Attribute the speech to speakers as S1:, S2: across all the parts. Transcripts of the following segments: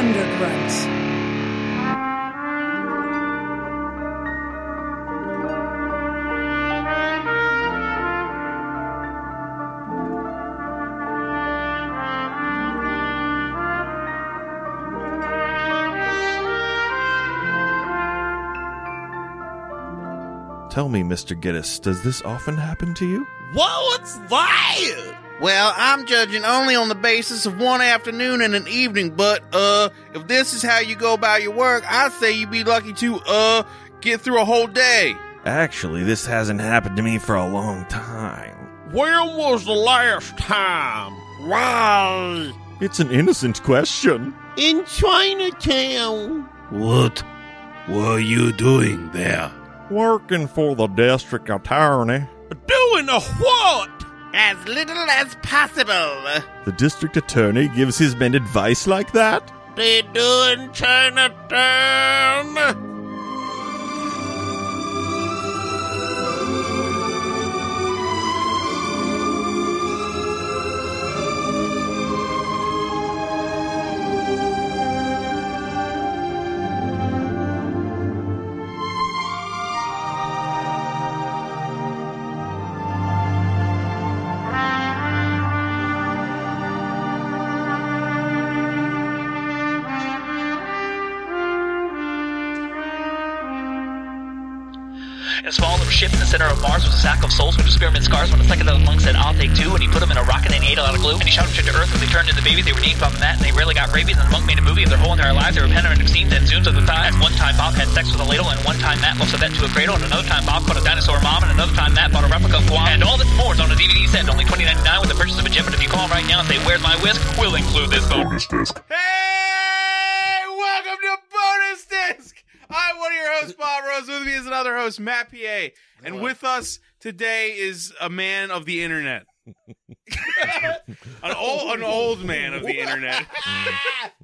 S1: runs.
S2: Tell me, Mr. Giddis, does this often happen to you?
S3: Whoa, it's live!
S4: Well, I'm judging only on the basis of one afternoon and an evening, but uh, if this is how you go about your work, I say you be lucky to uh get through a whole day.
S2: Actually, this hasn't happened to me for a long time.
S3: When was the last time? Why?
S2: It's an innocent question.
S3: In Chinatown.
S5: What were you doing there?
S2: Working for the district attorney.
S3: Doing a what?
S4: As little as possible.
S2: The district attorney gives his men advice like that?
S3: They do in Chinatown.
S6: In a small little ship in the center of Mars was a sack of souls with experiment scars. When a psychedelic monk said, I'll take two, and he put them in a rocket and he ate a lot of glue. And he shot them straight to Earth and they turned into babies. They were named from that and they rarely got rabies. And the monk made a movie of their whole entire lives. They were penned under scenes and zooms of the thighs. One time Bob had sex with a ladle, and one time Matt lost a vet to a cradle, and another time Bob caught a dinosaur mom, and another time Matt bought a replica of Guam. And all this and more is on a DVD set, only twenty ninety nine with the purchase of a gem. But if you call right now and say, Where's my whisk? We'll include this bonus.
S4: Hey, welcome to Bonus Disc. I'm one of your hosts, Bob Rose. With me is another host, Matt Pa. And with us today is a man of the internet. an old, an old man of the internet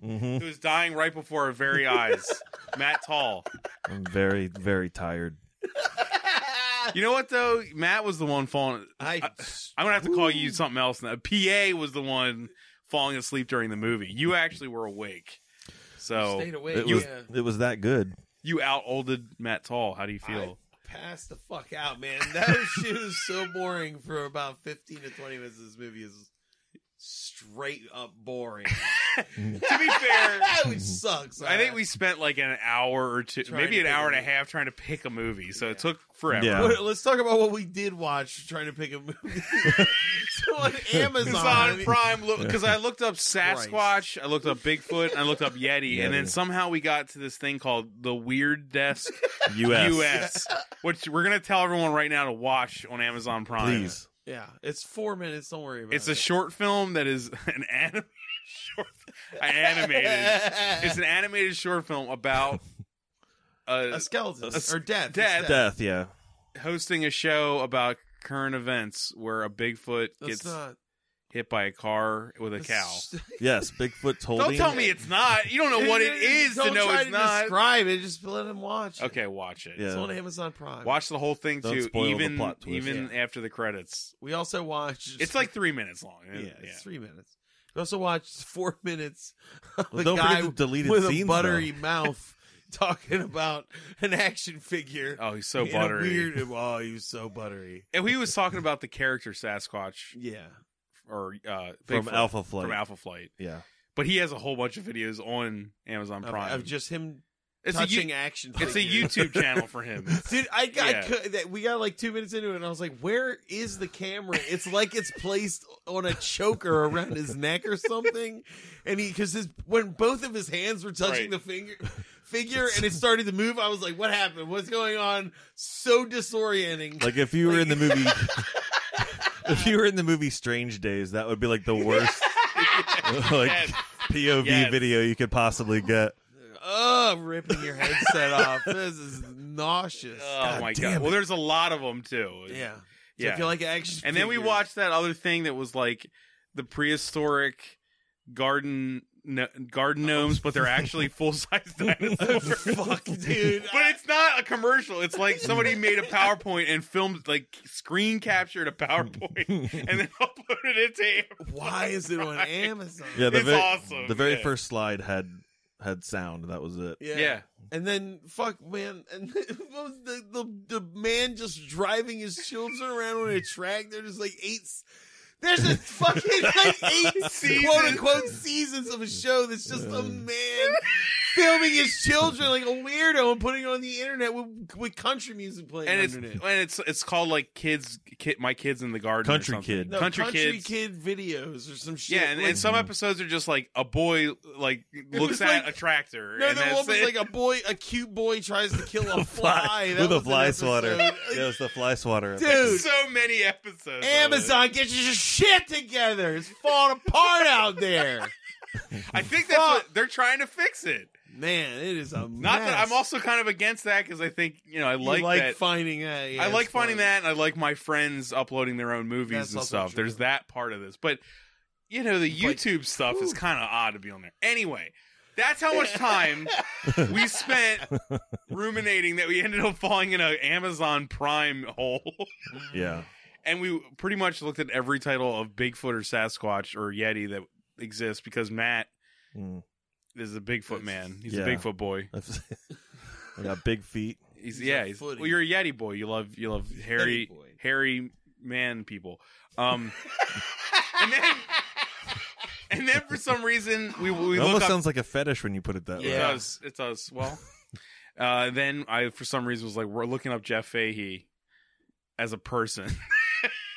S4: who is dying right before our very eyes. Matt Tall.
S2: I'm very, very tired.
S4: You know what though? Matt was the one falling.
S5: I,
S4: I'm gonna have to call you something else now. PA was the one falling asleep during the movie. You actually were awake. So
S5: stayed awake.
S2: It
S5: yeah.
S2: was, it was that good.
S4: you out olded Matt Tall. How do you feel?
S5: Pass the fuck out, man. That shit was so boring for about fifteen to twenty minutes. of This movie is straight up boring.
S4: to be fair,
S5: Which sucks.
S4: I think we spent like an hour or two,
S5: Trying
S4: maybe
S5: to
S4: an
S5: pick
S4: hour
S5: a
S4: and a
S5: movie.
S4: half trying to pick a movie. So it took forever.
S2: Yeah.
S5: What- let's talk about what we did watch. Trying to pick a movie. so on Amazon, I
S4: Amazon
S5: mean,
S4: Prime because I looked up Sasquatch,
S5: Christ.
S4: I looked up Bigfoot, and I looked up Yeti, and then
S2: Yeti.
S4: somehow we got to this thing called the Weird Desk
S2: U.S.
S4: US, which we're gonna tell everyone right now to watch on Amazon Prime.
S2: Please.
S5: yeah, it's four minutes. Don't worry about
S4: It's
S5: it.
S4: a short film that is an animated short. I animated. It's an animated short film about
S5: a
S4: uh,
S5: skeleton
S4: a s-
S5: or death.
S4: death.
S5: It's
S2: Death, yeah.
S4: hosting a show about current events where a Bigfoot
S5: That's
S4: gets
S5: not
S4: hit by a car with a cow.
S2: Yes, Bigfoot's holding.
S4: Don't tell me it's not. You don't know what it is to
S5: Don't
S4: know
S5: try
S4: it's
S5: to
S4: not.
S5: Describe it. Just let him watch. it.
S4: Okay, watch it.
S2: Yeah.
S5: It's on Amazon Prime.
S4: Watch the whole thing
S2: Don't
S4: too,
S2: spoil the
S4: even
S2: plot twist.
S4: even after the credits.
S5: We also watched.
S4: It's like three minutes long.
S5: yeah, it's three minutes. We also watched four minutes. Of
S2: Well,
S5: a
S2: don't
S5: guy
S2: forget the deleted
S5: with
S2: scenes,
S5: a buttery mouth talking about an action figure.
S4: Oh, he's so
S5: in a
S4: buttery.
S5: weird, oh, he was so buttery.
S4: And he was talking about the character Sasquatch
S5: Yeah.
S4: or uh,
S2: From
S4: Bigfoot,
S2: Alpha Flight.
S4: From Alpha Flight,
S2: Yeah.
S4: but he has a whole bunch of videos on Amazon
S5: Of,
S4: Prime.
S5: of just him
S4: it's a
S5: touching
S4: you-
S5: action.
S4: it's a
S5: figures.
S4: YouTube channel for him. Oh,
S5: Dude, I got
S4: Yeah.
S5: that we got like two minutes into it, and I was like, "Where is the camera?" It's like it's placed on a choker around his neck or something. And he, because his when both of his hands were
S4: Right.
S5: touching the finger figure, and it started to move, I was like, "What happened? What's going on?" So disorienting.
S2: Like if you were in the movie, if you were in the movie Strange Days, that would be like the worst like
S4: Yes.
S2: POV
S4: Yes.
S2: video you could possibly get.
S5: Ugh, Oh, ripping your headset off. This is nauseous.
S4: Oh my god! Well, there's a lot of them too.
S5: Yeah. So
S4: yeah.
S5: If you like action,
S4: and then we
S5: figures-
S4: watched that other thing that was like the prehistoric garden no, garden gnomes, but they're actually full size dinosaurs.
S5: Fuck, dude.
S4: But it's not a commercial. It's like somebody made a PowerPoint and filmed, like, screen captured a PoRPoint and then uploaded it to.
S5: Why is it on Amazon?
S2: Yeah, the
S4: It's
S2: very,
S4: awesome,
S2: The very
S4: yeah.
S2: first slide had had sound. That was it.
S5: Yeah.
S4: yeah.
S5: And then fuck man, and what was the, the the man just driving his children around on a track. There's like eight. s- There's a fucking like eight
S4: Seasons.
S5: quote unquote seasons of a show that's just a man filming his children like a weirdo and putting it on the internet with, with country music playing
S4: and it's
S5: underneath.
S4: and it's it's called like kids, kid, my kids in the garden, or
S2: Country
S4: something.
S2: Kid.
S5: No,
S4: country, kids.
S5: kid videos or some shit.
S4: Yeah, and,
S5: like,
S4: and some episodes are just like a boy like looks
S5: was
S4: at
S5: like-
S4: a tractor.
S5: No,
S4: and
S5: the one
S4: that's
S5: was
S4: it.
S5: like a boy, a cute boy tries to kill
S2: Fly-
S5: a fly That
S2: with a
S5: was an
S2: fly swatter.
S5: episode.
S2: That was the fly swatter.
S5: Dude,
S4: so many episodes. of
S5: Amazon, get your shit together. It's falling apart out there.
S4: it. I think that's what they're trying to fix it.
S5: Man, it is a
S4: Not that I'm also kind of against that because I think you know I like,
S5: like, like
S4: that.
S5: finding that. yeah,
S4: I like
S5: it's
S4: finding
S5: fun.
S4: that, and I like my friends uploading their own movies
S5: That's
S4: and
S5: also
S4: stuff.
S5: true.
S4: There's that part of this, but you know the
S5: Like,
S4: YouTube stuff is
S5: whew.
S4: kind of odd to be on there. Anyway, that's how much time we spent ruminating that we ended up falling in an Amazon Prime hole,
S2: Yeah.
S4: and we pretty much looked at every title of Bigfoot or Sasquatch or Yeti that exists because Matt
S2: Mm.
S4: is a Bigfoot man. He's
S2: Yeah.
S4: a Bigfoot boy.
S2: I got big feet.
S4: He's,
S5: He's
S4: yeah,
S5: a
S4: he's,
S5: footy.
S4: well, you're a Yeti boy. You love you love
S5: Yeti
S4: hairy
S5: boy.
S4: hairy man people. Um, and then and then for some reason we we
S2: it
S4: look
S2: almost
S4: up.
S2: sounds like a fetish when you put it that
S4: it
S5: Yeah.
S2: way.
S4: does it does well. Uh, then I for some reason was like we're looking up Jeff Fahey as a person.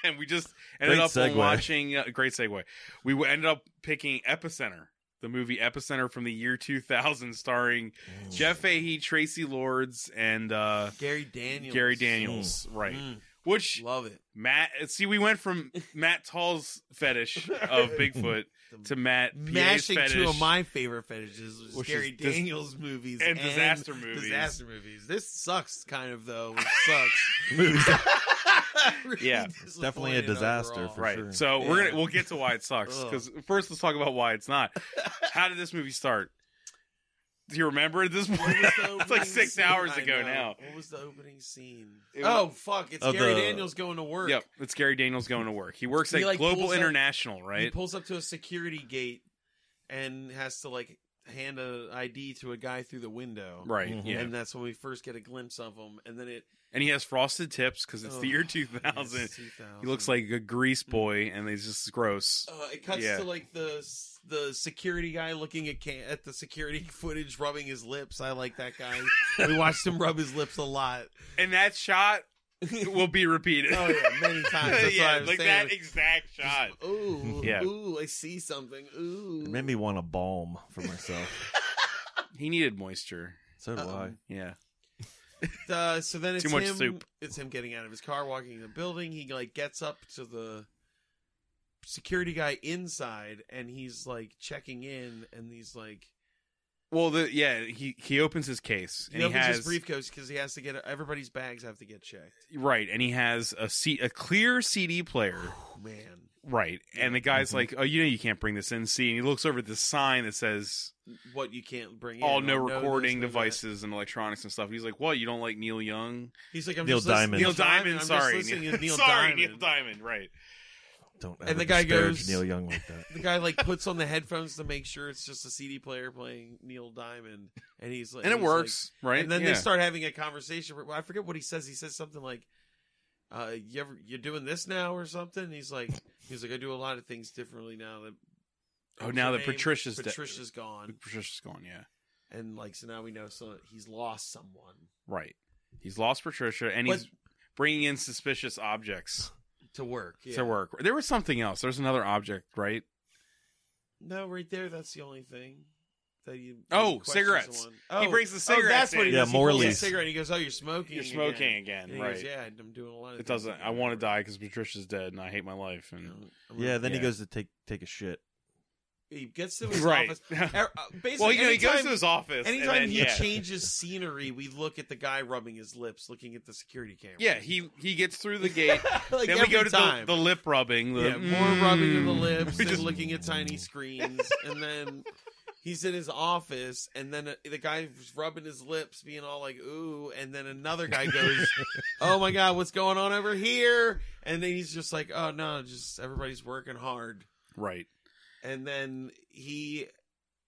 S4: And we just ended
S2: Great
S4: up on
S2: segue.
S4: watching. Uh, great segue. We w- ended up picking Epicenter, the movie Epicenter from the year 2000, starring Jeff Fahey, Tracy Lords, and uh,
S5: Gary Daniels.
S4: Gary Daniels, right?
S5: Mm,
S4: Which
S5: love it.
S4: Matt? uh, See, we went from Matt Tall's fetish of Bigfoot to Matt Pia's
S5: Mashing
S4: fetish.
S5: two of my favorite fetishes, which is
S4: Which is
S5: Gary
S4: dis-
S5: Daniels movies
S4: and disaster movies.
S5: Disaster movies. This sucks, kind of though. It sucks.
S2: Movies.
S5: Really
S4: Yeah.
S2: Definitely a
S5: disappointed
S2: disaster
S5: overall.
S2: for
S4: right.
S2: sure.
S4: So we're
S5: Yeah. Oh.
S4: gonna we'll get to why it sucks
S5: Ugh.
S4: because first let's talk about why it's not. How did this movie start? Do you remember at this point?
S5: What was the
S4: it's
S5: opening
S4: like six
S5: scene?
S4: hours
S5: I
S4: ago
S5: know.
S4: now.
S5: What was the opening scene?
S4: It
S5: oh fuck! It's
S2: Of
S5: Gary
S2: the-
S5: Daniels going to work.
S4: Yep, it's Gary Daniels going to work. He works
S5: He,
S4: at
S5: like,
S4: Global
S5: pulls up-
S4: International,
S5: He
S4: right?
S5: pulls up to a security gate and has to like hand a ID to a guy through the window.
S4: Right.
S2: Mhm.
S4: Yeah,
S5: And that's when we first get a glimpse of him. And then it Oh,
S4: and he has frosted tips because it's the year
S5: Ugh. yes, Mm-hmm.
S4: 2000.
S5: 2000.
S4: He looks like a grease boy, and he's just gross.
S5: Uh, it cuts
S4: Yeah.
S5: to like the the security guy looking at can- at the security footage, rubbing his lips. I like that guy. we watched him rub his lips a lot.
S4: And that shot will be repeated.
S5: Oh yeah, many times. That's
S4: yeah,
S5: what I was
S4: like
S5: saying.
S4: that exact shot.
S5: Ooh,
S4: Yeah.
S5: ooh, I see something. Ooh,
S2: It made me want a balm for myself.
S4: He needed moisture.
S2: So do I.
S5: Uh-oh.
S4: Yeah.
S5: Uh, so then it's
S4: Too much
S5: him,
S4: soup.
S5: It's him getting out of his car, walking in the building. He like gets up to the security guy inside, and he's like checking in, and he's like
S4: Well, the yeah, he he opens his case
S5: he
S4: and he,
S5: opens
S4: has
S5: his briefcase because he has to get everybody's bags have to get checked.
S4: right, and he has a C, a clear CD player.
S5: Oh man,
S4: Right, and the guy's
S2: Mhm.
S4: like, "Oh, you know, you can't bring this in." See, and he looks over at the sign that says,
S5: what you can't bring
S4: "All
S5: in,
S4: no
S5: or this,
S4: recording
S5: no that."
S4: devices and electronics and stuff." He's like, "What? You don't like Neil Young?
S5: He's like I'm
S2: Neil
S5: just listening-
S2: Diamond.
S4: Neil
S2: Neil
S4: Diamond?
S5: I'm
S4: sorry,
S5: just listening
S4: Neil-
S5: to Neil
S4: sorry,
S5: Diamond.
S4: Neil Diamond. Right?
S2: Don't ever
S5: And the guy
S2: disparage
S5: goes-
S2: Neil Young like that.
S5: The guy like puts on the headphones to make sure it's just a CD player playing Neil Diamond, and he's like,
S4: And it
S5: he's like-
S4: works, right?
S5: And then
S4: Yeah.
S5: they start having a conversation. where- I forget what he says. He says something like, uh, "You ever you're doing this now or something?" And he's like, "He's like I do a lot of things differently now that
S4: Oh,
S5: what's
S4: now
S5: her
S4: that
S5: name?
S4: Patricia's de-
S5: Patricia's gone,
S4: Patricia's gone. Yeah,
S5: and like so now we know so he's lost someone
S4: right. He's lost Patricia, and
S5: But-
S4: he's bringing in suspicious objects."
S5: to work. Yeah.
S4: to work. There was something else. There's another object, right?
S5: No, right there. That's the only thing that you.
S4: Oh,
S5: you question
S4: cigarettes.
S5: someone. Oh,
S4: He brings the
S5: Oh,
S4: cigarettes.
S5: that's what he
S4: in.
S2: Yeah,
S5: does. He pulls
S2: Morley's.
S5: a cigarette. And he goes, "Oh, you're smoking.
S4: You're
S5: again."
S4: smoking again,
S5: And he
S4: right?
S5: goes, "Yeah, I'm doing a lot of."
S4: It
S5: things
S4: doesn't. I
S5: together."
S4: want to die because Patricia's dead and I hate my life.
S5: You
S4: And
S5: know, I'm
S2: Yeah,
S5: like-
S2: then he
S4: Yeah.
S2: goes to take take a shit.
S5: he gets to his
S4: right.
S5: office. Er, uh, Basically,
S4: well, you know, he goes
S5: anytime-
S4: to his office. and
S5: Anytime
S4: then,
S5: he
S4: yeah.
S5: changes scenery, we look at the guy rubbing his lips, looking at the security camera.
S4: yeah, he he gets through the gate.
S5: like
S4: then we
S5: every
S4: go to the,
S5: time.
S4: the lip rubbing. The,
S5: yeah, more rubbing of the
S4: Mm.
S5: lips,
S4: We
S5: then
S4: just-
S5: looking at tiny screens, and then he's in his office, and then uh, the guy was rubbing his lips, being all like "ooh," and then another guy goes, "Oh my god, what's going on over here?" And then he's just like, "Oh no, just everybody's working hard."
S4: Right.
S5: and then he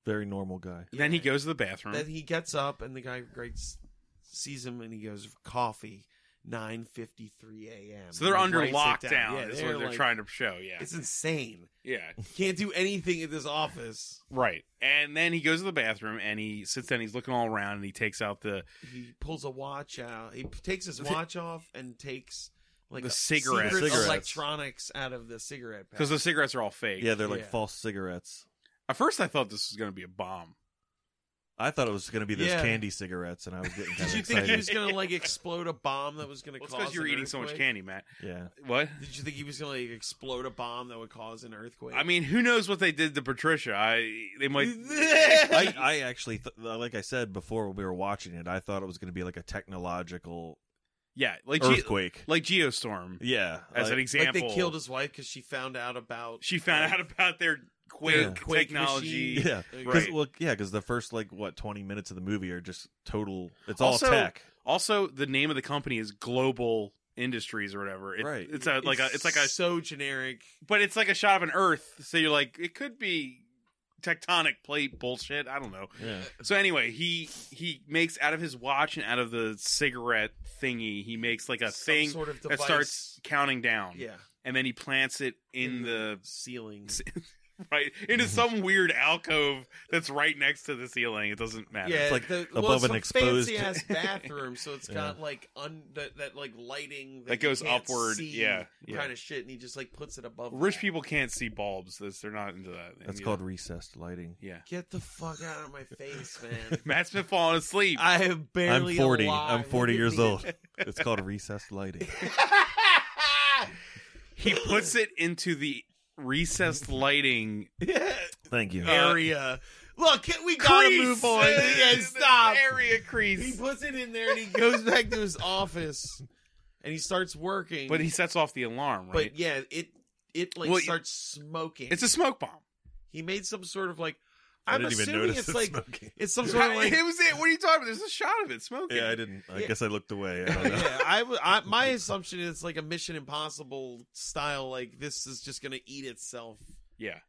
S2: Very normal guy.
S4: Then he goes to the bathroom.
S5: Then he gets up, and the guy greats sees him, and he goes coffee. 9:53 a.m.
S4: so they're
S5: Like,
S4: under
S5: writes it
S4: lockdown.
S5: down. Yeah,
S4: is
S5: they're
S4: what they're
S5: like-
S4: trying to show. Yeah,
S5: It's insane.
S4: yeah,
S5: Can't do anything in this office.
S4: right. And then he goes to the bathroom and he sits down. He's looking all around and he takes out the
S5: He pulls a watch out. He p- takes his watch off and takes like
S4: The
S5: a-
S4: cigarettes.
S5: secret
S2: Cigarettes.
S5: electronics out of the cigarette pack.
S4: because the cigarettes are all fake.
S2: Yeah, they're like
S5: Yeah.
S2: false cigarettes.
S4: At first, I thought this was going to be a bomb.
S2: I thought it was going to be those
S5: Yeah.
S2: candy cigarettes, and I was getting kind
S5: Did
S2: of
S5: you think he
S2: excited.
S5: was gonna like explode a bomb that was gonna
S4: Well, it's
S5: cause?
S4: because you were
S5: an
S4: eating so much
S5: earthquake?
S4: candy, Matt.
S2: Yeah,
S4: What?
S5: Did you think he was gonna like explode a bomb that would cause an earthquake?
S4: I mean, who knows what they did to Patricia? I they might.
S2: Mm. I, I actually, th- uh, like I said before when we were watching it, I thought it was going to be like a technological
S4: Yeah, like Ge-
S2: earthquake.
S4: like Geostorm
S2: yeah,
S4: as an
S2: like-
S5: like
S4: example.
S5: they killed his wife because she found out about
S4: She found out about their quake
S2: Yeah.
S5: Quake
S4: technology.
S5: machine.
S2: yeah.
S5: Like,
S2: Cause,
S4: Right.
S2: Well, yeah, because the first like what twenty minutes of the movie are just total. It's
S4: Also,
S2: all tech.
S4: Also, the name of the company is Global Industries or whatever. It-
S2: Right.
S4: It's a like a it's like a
S5: so generic.
S4: but it's like a shot of an Earth. So you're like it could be tectonic plate bullshit. I don't know.
S2: Yeah,
S4: So anyway, he he makes out of his watch and out of the cigarette thingy, he makes like a
S5: some
S4: thing
S5: sort of
S4: that
S5: device.
S4: starts counting down.
S5: yeah
S4: And then he plants it in the
S5: ceiling.
S4: right into some weird alcove that's right next to the ceiling. It doesn't matter.
S5: Yeah,
S2: It's like
S5: the,
S2: above
S5: well, it's
S2: an
S5: a
S2: exposed-
S5: fancy ass bathroom, so it's
S2: Yeah.
S5: got like un that, that like lighting that,
S4: That
S5: you
S4: goes
S5: can't
S4: upward,
S5: see
S4: yeah, yeah.
S5: kind of shit, and he just like puts it above.
S4: Rich
S5: that.
S4: people can't see bulbs. That's, they're not into that.
S2: that's
S4: Yeah.
S2: called recessed lighting.
S4: Yeah.
S5: get the fuck out of my face, man.
S4: Matt's been falling asleep.
S5: I am
S2: I'm
S5: barely.
S2: forty.
S5: alive.
S2: I'm forty
S5: Look
S2: years
S5: at me.
S2: old. It's called recessed lighting.
S4: He puts it into the recessed lighting
S2: Thank you.
S5: area. Look, can- we gotta move on. Yeah, stop.
S4: area
S5: He
S4: crease.
S5: puts it in there and he goes back to his office and he starts working.
S4: But he sets off the alarm,
S5: but
S4: right?
S5: yeah, it it like
S4: Well,
S5: starts smoking.
S4: it's a smoke bomb.
S5: he made some sort of like.
S2: I
S5: I'm
S2: didn't even
S5: assuming
S2: notice
S5: it's
S2: it
S5: like
S2: smoking.
S5: it's some sort of like
S4: it was it. What are you talking about? There's a shot of it smoking.
S2: Yeah, I didn't. I
S5: Yeah.
S2: guess I looked away. I don't know.
S5: yeah, I, w- I my assumption is like a Mission Impossible style. Like this is just gonna eat itself.
S4: Yeah.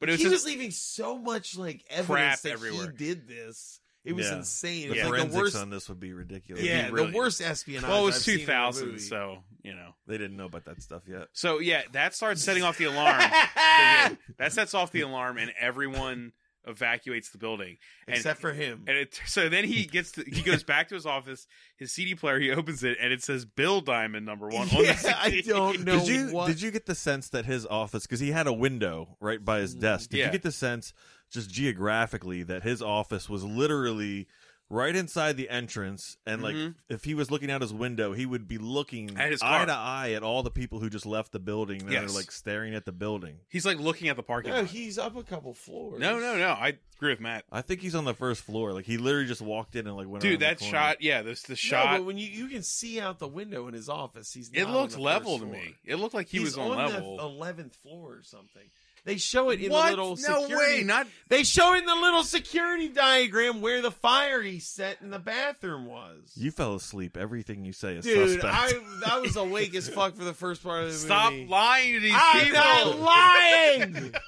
S4: But it was
S5: he
S4: just,
S5: was leaving so much like evidence
S4: Crap
S5: that
S4: everywhere.
S5: he did this. It was
S2: Yeah.
S5: insane.
S2: The
S5: it's like
S2: forensics
S5: the worst.
S2: on this would be ridiculous.
S5: yeah,
S4: be really-
S5: the worst espionage.
S4: well, it
S5: I've
S4: was
S5: seen in a
S4: 2000,
S5: movie.
S4: so you know.
S2: they didn't know about that stuff yet.
S4: So yeah, that starts setting off the alarm. Yeah, that sets off the alarm, and everyone evacuates the building. And,
S5: except for him.
S4: And it, so then he gets to, he goes back to his office, his CD player, he opens it, and it says Bill Diamond number one. on the
S5: yeah, I
S4: CD.
S5: don't know
S2: did you
S5: what.
S2: did you get the sense that his office because he had a window right by his desk? Did
S4: Yeah.
S2: you get the sense just geographically that his office was literally right inside the entrance, and like
S4: Mhm.
S2: if he was looking out his window, he would be looking
S4: At his
S2: eye
S4: car.
S2: to eye at all the people who just left the building that
S4: Yes.
S2: are like staring at the building.
S4: He's like looking at the parking
S5: no,
S4: lot.
S5: he's up a couple floors.
S4: no, no, no. I agree with Matt.
S2: I think he's on the first floor. Like he literally just walked in and like went.
S4: Dude,
S2: around the
S4: that
S2: corner.
S4: shot, yeah, this the
S5: No,
S4: shot.
S5: but when you you can see out the window in his office, he's
S4: it
S5: not on
S4: looked
S5: the
S4: level
S5: first
S4: to
S5: floor.
S4: me. It looked like he
S5: He's
S4: was on,
S5: on
S4: level.
S5: the eleventh floor or something. They show it in the little security.
S4: Not
S5: They show in the little security diagram where the fire he set in the bathroom was.
S2: You fell asleep. Everything you say is
S5: Dude,
S2: suspect.
S5: I I was awake as fuck for the first part of the
S4: stop
S5: movie.
S4: lying to these
S5: I'm
S4: people.
S5: not lying.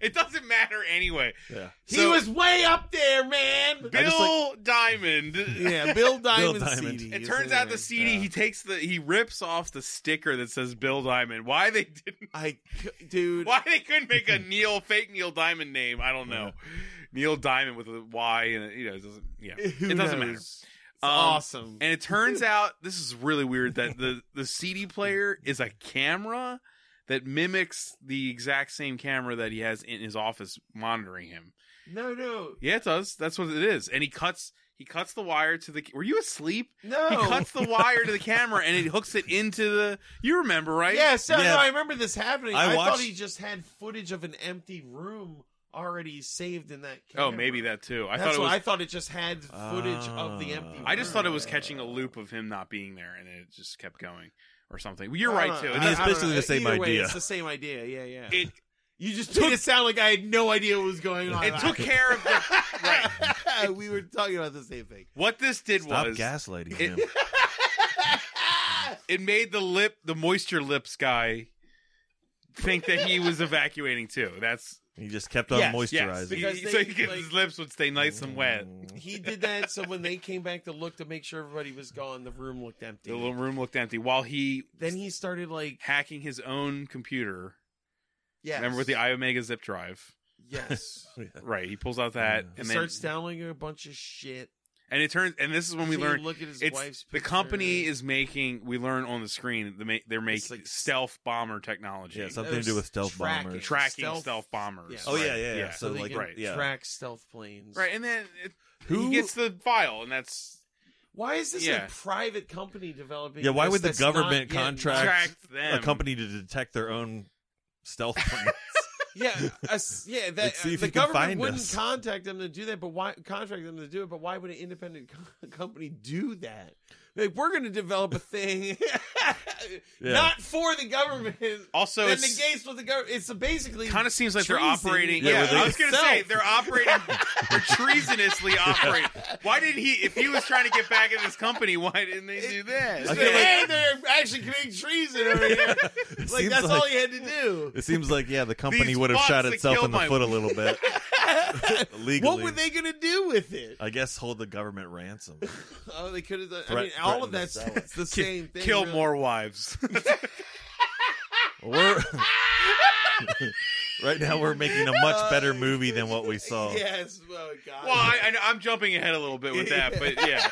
S4: it doesn't matter anyway.
S2: yeah.
S5: he
S4: So-
S5: was way up there, man.
S2: I just
S4: Bill Diamond.
S5: Yeah, Bill Diamond,
S2: Diamond.
S5: CD.
S4: It
S5: is
S4: turns
S5: in
S4: out
S5: there.
S4: the CD he takes the he rips off the sticker that says Bill Diamond. Why they didn't
S5: Uh, I, c- dude,
S4: why they couldn't make a Neil fake Neil Diamond name? I don't know. Neil Diamond with a Y and a, you know it doesn't yeah
S5: who
S4: it doesn't
S5: knows?
S4: matter.
S5: It's
S4: Um,
S5: awesome.
S4: And it turns out this is really weird that the the CD player is a camera that mimics the exact same camera that he has in his office monitoring him.
S5: no, no,
S4: Yeah, it does. That's what it is. And he cuts he cuts the wire to the. Were you asleep?
S5: no.
S4: He cuts the wire to the camera and it hooks it into the. You remember, right?
S5: Yeah, so
S2: Yeah.
S5: No, I remember this happening.
S2: I
S5: I, thought
S2: watched-
S5: he just had footage of an empty room already saved in that. Camera.
S4: Oh, maybe that too. I
S5: That's
S4: thought it
S5: what
S4: was.
S5: I thought it just had footage of the empty.
S2: Ah.
S4: I just thought it
S5: room.
S4: was catching a loop of him not being there, and it just kept going or something. You're right too. It
S5: Uh, I-
S2: mean, it's
S5: I don't
S2: basically
S5: know.
S2: the same
S5: Either way,
S2: idea.
S5: it's the same idea. Yeah, yeah.
S4: It-
S5: you just made it sound like I had no idea what was going on.
S4: it took care of the. right.
S5: we were talking about the same thing.
S4: What this did
S2: Stop
S4: was
S2: gaslighting
S4: it-
S2: him.
S4: it made the lip the moisture lips guy think that he was evacuating too. That's
S2: He just kept on
S5: Yes,
S4: Yes,
S2: moisturizing. Mm.
S5: because
S4: he- so
S5: they,
S4: he could-
S5: like-
S4: his lips would stay nice and wet.
S5: He did that so when they came back to look to make sure everybody was gone, the room looked empty.
S4: The little room looked empty while he
S5: then he started like
S4: hacking his own computer.
S5: yes,
S4: Remember with the iOmega zip drive,
S5: yes.
S4: right? He pulls out that
S2: Yeah.
S5: He
S4: and then
S5: starts downloading a bunch of shit.
S4: and it turns and this is when we
S5: So you
S4: learn
S5: look at his
S4: it's
S5: wife's
S4: the company
S5: picture.
S4: is making. We learn on the screen the ma- they're
S5: It's
S4: making
S5: like-
S4: stealth bomber technology.
S2: Yeah, something
S5: It
S2: to do
S5: was
S2: with stealth
S5: tracking.
S2: bombers.
S4: tracking stealth,
S5: Stealth-
S4: bombers.
S5: yeah.
S2: Oh
S4: right,
S2: yeah, yeah, yeah. So,
S5: they
S2: like,
S5: can
S4: right,
S2: yeah.
S5: track stealth planes.
S4: Right, and then it,
S2: Who-
S4: he gets the file, and that's
S5: Why is this
S4: Yeah.
S5: a private company developing?
S2: Yeah, why
S5: this
S2: would the
S5: that's not
S2: government
S5: getting-
S2: contract-
S4: tracked them.
S2: a company to detect their own stealth. plans.
S5: Yeah, us- yeah. That uh,
S2: Let's see if
S5: the
S2: you can
S5: government
S2: find
S5: wouldn't
S2: us.
S5: contact them to do that, but why contract them to do it? But why would an independent co- company do that? Like, we're going to develop a thing, not for the government.
S4: Also,
S5: that
S4: it's-
S5: negates what the government. It's basically
S4: kind of seems like they're
S5: treason.
S4: operating.
S2: Yeah,
S4: Yeah,
S2: where they-
S4: I was gonna say
S5: Itself.
S4: they're operating. they're treasonously operating. Why didn't he? If he was trying to get back at this company, why didn't they do
S2: I
S4: that?
S2: feel like-
S5: Hey, they're actually committing treason over here.
S2: It
S5: like
S2: seems
S5: that's all
S2: like-
S5: you had to do.
S2: It seems like yeah, the company
S4: These
S2: would have shot
S4: fucks that
S2: itself
S4: killed
S2: in the
S4: my-
S2: foot a little bit legally.
S5: What were they going to do with it?
S2: I guess hold the government ransom.
S5: Oh, they could have done. I
S2: Threat-
S5: mean, all of
S2: threatened to
S5: that's
S2: sell it.
S5: it's the same thing.
S4: Kill
S5: really.
S4: more wives.
S2: We're right now we're making a much better movie than what we saw.
S5: Yes. Oh God.
S4: Well, I, I know I'm jumping ahead a little bit with that, but yeah,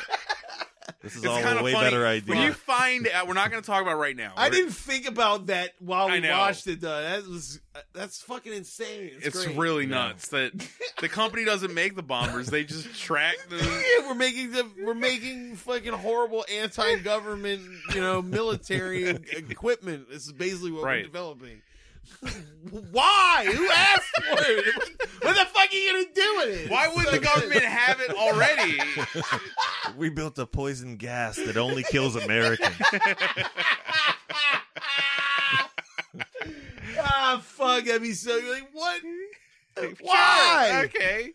S2: This is
S4: it's
S2: all
S4: kind
S2: a
S4: of
S2: way
S4: funny.
S2: better
S4: When you
S2: idea.
S4: find out, we're not going to talk about it right now.
S5: I
S4: We're-
S5: didn't think about that while
S4: I
S5: we
S4: know.
S5: watched it. Though that was uh, that's fucking insane. It's,
S4: It's
S5: great.
S4: really nuts that the company doesn't make the bombers; they just track them.
S5: Yeah, we're making the we're making fucking horrible anti-government, you know, military equipment. This is basically what
S4: Right.
S5: we're developing. Why? Who asked for it? What the fuck are you gonna do with it?
S4: Why wouldn't the government have it already?
S2: We built a poison gas that only kills Americans.
S5: Ah, fuck! That'd be so like what?
S4: Sure,
S5: Why?
S4: Okay.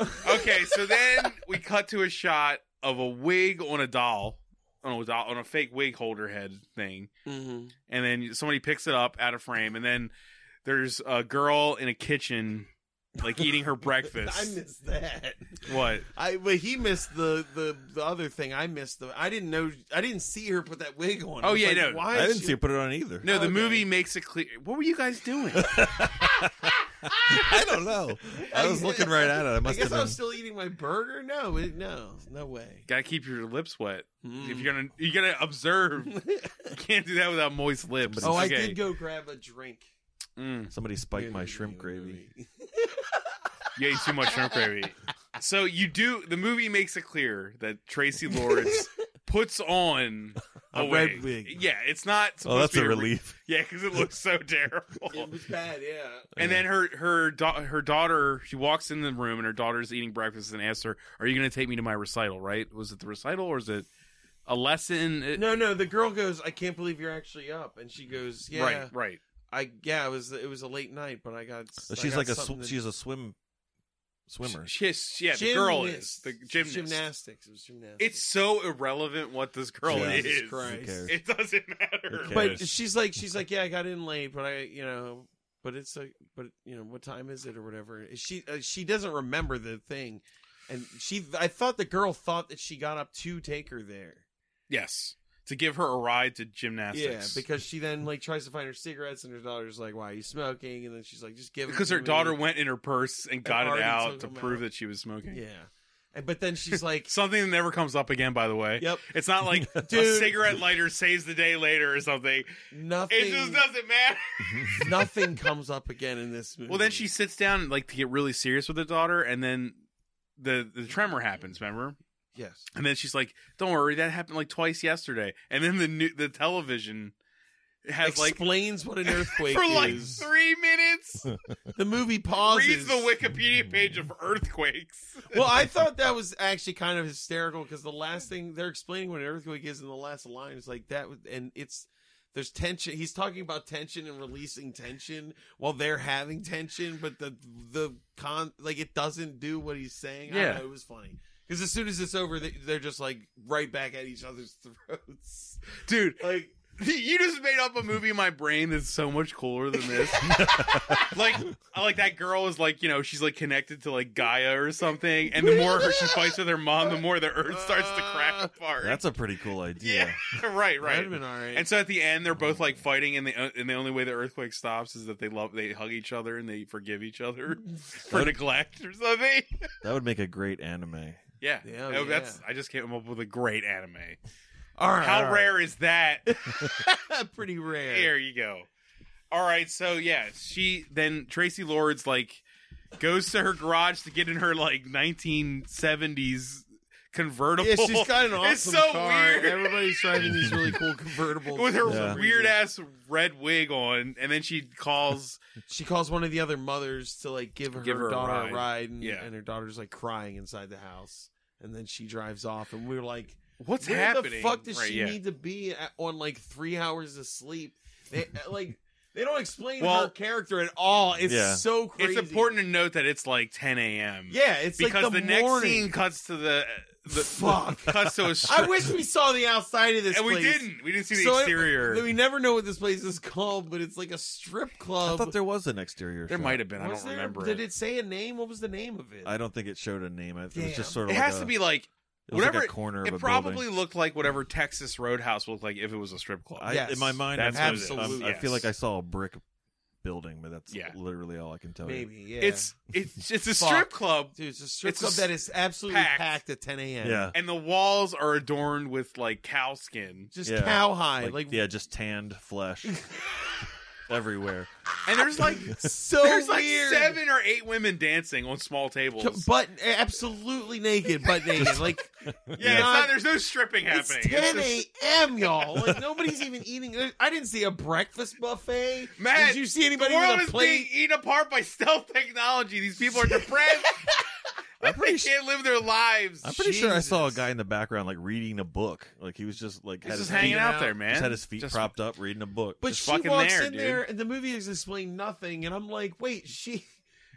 S4: Okay, so then we cut to a shot of a wig on a doll, on a doll, on a fake wig holder head thing,
S5: Mm-hmm.
S4: and then somebody picks it up out of frame, and then there's a girl in a kitchen, like eating her
S5: I
S4: breakfast.
S5: missed that.
S4: what?
S5: I but he missed the the the other thing. I missed the. I didn't know. I didn't see her put that wig on.
S4: Oh,
S5: I was
S4: yeah,
S5: like,
S4: no.
S5: Why
S2: I
S5: is
S2: didn't
S5: she-
S2: see you put it on either.
S4: No, the
S5: Okay.
S4: movie makes it clear. What were you guys doing?
S2: I don't know. I was looking right at it. I
S5: I
S2: must
S5: guess
S2: have
S5: I
S2: been.
S5: was still eating my burger. No, it, no, no way.
S4: Gotta keep your lips wet. If you're
S2: Mm.
S4: gonna, you gotta observe. you can't do that without moist lips.
S5: Oh, I
S4: Okay.
S5: did go grab a drink.
S4: Mm.
S2: Somebody spiked
S5: During
S2: my
S5: the
S2: shrimp
S5: beginning of the
S2: gravy.
S5: movie.
S4: You ate too much shrimp gravy. So you do. The movie makes it clear that Tracy Lawrence puts on a,
S2: A red
S4: wig.
S2: wig.
S4: Yeah, it's not. Supposed
S2: Oh, that's
S4: to be
S2: a
S4: re-
S2: relief.
S4: yeah, because it looks so terrible.
S5: It was bad. Yeah.
S4: And then her her da- her daughter she walks in the room and her daughter's eating breakfast and asks her, "Are you going to take me to my recital? Right? Was it the recital or is it a lesson? It-
S5: No, no. The girl goes. I can't believe you're actually up. And she goes. Yeah.
S4: Right, right.
S5: I yeah. It was it was a late night, but I got. I
S2: She's
S5: got
S2: like a
S5: something
S2: sw-
S5: to-
S2: she's a swim swimmer.
S4: She's yeah. The girl is
S5: Gymnast.
S4: the gymnast.
S5: Gymnastics. It was gymnastics.
S4: It's so irrelevant what this girl
S2: Jesus
S4: is.
S5: Christ.
S2: Who cares?
S4: It doesn't matter.
S2: Who
S5: but
S2: cares?
S5: she's like she's like yeah i got in late but i you know but it's like but you know what time is it or whatever she uh, she doesn't remember the thing and she i thought the girl thought that she got up to take her there
S4: Yes. To give her a ride to gymnastics.
S5: yeah because she then like tries to find her cigarettes and her daughter's like why are you smoking and then she's like just give it
S4: Because
S5: to
S4: her
S5: me."
S4: daughter went in her purse and got it
S5: already
S4: out
S5: took
S4: to
S5: them
S4: prove
S5: out.
S4: that she was smoking.
S5: yeah and but then she's like
S4: Something that never comes up again, by the way.
S5: Yep.
S4: It's not like a
S5: Dude.
S4: cigarette lighter saves the day later or something.
S5: nothing
S4: It just doesn't matter.
S5: nothing comes up again in this movie
S4: Well, then she sits down like to get really serious with her daughter, and then the the tremor happens. Remember?
S5: yes
S4: And then she's like, "Don't worry, that happened like twice yesterday." And then the new, the television has like
S5: explains what an earthquake
S4: for like
S5: is
S4: three minutes
S5: the movie pauses
S4: reads the Wikipedia page of earthquakes.
S5: well, I thought that was actually kind of hysterical because the last thing they're explaining what an earthquake is in the last line is like that, was- and it's there's tension. He's talking about tension and releasing tension while they're having tension, but the the con like it doesn't do what he's saying. I
S4: Yeah.
S5: don't know, it was funny because as soon as it's over, they, they're just like right back at each other's throats,
S4: Dude,
S5: like.
S4: You just made up a movie in my brain that's so much cooler than this. like, like that girl is like, you know, she's like connected to like Gaia or something, and the more her, she fights with her mom, the more the Earth starts to crack apart.
S2: That's a pretty cool
S4: yeah,
S2: idea.
S4: right,
S5: That'd
S4: right.
S5: have been all right.
S4: And so at the end, they're both like fighting, and the uh, and the only way the earthquake stops is that they love, they hug each other, and they forgive each other for neglect or something.
S2: That would make a great anime.
S4: Yeah,
S5: Yeah,
S4: Oh,
S5: yeah.
S4: that's. I just came up with a great anime.
S5: all right,
S4: How
S5: all right.
S4: rare is that?
S5: Pretty rare.
S4: There you go. All right, so yeah, she then Tracy Lords like goes to her garage to get in her like 1970s convertible.
S5: Yeah, she's got an awesome
S4: It's so
S5: car.
S4: weird.
S5: Everybody's driving these really cool convertibles
S4: with her
S5: for some
S4: weird
S5: reason.
S4: ass red wig on, and then she calls.
S5: She calls one of the other mothers to like give her,
S4: Give her a
S5: daughter
S4: ride.
S5: a ride, and,
S4: Yeah.
S5: and her daughter's like crying inside the house, and then she drives off, and we were like,
S4: What's
S5: "Where
S4: happening?
S5: the fuck does
S4: Right,
S5: she
S4: yeah.
S5: need to be at, on like three hours of sleep?" They uh, like they don't explain
S4: Well-
S5: her character at all. It's
S2: Yeah.
S5: so crazy.
S4: It's important to note that it's like 10 a.m.
S5: Yeah, it's
S4: because
S5: like
S4: the,
S5: the,
S4: next
S5: morning.
S4: scene cuts to the the
S5: Fuck.
S4: cuts to a
S5: I
S4: strip,
S5: wish we saw the outside of this.
S4: and we
S5: place.
S4: didn't. We didn't see the
S5: So I-
S4: exterior.
S5: we never know what this place is called, but it's like a strip
S2: I
S5: club.
S2: thought there was an exterior.
S4: Um, there
S2: shot.
S4: might have been. I
S5: Was
S4: don't
S5: there-
S4: remember.
S5: Did
S4: it.
S5: it say a name? What was the name of it?
S2: I don't think it showed a name. It was
S5: Damn.
S2: just sort of.
S4: It
S2: like
S4: has
S2: a-
S4: to be like
S2: it was like
S4: whatever-
S2: a corner of
S4: It
S2: a
S4: probably
S2: building.
S4: looked like whatever Texas Roadhouse looked like if it was a strip club.
S2: I,
S5: Yes.
S2: in my mind,
S4: That's
S2: I'm,
S5: what
S2: I'm-
S5: it is.
S2: I feel like I
S4: Yes.
S2: saw a brick building, but that's
S4: Yeah.
S2: literally all I can tell
S5: Maybe. Yeah.
S4: It's it's it's a
S5: Fuck.
S4: strip club,
S5: Dude, it's a strip
S4: It's a
S5: club that is absolutely
S4: packed.
S5: packed, at 10
S2: you.
S5: a.m.
S2: Yeah,
S4: and the walls are adorned with like cow skin,
S5: Just
S2: Yeah.
S5: cowhide.
S2: like,
S5: Like,
S2: yeah, just tanned flesh everywhere.
S4: and there's like
S5: so
S4: there's like
S5: weird.
S4: seven or eight women dancing on small tables.
S5: T- Butt, absolutely naked, butt naked. Like,
S4: yeah, it's
S5: Yeah.
S4: not, there's no stripping
S5: it's
S4: happening.
S5: 10
S4: just-
S5: a.m., y'all. Like, nobody's even eating. I didn't see a breakfast buffet.
S4: Matt,
S5: Did you see
S4: the
S5: anybody
S4: world
S5: with
S4: is
S5: a plate?
S4: being eaten apart by stealth technology. These people are depressed.
S2: I'm
S4: they
S2: pretty sure.
S4: can't live their lives.
S2: I'm pretty sure I saw a
S5: Jesus.
S2: guy in the background like reading a book. Like he was just like
S4: He's
S2: had his
S4: just
S2: feet,
S4: hanging out
S5: out.
S4: there, man.
S2: just had his feet
S4: Just-
S2: propped up reading a book.
S5: But
S4: Just
S5: she
S4: fucking
S5: walks
S4: there,
S5: in
S4: dude.
S5: there, and the movie is explained nothing, and I'm like, wait, she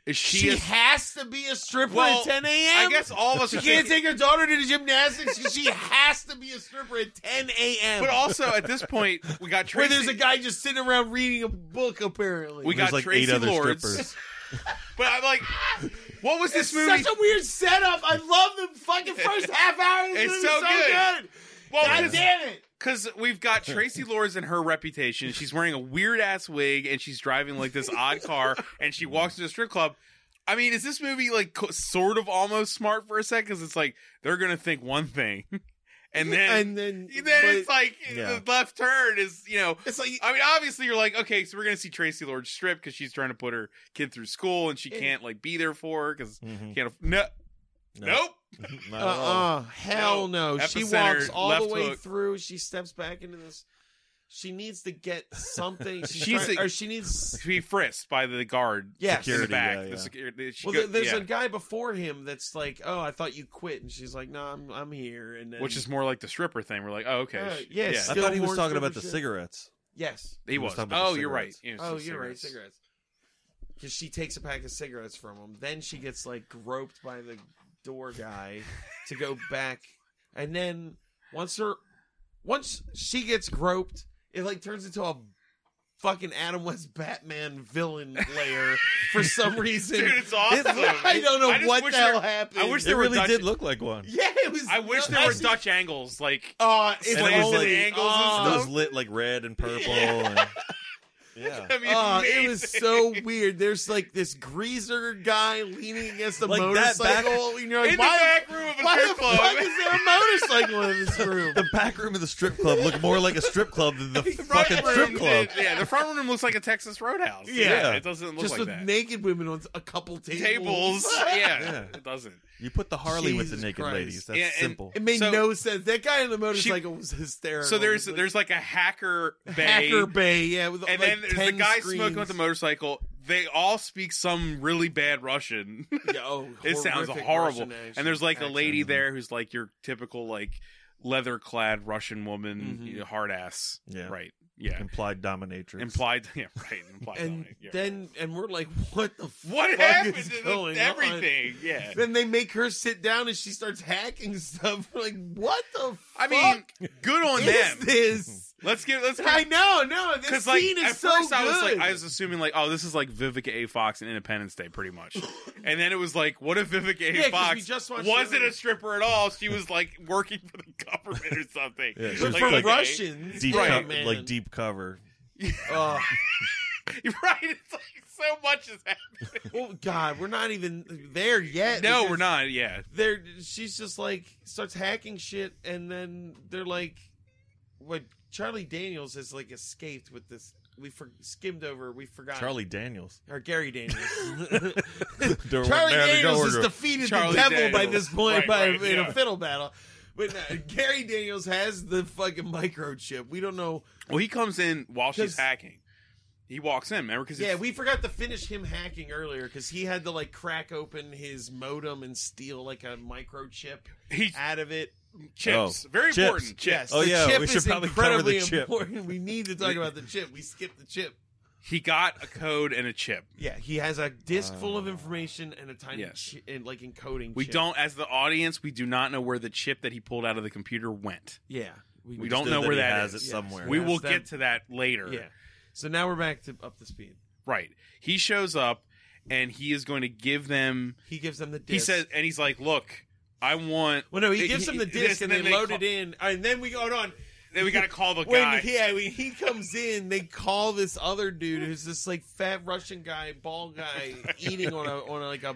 S4: Is
S5: she,
S4: she, a-
S5: has to be a stripper
S4: Well,
S5: at 10 a.m.
S4: I guess all of us
S5: she
S4: are
S5: can't
S4: thinking-
S5: take her daughter to the gymnastics. 'cause she has to be a stripper at 10 a.m.
S4: But also at this point, we got
S5: where
S4: Tracy.
S5: there's a guy just sitting around reading a book, apparently.
S4: We
S2: There's
S4: got
S2: like
S4: Tracy
S2: eight other
S4: Lords.
S2: strippers.
S4: But I'm like, what was this
S5: it's
S4: movie?
S5: such a weird setup. I love the fucking first half hour. Of this
S4: It's
S5: movie.
S4: so good.
S5: God
S4: well,
S5: damn it!
S4: because we've got Tracy Lords and her reputation. She's wearing a weird ass wig and she's driving like this odd car and she walks into a strip club. I mean, is this movie like co- sort of almost smart for a sec? Because it's like they're gonna think one thing, and then
S5: And then,
S4: then
S5: but
S4: it's like
S2: Yeah.
S4: the left turn is you know
S5: it's like
S4: I mean, obviously, you're like, okay, so we're gonna see Tracy Lord strip because she's trying to put her kid through school and she can't like be there for her because
S2: Mhm.
S4: can't. Aff- Mm-hmm. no, nope. Uh-uh.
S2: Not
S5: Uh
S2: at all.
S5: uh Hell no. She
S4: Epicenter,
S5: walks all
S4: left
S5: the way
S4: hook.
S5: through. She steps back into this. She needs to get something. She's,
S4: She's
S5: trying-
S4: a-
S5: or she needs.
S4: To be frisked by the guard
S5: Yes.
S4: in the
S2: Security
S4: back.
S2: guy,
S4: the
S2: yeah.
S4: security, she
S5: Well,
S4: go-
S5: there- there's
S4: yeah.
S5: a guy before him that's like, "Oh, I thought you quit," and she's like, "No, I'm I'm here." And then,
S4: which is more like the stripper thing. We're like, oh, okay,
S5: Uh,
S4: she-
S5: yeah,
S2: I
S5: still-
S2: thought he was
S5: more
S2: talking about the
S5: shit.
S2: cigarettes.
S5: yes.
S4: he,
S2: he was
S4: was.
S2: talking about
S4: Oh,
S2: the
S4: you're right.
S2: cigarettes.
S4: It was
S5: Oh,
S4: the
S5: you're right, cigarettes. Because she takes a pack of cigarettes from him. Then she gets like groped by the door guy to go back, and then once her, once she gets groped, it like turns into a fucking Adam West Batman villain layer for some reason.
S4: Dude, it's awesome.
S5: I don't know
S4: I just
S5: what
S4: wish
S5: the hell
S4: there-
S5: happened.
S4: I wish
S2: It
S4: there were
S2: really
S4: Dutch-
S2: did look like one.
S5: Yeah, it was.
S4: I wish there were
S5: actually-
S4: Dutch angles. Like,
S5: Oh, it's
S4: And it was
S5: only-
S4: in angles and
S5: oh,
S2: It was lit like red and purple. And, yeah.
S4: I mean,
S5: Oh, it was
S4: amazing.
S5: so weird. There's like this greaser guy leaning against the
S2: Like that back-
S5: motorcycle, and you're
S4: in
S5: like,
S4: the
S5: why,
S4: back room of a
S5: why
S4: strip
S5: the fuck
S4: club.
S5: is there a motorcycle in this room?
S2: The back room of the strip club looked more like a strip club than the
S4: front
S2: fucking
S4: room
S2: strip club.
S4: did- yeah, the front room looks like a Texas Roadhouse.
S5: Yeah.
S4: it doesn't look
S5: Just
S4: like
S5: with
S4: that.
S5: naked women on a couple tables.
S4: Tables, yeah,
S2: Yeah.
S4: it doesn't.
S2: You put the Harley with
S5: Jesus
S2: the naked
S5: Christ.
S2: ladies. That's
S4: Yeah, and-
S2: simple.
S5: It made
S4: So-
S5: no sense. That guy on the motorcycle was hysterical.
S4: So there's
S5: It was
S4: there's like a hacker bay,
S5: like hacker bay, yeah. With
S4: and
S5: like
S4: then there's
S5: 10
S4: the guy
S5: screens.
S4: smoking with the motorcycle. They all speak some really bad Russian.
S5: Yeah, oh,
S4: it sounds
S5: horrific
S4: horrible.
S5: Russian accent-
S4: And there's like a lady
S5: accent.
S4: there who's like your typical like leather clad Russian woman,
S5: Mhm.
S4: you know, hard ass.
S2: Yeah.
S4: Right. Yeah.
S2: Implied dominatrix.
S4: Implied. Yeah. Right. Implied.
S5: And
S4: dominant, yeah.
S5: then and we're like, what the
S4: Oh what
S5: fuck
S4: happened
S5: is
S4: to
S5: going
S4: the,
S5: on?
S4: everything? Yeah.
S5: Then they make her sit down and she starts hacking stuff. We're like, what the fuck
S4: I mean, good on
S5: is
S4: them.
S5: this?
S4: Let's give. Let's give.
S5: I know, no, this
S4: Because like
S5: scene
S4: at
S5: is so
S4: first
S5: good.
S4: I was like I was assuming like oh this is like Vivica A Fox in Independence Day pretty much, and then it was like what if Vivica A
S5: Yeah, 'cause we
S4: Fox
S5: just watched
S4: wasn't
S5: the-
S4: a stripper at all? She was like working for the government or something.
S2: Yeah, she
S5: But
S2: was
S5: for
S2: like-
S5: Russians,
S2: deep,
S5: yeah,
S2: co-
S5: man.
S2: like deep cover.
S5: Oh,
S4: right? It's like so much is happening.
S5: well, God, we're not even there yet.
S4: No, we're
S5: because
S4: not. Yeah,
S5: They're she's just like starts hacking shit, and then they're like, "What?" Charlie Daniels has like escaped with this. We for, skimmed over. We forgot
S2: Charlie Daniels.
S5: or Gary Daniels.
S2: There were-
S5: Charlie
S2: there they go,
S5: Daniels
S2: we're
S5: has
S2: good.
S5: defeated
S4: Charlie
S5: the devil by
S4: Daniels.
S5: this point
S4: Right,
S5: by
S4: right,
S5: in
S4: yeah.
S5: a fiddle battle. But no, Gary Daniels has the fucking microchip. We don't know.
S4: Well, he comes in while she's
S5: 'Cause-
S4: hacking. He walks in, remember? Because
S5: Yeah, we forgot to finish him hacking earlier because he had to like crack open his modem and steal like a microchip
S4: he
S5: out of it.
S4: chips
S2: Oh.
S4: very
S2: Chips.
S4: important chips.
S5: Ah. Yes,
S2: Oh,
S5: the
S2: yeah,
S5: chip
S2: we should
S5: is
S2: probably cover
S5: incredibly
S2: the chip.
S5: important. We need to talk about the chip. We skipped the chip.
S4: He got a code and a chip.
S5: Yeah, he has a disk full of information and a tiny
S4: Yes.
S5: chi- and like encoding.
S4: We
S5: chip.
S4: don't, as the audience, we do not know where the chip that he pulled out of the computer went.
S5: Yeah,
S4: We
S2: Just
S4: don't know where
S2: he
S4: that
S2: has
S4: is.
S2: it
S5: Yeah.
S2: somewhere.
S4: We
S5: That's
S4: will
S5: them.
S4: get to that later.
S5: Yeah. So now we're back to up to speed.
S4: Right. He shows up and he is going to give them.
S5: He gives them the disc.
S4: He says, and he's like, "Look, I want."
S5: "Well, no, he gives them the
S4: this,"
S5: disc, and,
S4: then Oh,
S5: they, load
S4: call-
S5: it in, and then we go on."
S4: Then we got to call the
S5: When
S4: guy.
S5: yeah, when he comes in, they call this other dude who's this like fat Russian guy, bald guy, eating on a on a, like a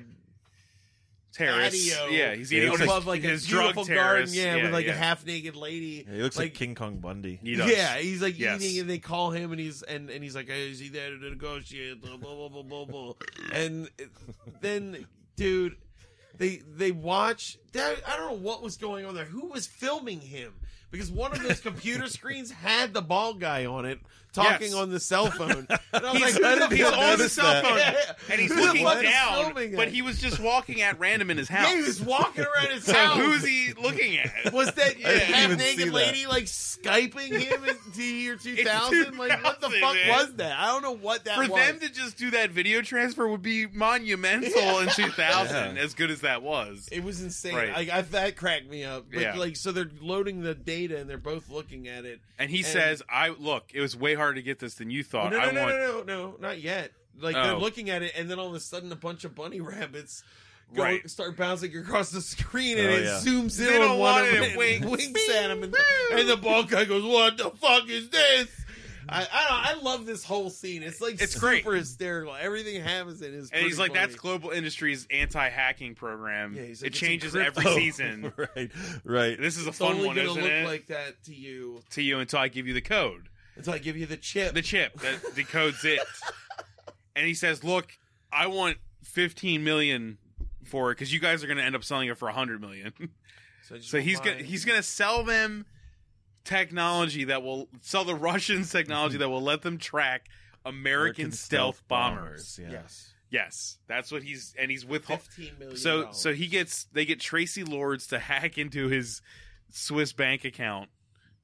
S4: terrorist.
S5: patio
S4: Yeah, he's eating on
S5: above
S4: his,
S5: like a
S4: his
S5: beautiful
S4: drug
S5: garden,
S4: terrorist.
S5: yeah, with like
S4: yeah.
S5: a half naked lady.
S2: Yeah, he looks like, King Kong Bundy.
S4: He does.
S5: Yeah, he's like
S4: Yes.
S5: eating, and they call him, and he's and, and he's like, "Hey, "Is he there to negotiate?" Blah blah blah blah blah. blah. and then, dude, they they watch. That, I don't know what was going on there. Who was filming him? Because one of those computer screens had the bald guy on it talking
S4: Yes.
S5: on the cell phone. And I was
S4: He's,
S5: like, who the
S4: he's
S5: fuck
S4: on the
S2: notice
S5: is-
S4: cell
S2: that?
S4: phone
S5: Yeah.
S4: and he's
S5: Who the
S4: looking
S5: fuck is
S4: down,
S5: filming it?
S4: but he was just walking at random in his house.
S5: Yeah, he was walking around his
S4: so
S5: house.
S4: who's he looking at?
S5: was that
S4: I didn't
S5: half
S2: even see
S5: naked
S2: that.
S5: lady like skyping him in the year 2000? Like, what the
S4: 2000,
S5: fuck
S4: man.
S5: was that? I don't know what that
S4: For
S5: was.
S4: them to just do that video transfer would be monumental in 2000,
S2: Yeah.
S4: as good as that was.
S5: It was insane.
S4: Right.
S5: I, I, that cracked me up. But
S4: Yeah.
S5: like, so they're loading the data and they're both looking at it.
S4: And he
S5: And-
S4: says, "I look. It was way harder to get this than you
S5: Oh,
S4: thought.
S5: no, no,
S4: I
S5: no,
S4: want
S5: no, no, no, not yet. Like they're
S4: Oh.
S5: looking at it, and then all of a sudden, a bunch of bunny rabbits go
S4: Right.
S5: start bouncing across the screen, and
S2: Oh,
S5: it
S2: yeah.
S5: zooms
S4: They
S5: in
S4: don't
S5: on one
S4: want
S5: of
S4: it,
S5: them
S4: it
S5: and
S4: winks.
S5: winks at him, and, and the bald guy goes, "What the fuck is this?" I I, don't, I love this whole scene. It's like
S4: It's
S5: super
S4: great.
S5: hysterical. Everything happens in his.
S4: And he's like, "That's Global Industries' anti-hacking program.
S5: Yeah, he's
S4: it
S5: like, it's
S4: changes
S5: encrypted."
S4: every
S2: Oh,
S4: season.
S2: right, right.
S4: This is a
S5: It's
S4: fun
S5: only
S4: one,
S5: gonna
S4: isn't
S5: look
S4: it?
S5: like that to you
S4: to you until I give you the code,
S5: until I give you the chip.
S4: the chip that decodes it." And he says, "Look, I want 15 million for it because you guys are going to end up selling it for 100 million.
S5: So, I just
S4: so
S5: want
S4: he's
S5: mine.
S4: gonna he's gonna sell them technology that will sell the Russians technology that will let them track." American, stealth, bombers.
S2: Yeah.
S5: yes,
S4: Yes, that's what he's and he's with
S5: fifteen million.
S4: so so he gets they get Tracy Lords to hack into his Swiss bank account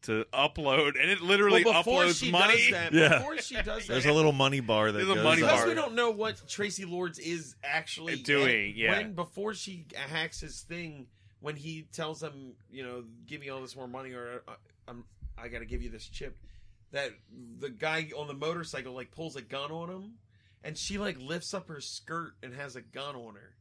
S4: to upload and it literally
S5: well, before
S4: uploads
S5: she
S4: money.
S5: Does that,
S2: Yeah.
S5: Before she does that,
S2: There's a little money bar that
S4: There's a
S2: goes
S4: money
S2: up.
S5: Plus,
S4: bar.
S5: we don't know what Tracy Lords is actually
S4: Doing,
S5: yet.
S4: yeah.
S5: When before she hacks his thing, when he tells him, you know, give me all this more money, or uh, I'm, I got to give you this chip. That the guy on the motorcycle like pulls a gun on him, and she like lifts up her skirt and has a gun on her.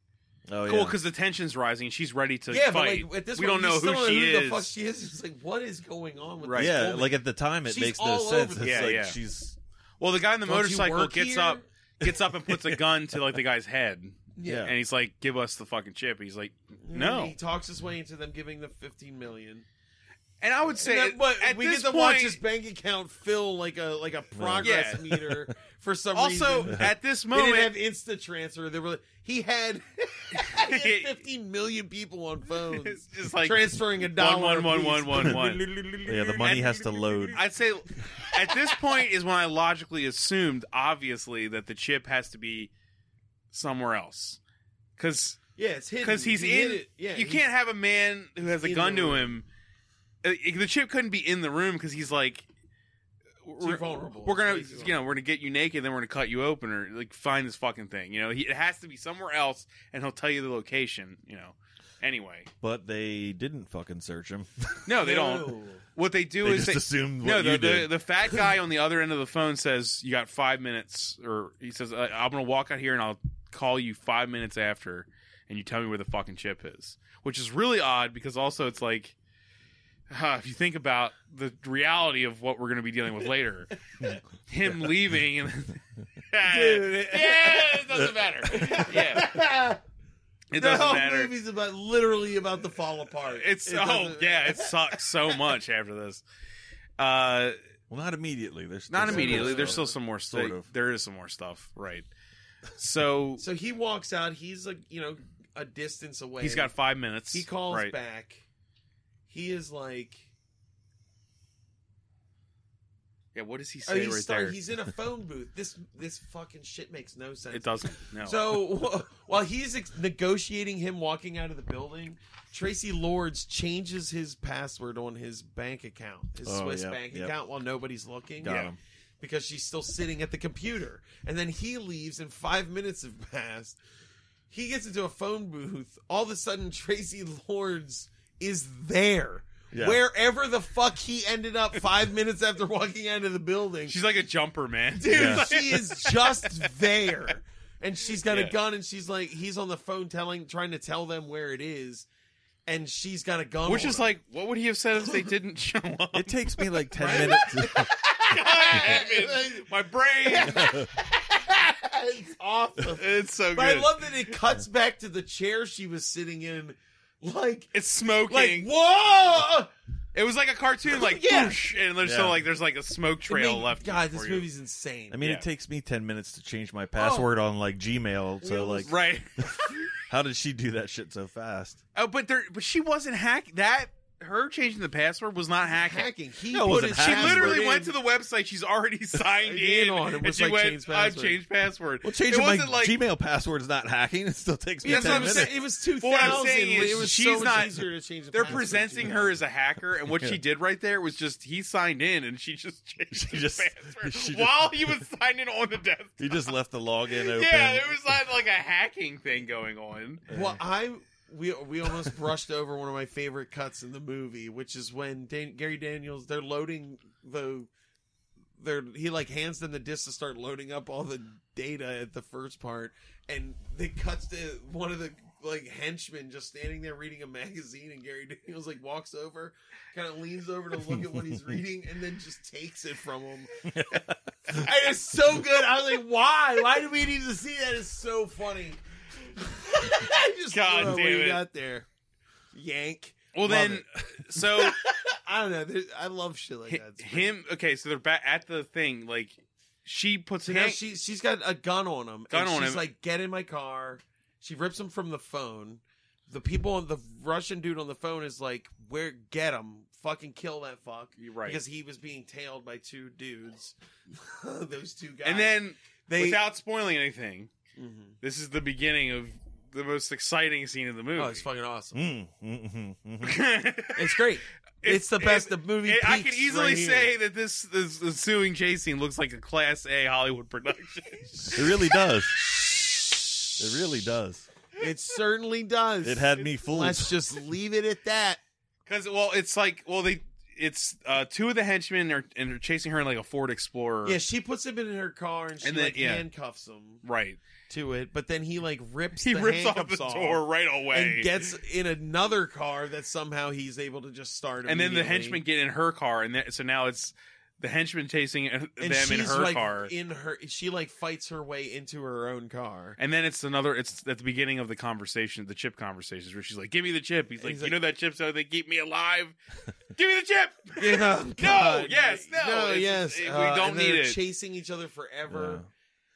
S2: Oh, yeah.
S4: Cool, because the tension's rising. She's ready to
S5: yeah,
S4: fight.
S5: but like at this
S4: we
S5: point,
S4: don't know
S5: you still
S4: who she
S5: who
S4: is.
S5: the fuck she is. It's like, what is going on with
S4: Right.
S5: this
S2: yeah,
S5: woman?
S2: like at the time, it
S5: She's
S2: makes no
S5: all over
S2: sense.
S5: the
S2: It's
S4: Yeah,
S2: like
S4: yeah.
S2: she's
S4: well, the guy on the
S5: Don't you
S4: motorcycle
S5: work
S4: gets
S5: here?
S4: up, gets up and puts a gun to like the guy's head,
S2: yeah.
S4: and he's like, "Give us the fucking chip." He's like,
S5: And
S4: "No."
S5: he talks his way into them giving the fifteen million.
S4: And I would say,
S5: And that- but
S4: at
S5: we
S4: this
S5: get to
S4: point,
S5: watch his bank account fill like a like a progress
S4: Yeah.
S5: meter for some
S4: also
S5: reason.
S4: at this
S5: they didn't
S4: moment,
S5: have Insta transfer. They were he had, he had 15 million people on
S4: it's
S5: phones
S4: just like
S5: transferring a
S4: one,
S5: dollar.
S4: one, one, one, one,
S5: apiece.
S4: one.
S2: yeah, the money
S4: And-
S2: has to load.
S4: I'd say at this point is when I logically assumed, obviously, that the chip has to be somewhere else. Because
S5: Yeah, it's hidden
S4: he's
S5: He hid
S4: in.
S5: It. Yeah,
S4: you
S5: he's-
S4: can't have a man who has a
S5: in
S4: gun
S5: the
S4: to
S5: room.
S4: him. Uh, The chip couldn't be in the room because he's like we're,
S5: vulnerable.
S4: We're gonna,
S5: Way too
S4: you know, we're gonna get you naked, then we're gonna cut you open, or like find this fucking thing. You know, he, it has to be somewhere else, and he'll tell you the location. You know, anyway,
S2: But they didn't fucking search him.
S4: no, they don't. What they do
S2: they
S4: is
S2: just
S4: they,
S2: assumed what
S4: no,
S2: you
S4: the, the,
S2: did.
S4: the fat guy on the other end of the phone says you got five minutes, or he says I- I'm gonna walk out here and I'll call you five minutes after, and you tell me where the fucking chip is, which is really odd because also it's like. huh, if you think about the reality of what we're going to be dealing with later, him leaving and yeah, it doesn't matter. Yeah, it
S5: the
S4: doesn't
S5: whole
S4: matter.
S5: movie's about literally about the fall apart.
S4: It's
S5: It
S4: oh
S5: doesn't-
S4: yeah, it sucks so much after this. Uh,
S2: well, not immediately. There's
S4: not
S2: there's
S4: immediately.
S2: some
S4: There's
S2: stuff.
S4: still some more stuff.
S2: Sort of.
S4: There is some more stuff, right? So
S5: So he walks out. He's a you know a distance away.
S4: he's got five minutes.
S5: He calls
S4: right.
S5: back. He is like,
S4: Yeah, what does he
S5: oh,
S4: say
S5: he's,
S4: right
S5: start-
S4: there?
S5: he's in a phone booth. This this fucking shit makes no sense.
S4: It doesn't. No.
S5: So wh- while he's ex- negotiating him walking out of the building, Tracy Lords changes his password on his bank account, his
S2: Oh,
S5: Swiss
S2: yep,
S5: bank
S2: yep.
S5: account, while nobody's looking.
S2: Got him.
S5: because she's still sitting at the computer. And then he leaves, and five minutes have passed. He gets into a phone booth. All of a sudden, Tracy Lords is there.
S2: Yeah.
S5: Wherever the fuck he ended up five minutes after walking out of the building.
S4: she's like a jumper, man.
S5: Dude,
S2: Yeah.
S5: she is just there. And she's got
S4: Yeah.
S5: a gun, and she's like, he's on the phone telling, trying to tell them where it is. And she's got a gun.
S4: Which
S5: on
S4: is
S5: her.
S4: like, what would he have said if they didn't show up?
S2: It takes me like ten minutes.
S4: My brain.
S5: it's awesome.
S4: It's so
S5: But I
S4: good.
S5: love that it cuts back to the chair she was sitting in, like,
S4: it's smoking.
S5: like whoa!
S4: It was like a cartoon, like
S5: Yeah.
S4: whoosh, and there's
S2: Yeah.
S4: still like there's like a smoke trail
S5: It made-
S4: left.
S5: God, this
S4: for you.
S5: movie's insane.
S2: I mean,
S4: Yeah.
S2: it takes me ten minutes to change my password on like Gmail. So like,
S4: right.
S2: how did she do that shit so fast?
S4: Oh, but there, but she wasn't hack. That her changing the password was not hacking.
S5: hacking. He
S2: No, it
S5: put
S2: wasn't
S5: his
S4: She
S2: Password
S4: literally
S5: in.
S4: went to the website. She's already signed
S5: In
S4: in,
S5: on it. It
S4: and
S5: was
S4: she
S5: like,
S4: went,
S5: change
S4: "I
S5: password."
S4: changed password."
S2: Well, changing
S4: it
S2: my
S4: wasn't like
S2: Gmail password's not hacking. It still takes me
S4: That's
S2: ten
S4: what I'm
S2: minutes.
S4: saying.
S5: It was two
S4: But what I'm
S5: thousand.
S4: saying is
S5: It was
S4: she's
S5: so much
S4: not-
S5: easier to change. The
S4: they're
S5: password
S4: presenting
S5: to
S4: her
S5: that.
S4: as a hacker, and what
S2: Yeah.
S4: she did right there was just he signed in, and she just changed
S2: She
S4: his
S2: just-
S4: password
S2: she just-
S4: while he was signing on the desk.
S2: You just left the login open.
S4: Yeah, there was like, like a hacking thing going on.
S5: Well, I we we almost brushed over one of my favorite cuts in the movie, which is when Dan, Gary Daniels they're loading the they're he like hands them the disc to start loading up all the data at the first part, and they cuts to one of the like henchmen just standing there reading a magazine, and Gary Daniels like walks over, kind of leans over to look at what he's reading, and then just takes it from him. and it's so good. I was like, why? Why do we need to see that? It's so funny. I just
S4: God
S5: love what
S4: damn
S5: you
S4: it.
S5: got there. Yank.
S4: Well,
S5: Love
S4: then, so
S5: I don't know. There's- I love shit like that. It's great.
S4: him. Okay, so they're back at the thing. Like she puts
S5: So
S4: it
S5: now
S4: in.
S5: she she's got a gun on him.
S4: Gun
S5: and
S4: on
S5: she's
S4: him.
S5: like, get in my car. She rips him from the phone. The people on the Russian dude on the phone is like, where get him? Fucking kill that fuck.
S4: You're right.
S5: Because he was being tailed by two dudes. Those two guys.
S4: and then,
S5: they
S4: without spoiling anything,
S5: Mhm.
S4: this is the beginning of the most exciting scene in the movie.
S5: Oh, it's fucking awesome.
S2: Mm, mm, mm, mm.
S5: It's great. It's, the best the movie.
S4: it- I
S5: peaks
S4: could easily
S5: right here.
S4: say that this, this ensuing chase scene looks like a Class A Hollywood production.
S2: It really does. It really does.
S5: it certainly does.
S2: It had me fooled.
S5: Let's just leave it at that.
S4: Because well, it's like well they. It's uh, two of the henchmen are and they're chasing her in like a Ford Explorer.
S5: Yeah, she puts him in her car and she
S4: And then-
S5: like
S4: yeah.
S5: handcuffs him
S4: right.
S5: to it, but then he like rips
S4: He
S5: the
S4: rips off the
S5: handcuffs
S4: door right away.
S5: and gets in another car that somehow he's able to just start.
S4: and then the
S5: immediately.
S4: henchmen get in her car, and that, so now it's the henchmen chasing uh, them in
S5: and she's,
S4: her
S5: like,
S4: car,
S5: In her, she like fights her way into her own car.
S4: and then it's another. It's at the beginning of the conversation, the chip conversations, where she's like, "Give me the chip." He's like,
S5: he's
S4: "You
S5: like-
S4: know that chip's how they keep me alive. Give me the chip."
S5: Yeah, Oh, God.
S4: yes, no, it's-
S5: yes.
S4: it- we
S5: uh,
S4: don't
S5: and they're
S4: need it.
S5: Chasing each other forever,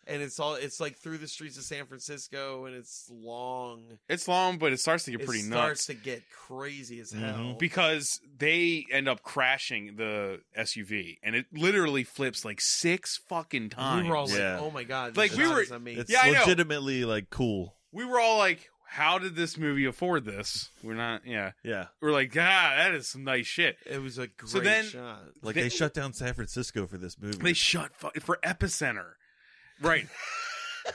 S5: and it's all it's like through the streets of San Francisco, and it's long.
S4: it's long, but it starts to get
S5: It
S4: pretty nuts. Mm-hmm.
S5: starts to get crazy as
S2: Mhm.
S5: hell.
S4: because they end up crashing the SUV and it literally flips like six fucking times.
S5: we were all
S2: Yeah.
S5: like, "Oh my god!"
S4: Like,
S5: this
S4: we
S5: shot
S4: were-
S5: is amazing.
S2: It's
S4: Yeah, I know.
S2: legitimately like cool.
S4: We were all like, how did this movie afford this? We're not, yeah.
S2: Yeah.
S4: We're like, ah, that is some nice shit.
S5: It was a great
S4: So then-
S5: shot.
S2: Like
S4: They-
S2: they, shut down San Francisco for this movie.
S4: They shut fu- for Epicenter. Right.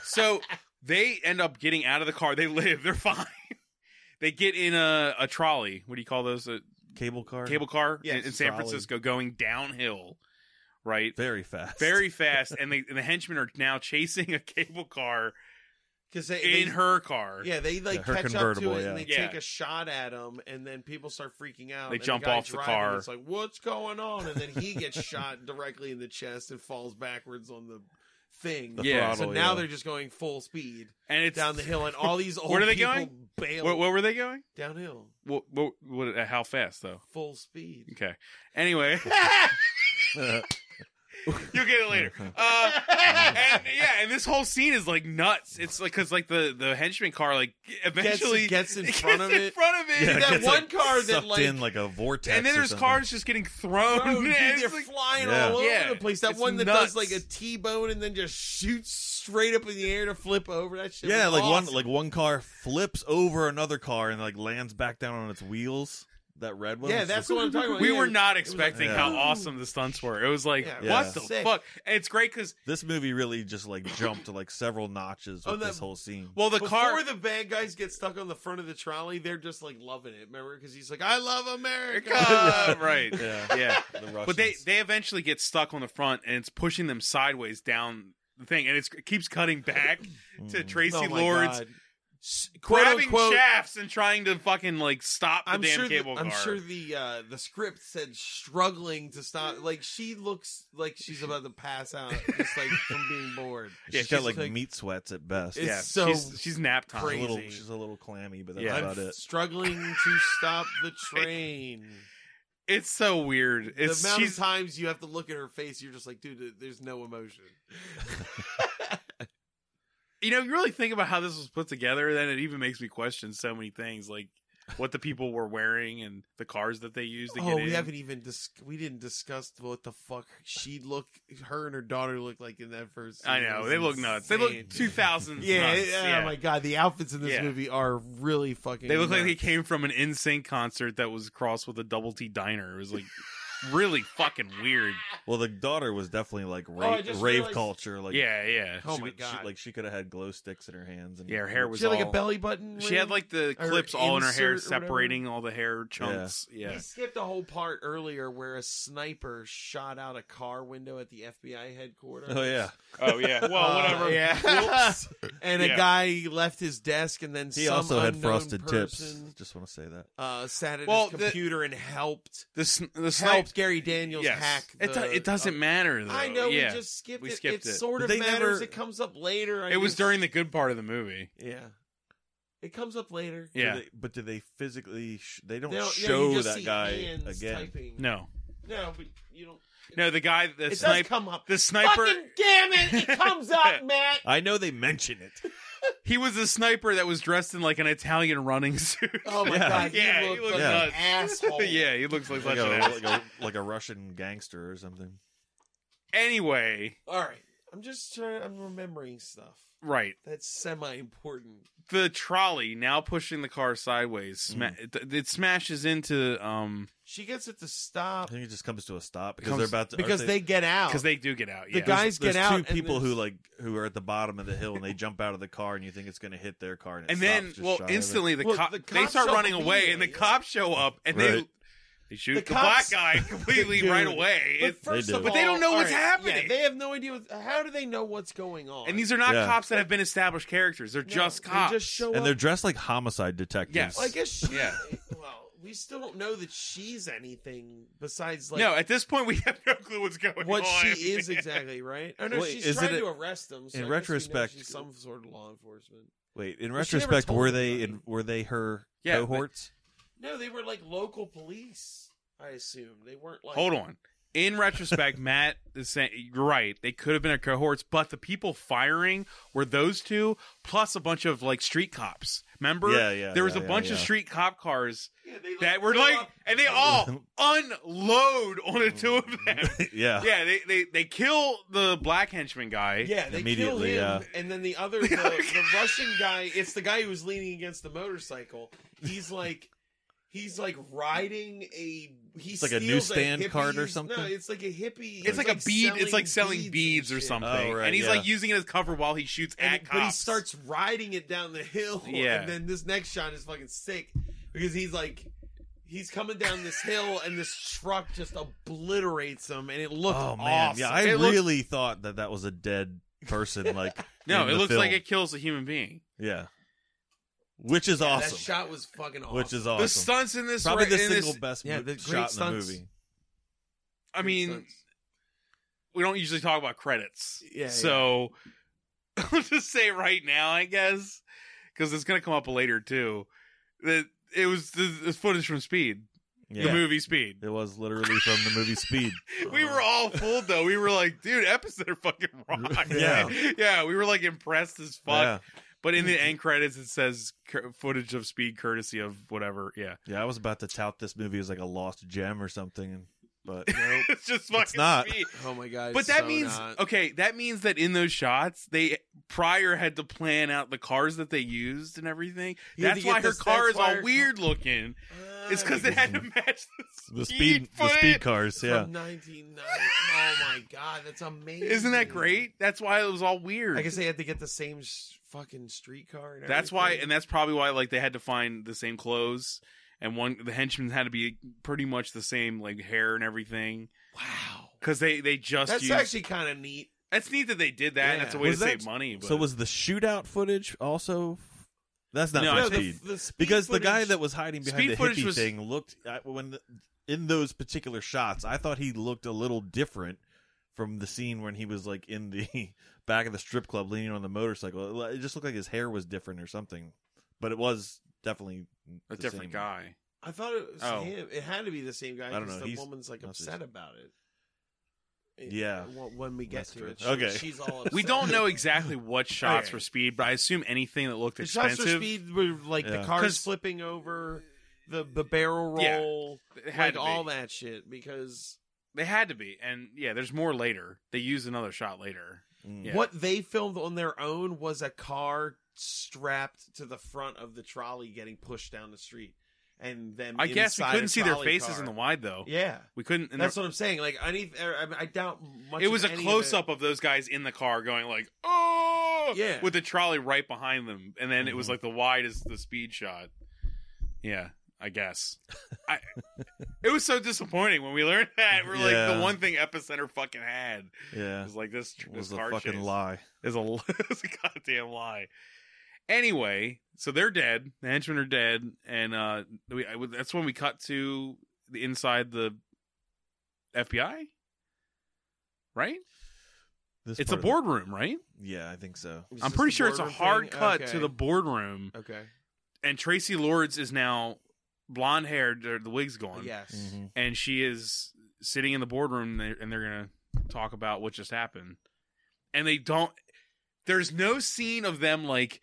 S4: so they end up getting out of the car. They live. They're fine. They get in a, a trolley. What do you call those? A
S2: cable car.
S4: cable car in-
S5: Yes,
S4: in, San
S2: trolley.
S4: Francisco going downhill. Right.
S2: very fast.
S4: Very fast. and, they, and the henchmen are now chasing a cable car
S5: Because they,
S4: in
S5: they-
S4: her car.
S5: yeah, they like
S2: Yeah, her
S5: catch up to
S2: convertible,
S5: it
S2: yeah.
S5: and they
S4: Yeah.
S5: take a shot at him, and then people start freaking out.
S4: They
S5: and
S4: jump
S5: guy
S4: off the
S5: driving,
S4: car.
S5: It's like, what's going on? And then he gets shot directly in the chest and falls backwards on the thing.
S2: The
S4: Yeah.
S5: So
S2: throttle,
S5: now
S2: yeah.
S5: they're just going full speed
S4: And it's
S5: down the hill, and all these old
S4: Where are they
S5: people
S4: going?
S5: bail
S4: Where, where were they going?
S5: downhill
S4: What, what, what, uh, how fast, though?
S5: full speed.
S4: Okay. Anyway,
S2: Uh,
S4: you'll get it later. Uh, and yeah, and this whole scene is like nuts. It's like because like the the henchman car like eventually
S5: gets in
S4: it
S5: front of
S4: in
S5: it.
S4: front of it.
S2: yeah, it
S5: that
S2: gets,
S5: one
S2: like,
S5: car that,
S2: sucked
S5: like-
S2: in like a vortex.
S4: and then
S2: or
S4: there's
S2: something.
S4: cars just getting thrown.
S5: Oh, dude,
S4: Yeah,
S5: they're
S4: it's like-
S5: flying
S2: Yeah.
S5: all over
S4: Yeah.
S5: the place. That
S4: It's
S5: one that
S4: nuts.
S5: does like a T bone and then just shoots straight up in the air to flip over. That shit.
S2: Yeah,
S5: was
S2: like
S5: awesome.
S2: one like one car flips over another car and like lands back down on its wheels. That red one.
S5: Yeah,
S2: It's
S5: that's
S2: like-
S5: what I'm talking about.
S4: we
S5: Yeah.
S4: were not expecting
S2: Yeah.
S4: how awesome the stunts were. It was like,
S5: Yeah,
S2: Yeah.
S4: what the
S5: sick.
S4: fuck? And it's great because
S2: This movie really just like jumped to like several notches
S5: Oh,
S2: with
S5: that-
S2: this whole scene.
S4: well the
S5: Before
S4: car
S5: the bad guys get stuck on the front of the trolley, they're just like loving it. Remember, because he's like, "I love America."
S4: Uh, right.
S2: yeah,
S4: Yeah.
S2: the Russians.
S4: But they they eventually get stuck on the front and it's pushing them sideways down the thing and it's, it keeps cutting back
S2: Mm.
S4: to Tracy
S5: Oh my
S4: Lord's
S5: God. S- quote
S4: grabbing
S5: unquote,
S4: shafts and trying to fucking like stop the
S5: I'm
S4: damn
S5: sure. The,
S4: cable car.
S5: I'm sure the uh, the script said struggling to stop. Like she looks like she's about to pass out, just like from being bored.
S4: Yeah,
S2: she's got
S5: she's
S2: like,
S5: like-
S2: meat sweats at best.
S5: It's
S4: yeah,
S5: so
S4: she's, she's nap time.
S2: she's a little
S5: crazy.
S2: she's a little clammy, but that's
S4: Yeah.
S2: about
S5: I'm
S2: it.
S5: Struggling to stop the train.
S4: It's so weird. It's
S5: the amount
S4: she's
S5: of times you have to look at her face, you're just like, dude, there's no emotion.
S4: you know you really think about how this was put together, then it even makes me question so many things like what the people were wearing and the cars that they used to
S5: Oh,
S4: get
S5: we
S4: in.
S5: haven't even dis- we didn't discuss what the fuck she looked, her and her daughter looked like in that first.
S4: I
S5: scene. It
S4: know
S5: was
S4: they look nuts. They look
S5: insane.
S4: two thousand.
S5: Yeah,
S4: nuts.
S5: yeah,
S4: yeah.
S5: oh my god, the outfits in this
S4: Yeah.
S5: movie are really fucking.
S4: They look like they
S5: nuts.
S4: came from an NSYNC concert that was crossed with a double T diner. It was like really fucking weird.
S2: Well, the daughter was definitely like
S5: Oh, I
S2: rave,
S5: just
S2: rave
S5: realized-
S2: culture. Like,
S4: yeah, yeah.
S5: Oh
S2: she
S5: my
S2: would- she-
S5: God.
S2: like she could have had glow sticks in her hands, and
S4: Yeah, her hair was
S5: She had like a
S4: all-
S5: belly button.
S4: She had
S5: ring.
S4: like the
S5: Or
S4: clips all in her hair,
S5: insert or whatever.
S4: separating all the hair chunks. Yeah.
S5: We skipped a whole part earlier where a sniper shot out a car window at the FBI headquarters.
S2: Oh yeah,
S4: Oh yeah. Well,
S5: Uh,
S4: whatever.
S5: yeah. and
S4: Yeah.
S5: a guy left his desk, and then
S2: he
S5: some
S2: also had
S5: unknown
S2: frosted tips.
S5: person,
S2: Just want to say that.
S5: Uh, sat at
S4: Well, the-
S5: his computer and helped
S4: The sn- the
S5: helped
S4: snipes.
S5: Gary Daniels
S4: Yes.
S5: hack.
S4: it, do-
S5: the- uh,
S4: it doesn't matter though.
S5: I know
S4: Yeah.
S5: we just skipped
S4: We
S5: it.
S4: skipped
S5: it
S4: it.
S5: sort of
S2: They
S5: matters.
S2: never-
S5: It comes up later. I
S4: It was
S5: guess.
S4: during the good part of the movie.
S5: yeah. It comes up later.
S2: Do
S4: Yeah.
S2: they- but do they physically? Sh- they don't
S5: They don't- yeah, you
S2: show
S5: just
S2: that
S5: see
S2: guy
S5: hands
S2: again.
S5: Typing.
S4: No.
S5: no, but you don't.
S4: No, the guy
S5: It
S4: the
S5: does
S4: sniper
S5: come up.
S4: the sniper
S5: Fucking damn it! It comes up, Matt.
S2: I know they mention it.
S4: he was a sniper that was dressed in like an Italian running suit.
S5: Oh my
S2: Yeah.
S5: god!
S4: Yeah,
S5: he
S4: he
S5: looked
S4: looked
S5: like an
S4: nuts.
S2: Oh,
S5: asshole.
S4: yeah, he looks like
S2: like,
S4: such
S2: a,
S4: an
S2: like
S4: ass.
S2: a like a Russian gangster or something.
S4: Anyway,
S5: All right. I'm just trying. I'm remembering stuff
S4: right.
S5: that's semi-important.
S4: The trolley now pushing the car sideways. Sma-
S2: Mm.
S4: it, it smashes into um
S5: She gets it to stop
S2: I think it just comes to a stop because
S4: Comes-
S2: they're about to aren't
S5: because they, get out.
S4: because they do get out.
S5: The
S4: yeah.
S5: guy- guys
S2: there's
S5: get
S2: two
S5: out and
S2: people who
S5: there's-
S2: like who are at the bottom of the hill and they jump out of the car and you think it's going to hit their car and it
S4: and
S2: stops
S4: then
S2: just
S4: well
S2: shy of it.
S4: instantly the,
S5: Well,
S4: cop,
S5: the
S4: they
S5: cops
S4: start
S5: show up
S4: running away and the
S5: immediately.
S4: cops show up and they
S2: Right.
S4: they shoot the,
S5: The
S4: black
S5: cops-
S4: guy completely
S5: Dude.
S4: right away.
S5: But
S4: It's-
S5: first
S2: do.
S5: of
S2: But
S4: they
S5: all-
S4: don't know
S5: all
S4: what's happening.
S5: Yeah, they have no idea. What, how do they know what's going on?
S4: and these are not
S2: Yeah.
S4: cops that have been established characters. They're
S5: No,
S4: just
S5: they
S4: cops.
S5: just show
S2: and they're
S5: up.
S2: dressed like homicide detectives.
S4: Yes.
S5: Well, I guess. She,
S4: Yeah.
S5: Well, we still don't know that she's anything besides like
S4: no, at this point we have no clue what's going
S5: what
S4: on.
S5: she is exactly, right? Oh no,
S2: Wait,
S5: she's
S2: is
S5: trying
S2: it
S5: to
S2: a-
S5: arrest them. So
S2: in
S5: I guess we know
S2: retrospect-
S5: she's some sort of law enforcement.
S2: Wait, in
S5: she never
S2: retrospect,
S5: told
S2: were they
S5: anybody.
S2: in, were they her
S4: Yeah, but-
S2: cohorts?
S5: No, they were like local police. I assume they weren't like.
S4: Hold on. in retrospect, Matt is saying you're right. They could have been a cohorts, but the people firing were those two plus a bunch of like street cops. Remember?
S2: Yeah, yeah,
S4: There was
S2: yeah,
S4: a
S2: yeah,
S4: bunch of
S2: yeah.
S4: street cop cars
S5: Yeah, they, like,
S4: that were
S5: go
S4: like,
S5: up-
S4: and they all unload on the two of them.
S2: yeah.
S4: Yeah, they they they kill the black henchman guy.
S5: Yeah, they
S2: Immediately,
S5: kill him,
S2: yeah.
S5: and then the other, the, the Russian guy. It's the guy who was leaning against the motorcycle. He's like, he's like riding a. He
S2: It's like a
S5: steals
S2: newsstand
S5: hippie's-
S2: card or something?
S5: No, it's like a hippie.
S4: It's like, a bead. It's like selling beads,
S5: and
S4: or
S5: shit.
S4: something,
S2: Oh, right,
S4: and he's
S2: yeah.
S4: like using it as cover while he shoots
S5: And
S4: at
S5: it-
S4: cops.
S5: but he starts riding it down the hill.
S4: Yeah.
S5: and then this next shot is fucking sick because he's like. He's coming down this hill, and this truck just obliterates him, and it looked
S2: Oh man, yeah. I
S5: awesome. It looked-
S2: really thought that that was a dead person. Like,
S4: No,
S2: in
S4: it
S2: the
S4: looks
S2: film.
S4: like it kills a human being.
S2: yeah, which is
S5: Yeah,
S2: awesome.
S5: That shot was fucking awesome.
S2: Which is
S4: The
S2: awesome.
S4: stunts in this,
S2: Probably
S4: were-
S2: the
S4: in this-
S2: single best
S5: Yeah,
S2: mo-
S5: the great
S2: shot in the
S5: stunts.
S2: movie.
S4: I mean, we don't usually talk about credits.
S5: Yeah, yeah.
S4: So I'll just say right now, I guess, because it's gonna come up later too. That it was the, the footage from Speed, the
S2: Yeah.
S4: movie Speed.
S2: It was literally from the movie Speed.
S4: We were all fooled though. We were like, dude, Epicenter fucking rocked.
S2: Yeah.
S4: yeah. We were like impressed as fuck.
S2: Yeah,
S4: But in the end credits, it says cur- footage of Speed, courtesy of whatever. Yeah,
S2: yeah. I was about to tout this movie as like a lost gem or something, but nope.
S4: it's just fucking
S2: not.
S4: Speed.
S5: oh my god!
S4: But
S5: it's
S4: that
S5: so
S4: means uh,
S5: not.
S4: okay. That means that in those shots, they prior had to plan out the cars that they used and everything.
S5: You had to
S4: That's
S5: get
S4: why her
S5: this-
S4: car
S5: that's
S4: is
S5: why
S4: all
S5: her-
S4: weird looking. It's because they had to match
S2: the speed, the speed cars. Yeah,
S5: From 1990. Oh my god, that's amazing.
S4: Isn't that great? That's why it was all weird.
S5: I guess they had to get the same s fucking streetcar. And
S4: That's why,
S5: everything.
S4: and that's probably why, like they had to find the same clothes, and one the henchmen had to be pretty much the same, like hair and everything,
S5: wow,
S4: because they they just
S5: that's
S4: used.
S5: actually kind of neat.
S4: that's neat that they did that. and
S5: Yeah.
S4: That's a way
S2: Was
S4: to
S2: that-
S4: save money. But,
S2: So was the shootout footage also? That's not
S4: No,
S2: from
S4: no,
S5: the,
S2: Speed.
S5: the speed
S2: because
S5: footage,
S2: the guy that was hiding behind
S4: Speed
S2: the
S4: footage
S2: hippie
S4: was-
S2: thing looked I- when the, in those particular shots, I thought he looked a little different from the scene when he was like in the back of the strip club leaning on the motorcycle. It just looked like his hair was different or something, but it was definitely
S4: a
S2: the
S4: different
S2: same.
S4: guy.
S5: I thought it was
S4: Oh.
S5: him. It had to be the same guy.
S2: I don't
S5: 'cause
S2: know,
S5: The
S2: he's-
S5: woman's like
S2: that's
S5: upset
S2: just-
S5: about it. It-
S2: Yeah.
S5: when when we get
S2: That's
S5: to
S2: true.
S5: it, she-
S2: Okay.
S5: she's all. Upset.
S4: We don't know exactly what shots
S5: Okay.
S4: were speed, but I assume anything that looked
S5: The
S4: expensive
S5: shots for speed were like the
S2: Yeah.
S5: cars
S4: 'Cause-
S5: flipping over, the the barrel
S4: Yeah.
S5: roll,
S4: it had
S5: like
S4: to be.
S5: all that shit. Because
S4: They had to be, and yeah, there's more later. They use another shot later.
S2: Mm.
S4: Yeah.
S5: What they filmed on their own was a car strapped to the front of the trolley getting pushed down the street, and then
S4: I guess we couldn't see their faces in the
S5: one.
S4: wide though.
S5: Yeah,
S4: We couldn't. And
S5: that's
S4: there-
S5: what I'm saying. Like any, I, I doubt much.
S4: it
S5: of
S4: was a
S5: any of
S4: close up of those guys in the car going like, "Oh!"
S5: Yeah. Mm-hmm.
S4: with the trolley right behind them, and then it was
S2: Mhm.
S4: like the wide is the speed shot. Yeah, I guess. I. It was so disappointing when we learned that. We're like
S2: Yeah.
S4: the one thing Epicenter fucking had. It
S2: yeah,
S4: was like this.
S2: it
S4: this
S2: was a
S4: car
S2: fucking
S4: chase.
S2: lie.
S4: is a is a goddamn lie. Anyway, so they're dead. The henchmen are dead, and uh, we, I, that's when we cut to the inside the FBI. Right?
S2: This
S4: It's a
S2: part of the-
S4: boardroom, right?
S2: Yeah, I think so.
S5: Is
S4: I'm
S5: this
S4: pretty
S5: the
S4: sure it's a
S5: boardroom
S4: hard
S5: thing?
S4: cut
S5: Okay.
S4: to the boardroom,
S5: Okay.
S4: and Tracy Lords is now blonde haired. The the wig's gone,
S5: Yes.
S2: Mhm.
S4: and she is sitting in the boardroom, and they're, and they're gonna talk about what just happened. And they don't. There's no scene of them like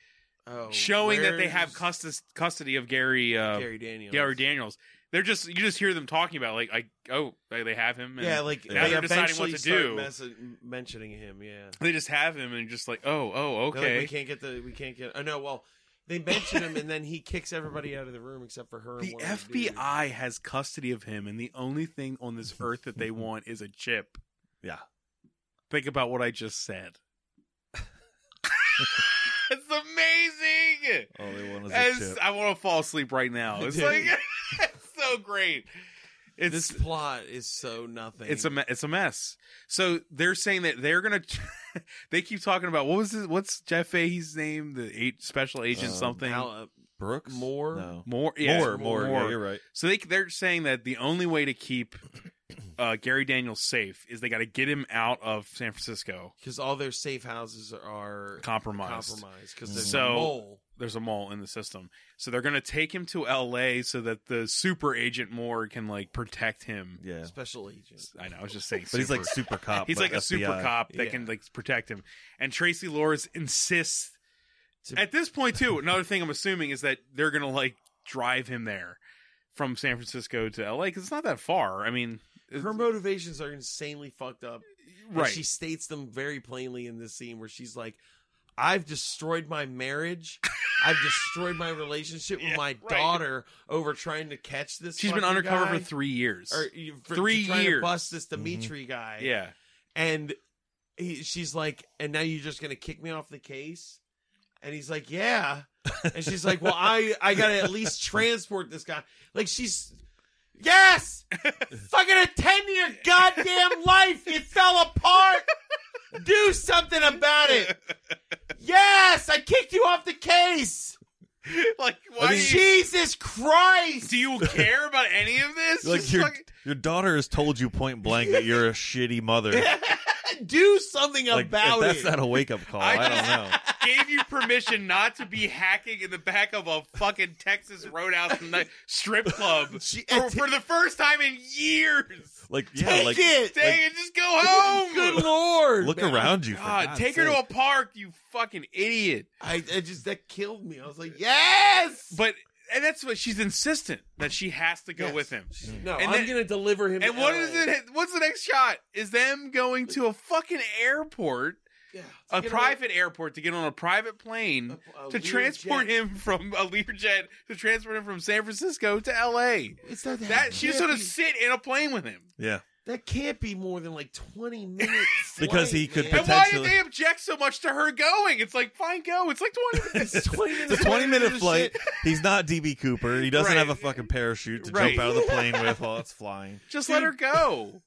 S5: Oh,
S4: showing that they have
S5: where's
S4: custis- custody of Gary uh, Gary,
S5: Gary Daniels.
S4: Daniels. They're just you just hear them talking about like I oh they they have him and
S5: Yeah, like
S2: Now
S5: they
S4: they're deciding
S5: eventually
S4: what to
S5: start
S4: do.
S5: messi- mentioning him. Yeah.
S4: they just have him and just like oh oh
S5: They're like,
S4: okay
S5: we can't get the. We can't get. Oh no. Well, they mention him, and then he kicks everybody out of the room except for her. And
S4: the
S5: one other dude.
S4: FBI has custody of him and the only thing on this earth that they want is a chip.
S2: Yeah.
S4: Think about what I just said. it's amazing.
S2: All Oh, they want is
S4: As-
S2: a chip.
S4: I want to fall asleep right now. It's
S5: Dude.
S4: like it's so great. It's
S5: This plot is so nothing.
S4: It's a me- it's a mess. So they're saying that they're gonna. they keep talking about what was this, what's Jeff Fahey's name? The eight special agent
S2: Um,
S4: something
S5: Al- uh,
S2: Brooks
S5: Moore?
S2: No.
S4: more. Yeah,
S2: more, more. Yeah, you're right.
S4: So they they're saying that the only way to keep uh, Gary Daniels safe is they got to get him out of San Francisco.
S5: because all their safe houses are
S4: Compromised.
S5: compromised because there's
S4: So-
S5: a mole.
S4: there's a mole in the system. So they're gonna take him to L.A. so that the super agent Moore can like protect him.
S2: Yeah,
S5: Special agents.
S4: I know. I was just saying.
S2: but he's
S4: super.
S2: like super cop.
S4: he's
S2: but
S4: like a
S2: FBI.
S4: super cop that
S5: Yeah.
S4: can like protect him. And Tracy Lords insists.
S5: To-
S4: At this point, too, another thing I'm assuming is that they're gonna like drive him there from San Francisco to L.A. because it's not that far. I mean, it's-
S5: Her motivations are insanely fucked up. And
S4: right?
S5: She states them very plainly in this scene where she's like, I've destroyed my marriage. I've destroyed my relationship with
S4: Yeah,
S5: my
S4: right.
S5: daughter over trying to catch this.
S4: She's been
S5: fucking
S4: undercover
S5: guy.
S4: for three years.
S5: or, you- for-
S4: three
S5: to try to
S4: years.
S5: bust this Dimitri guy.
S4: yeah,
S5: And he, she's like, and now you're just going to kick me off the case? And he's like, yeah. And she's like, well, I, I got to at least transport this guy. Like, she's, yes! Fucking attend to your goddamn life. It fell apart. Do something about it. Yes, I kicked you off the case.
S4: like why? do you-
S5: Jesus Christ.
S4: do you care about any of this?
S2: Like
S4: Just
S2: your
S4: fucking-
S2: your daughter has told you point blank that you're a shitty mother.
S5: Do something
S2: Like, if
S5: about
S2: that's
S5: it.
S2: not a wake up call. I,
S4: I
S2: don't
S4: just-
S2: know.
S4: gave you permission not to be hacking in the back of a fucking Texas Roadhouse ni- strip club
S5: She-
S4: for, for the first time in years.
S2: Like yeah,
S5: Take
S2: like
S5: it.
S4: Dang it, just go home.
S5: Good lord.
S2: look
S5: man.
S2: around you. For
S4: God,
S2: God's
S4: take her to
S2: sake.
S4: a park, you fucking idiot.
S5: I, I just that killed me. I was like, yes.
S4: But and that's what she's insistent that she has to go
S5: Yes.
S4: with him.
S5: No,
S4: And
S5: I'm
S4: then-
S5: gonna deliver him.
S4: And
S5: to
S4: what
S5: LA.
S4: is it? What's the next shot? Is them going to a fucking airport,
S5: Yeah, to
S4: a
S5: get
S4: private airport, to get on a private plane
S5: A- a
S4: to
S5: Learjet.
S4: transport him from a Learjet to transport him from San Francisco to L.A.
S5: It's not that.
S4: That she's
S5: can't
S4: gonna
S5: be-
S4: sit in a plane with him.
S2: Yeah,
S5: That can't be more than like 20 minutes.
S2: Because he could
S5: man.
S4: And why did
S2: Potentially.
S4: they object so much to her going? It's like fine, go. It's like twenty minutes.
S5: It's 20
S2: it's a
S5: minutes.
S2: twenty minute
S5: of
S2: flight.
S5: shit.
S2: He's not DB Cooper. He doesn't
S4: Right.
S2: have a fucking parachute to
S4: Right.
S2: jump out of the plane with while it's flying.
S4: Just let her go.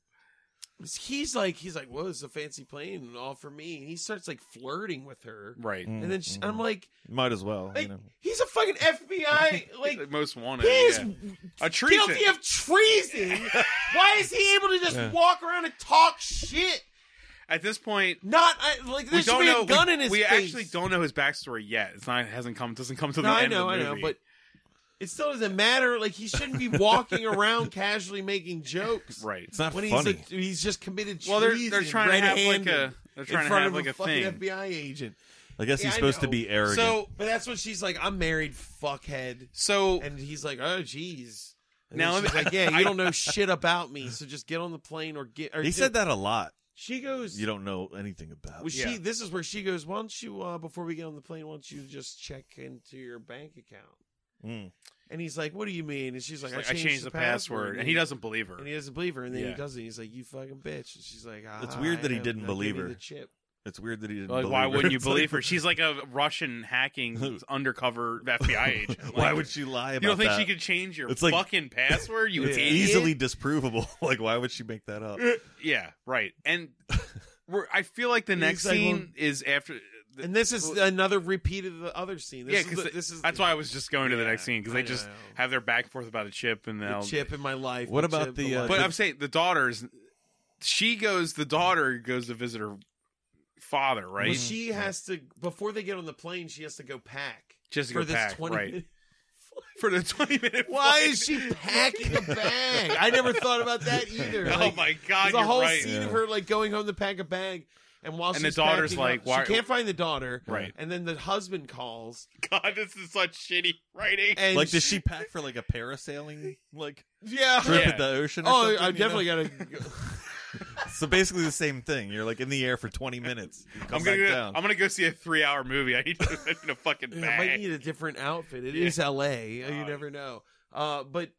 S5: He's like, he's like, whoa, it's a fancy plane and all for me. And he starts like flirting with her.
S4: Right.
S5: And then she, I'm like,
S2: might as well. you
S5: like
S2: Mm-hmm. know.
S5: he's a fucking FBI. Like,
S4: Like most wanted.
S5: he is
S4: yeah. A treason.
S5: guilty of treason. Why is he able to just
S2: Yeah.
S5: walk around and talk shit?
S4: At this point,
S5: Not I, like
S4: we
S5: there should
S4: don't
S5: be
S4: know.
S5: a gun
S4: we
S5: in his
S4: we
S5: face.
S4: actually don't know his backstory yet. It's not. It hasn't come. Doesn't come to the
S5: No, I
S4: end
S5: know,
S4: of
S5: I
S4: the
S5: know,
S4: movie.
S5: but it still doesn't matter. Like he shouldn't be walking around casually making jokes.
S4: right.
S2: It's not
S5: When he's
S2: funny.
S5: a, he's just committed
S4: Well, they're
S5: treason
S4: they're trying to have like
S5: red-handed
S4: a they're trying
S5: in
S4: to
S5: front
S4: have
S5: of
S4: like a
S5: fucking
S4: thing.
S5: FBI agent.
S2: I guess
S5: Yeah,
S2: he's
S5: I
S2: supposed to
S5: know.
S2: be arrogant.
S4: So
S5: But that's when she's like, "I'm married, fuckhead,"
S4: so
S5: and he's like, "Oh, jeez." And
S4: Now,
S5: then
S4: let
S5: she's
S4: me-
S5: like, "Yeah,
S4: I-
S5: you don't know shit about me, so just get on the plane or get." Or
S2: he
S5: just-
S2: said that a lot.
S5: She goes,
S2: You don't know anything about.
S5: Was
S4: Yeah.
S5: she? This is where she goes. Why don't you? Uh, before we get on the plane, why don't you just check into your bank account?
S2: Mm.
S5: And he's like, "What do you mean?" And she's like,
S4: like, I
S5: "I
S4: changed, the password, and he doesn't believe her.
S5: And he doesn't believe her. And then
S4: Yeah.
S5: he does it. He's like, "You fucking bitch." And she's like, ah,
S2: It's weird that he
S5: I
S2: didn't
S5: am. Now
S2: believe
S5: give
S2: her.
S5: me The chip.
S2: It's weird that he didn't.
S4: Like,
S2: believe
S4: why
S2: her.
S4: wouldn't you
S2: It's like,
S4: believe her? She's like a Russian hacking undercover FBI agent. Like,
S2: why would she lie about
S4: you don't think she
S2: that?
S4: could change your
S2: It's like-
S4: fucking password? You
S2: It's
S4: idiot.
S2: easily disprovable. like, why would she make that up?
S4: Yeah, right. And we're, I feel like the
S5: He's
S4: next
S5: like,
S4: scene
S5: well-
S4: is after. th-
S5: And this is
S4: well-
S5: another repeat of the other scene. This
S4: yeah,
S5: is,
S4: because
S5: the- this is
S4: that's why I was just going to the next scene because
S5: I
S4: they
S5: know,
S4: just
S5: I know.
S4: have their back and forth about a chip and
S5: the
S4: they'll.
S5: chip in my life.
S2: What about
S5: chip
S2: the,
S5: in my
S2: uh,
S5: life.
S4: But I'm saying the daughters. She goes. The daughter goes to visit her father, right?
S5: Well, she has to before they get on the plane. She has to go pack
S4: Just to
S5: for
S4: go
S5: this
S4: pack,
S5: twenty.
S4: right.
S5: minute-
S4: for the twenty minute.
S5: Why
S4: flight.
S5: is she packing a bag? I never thought about that either.
S4: Oh
S5: Like,
S4: my god!
S5: There's a
S4: you're
S5: whole
S4: right.
S5: scene
S2: Yeah.
S5: of her like going home to pack a bag, and while
S4: And the
S5: she's
S4: daughter's
S5: packing
S4: like,
S5: up-
S4: "Why-
S5: she can't find the daughter,
S4: Right.
S5: And then the husband calls,
S4: God, this is such shitty writing.
S5: and
S2: Like, does she pack for like a parasailing like
S5: Yeah.
S2: trip
S4: Yeah.
S2: at the ocean? Or
S5: Oh,
S2: something,
S5: I
S2: you know?
S5: definitely gotta.
S2: So basically, the same thing. You're like in the air for 20 minutes. You come
S4: I'm gonna
S2: back
S4: go,
S2: down.
S4: I'm gonna go see a three hour movie. I need, to, I need a fucking
S5: Yeah, I might
S4: bag.
S5: need a different outfit. It
S4: Yeah.
S5: is L.A. You
S4: God.
S5: never know. Uh, but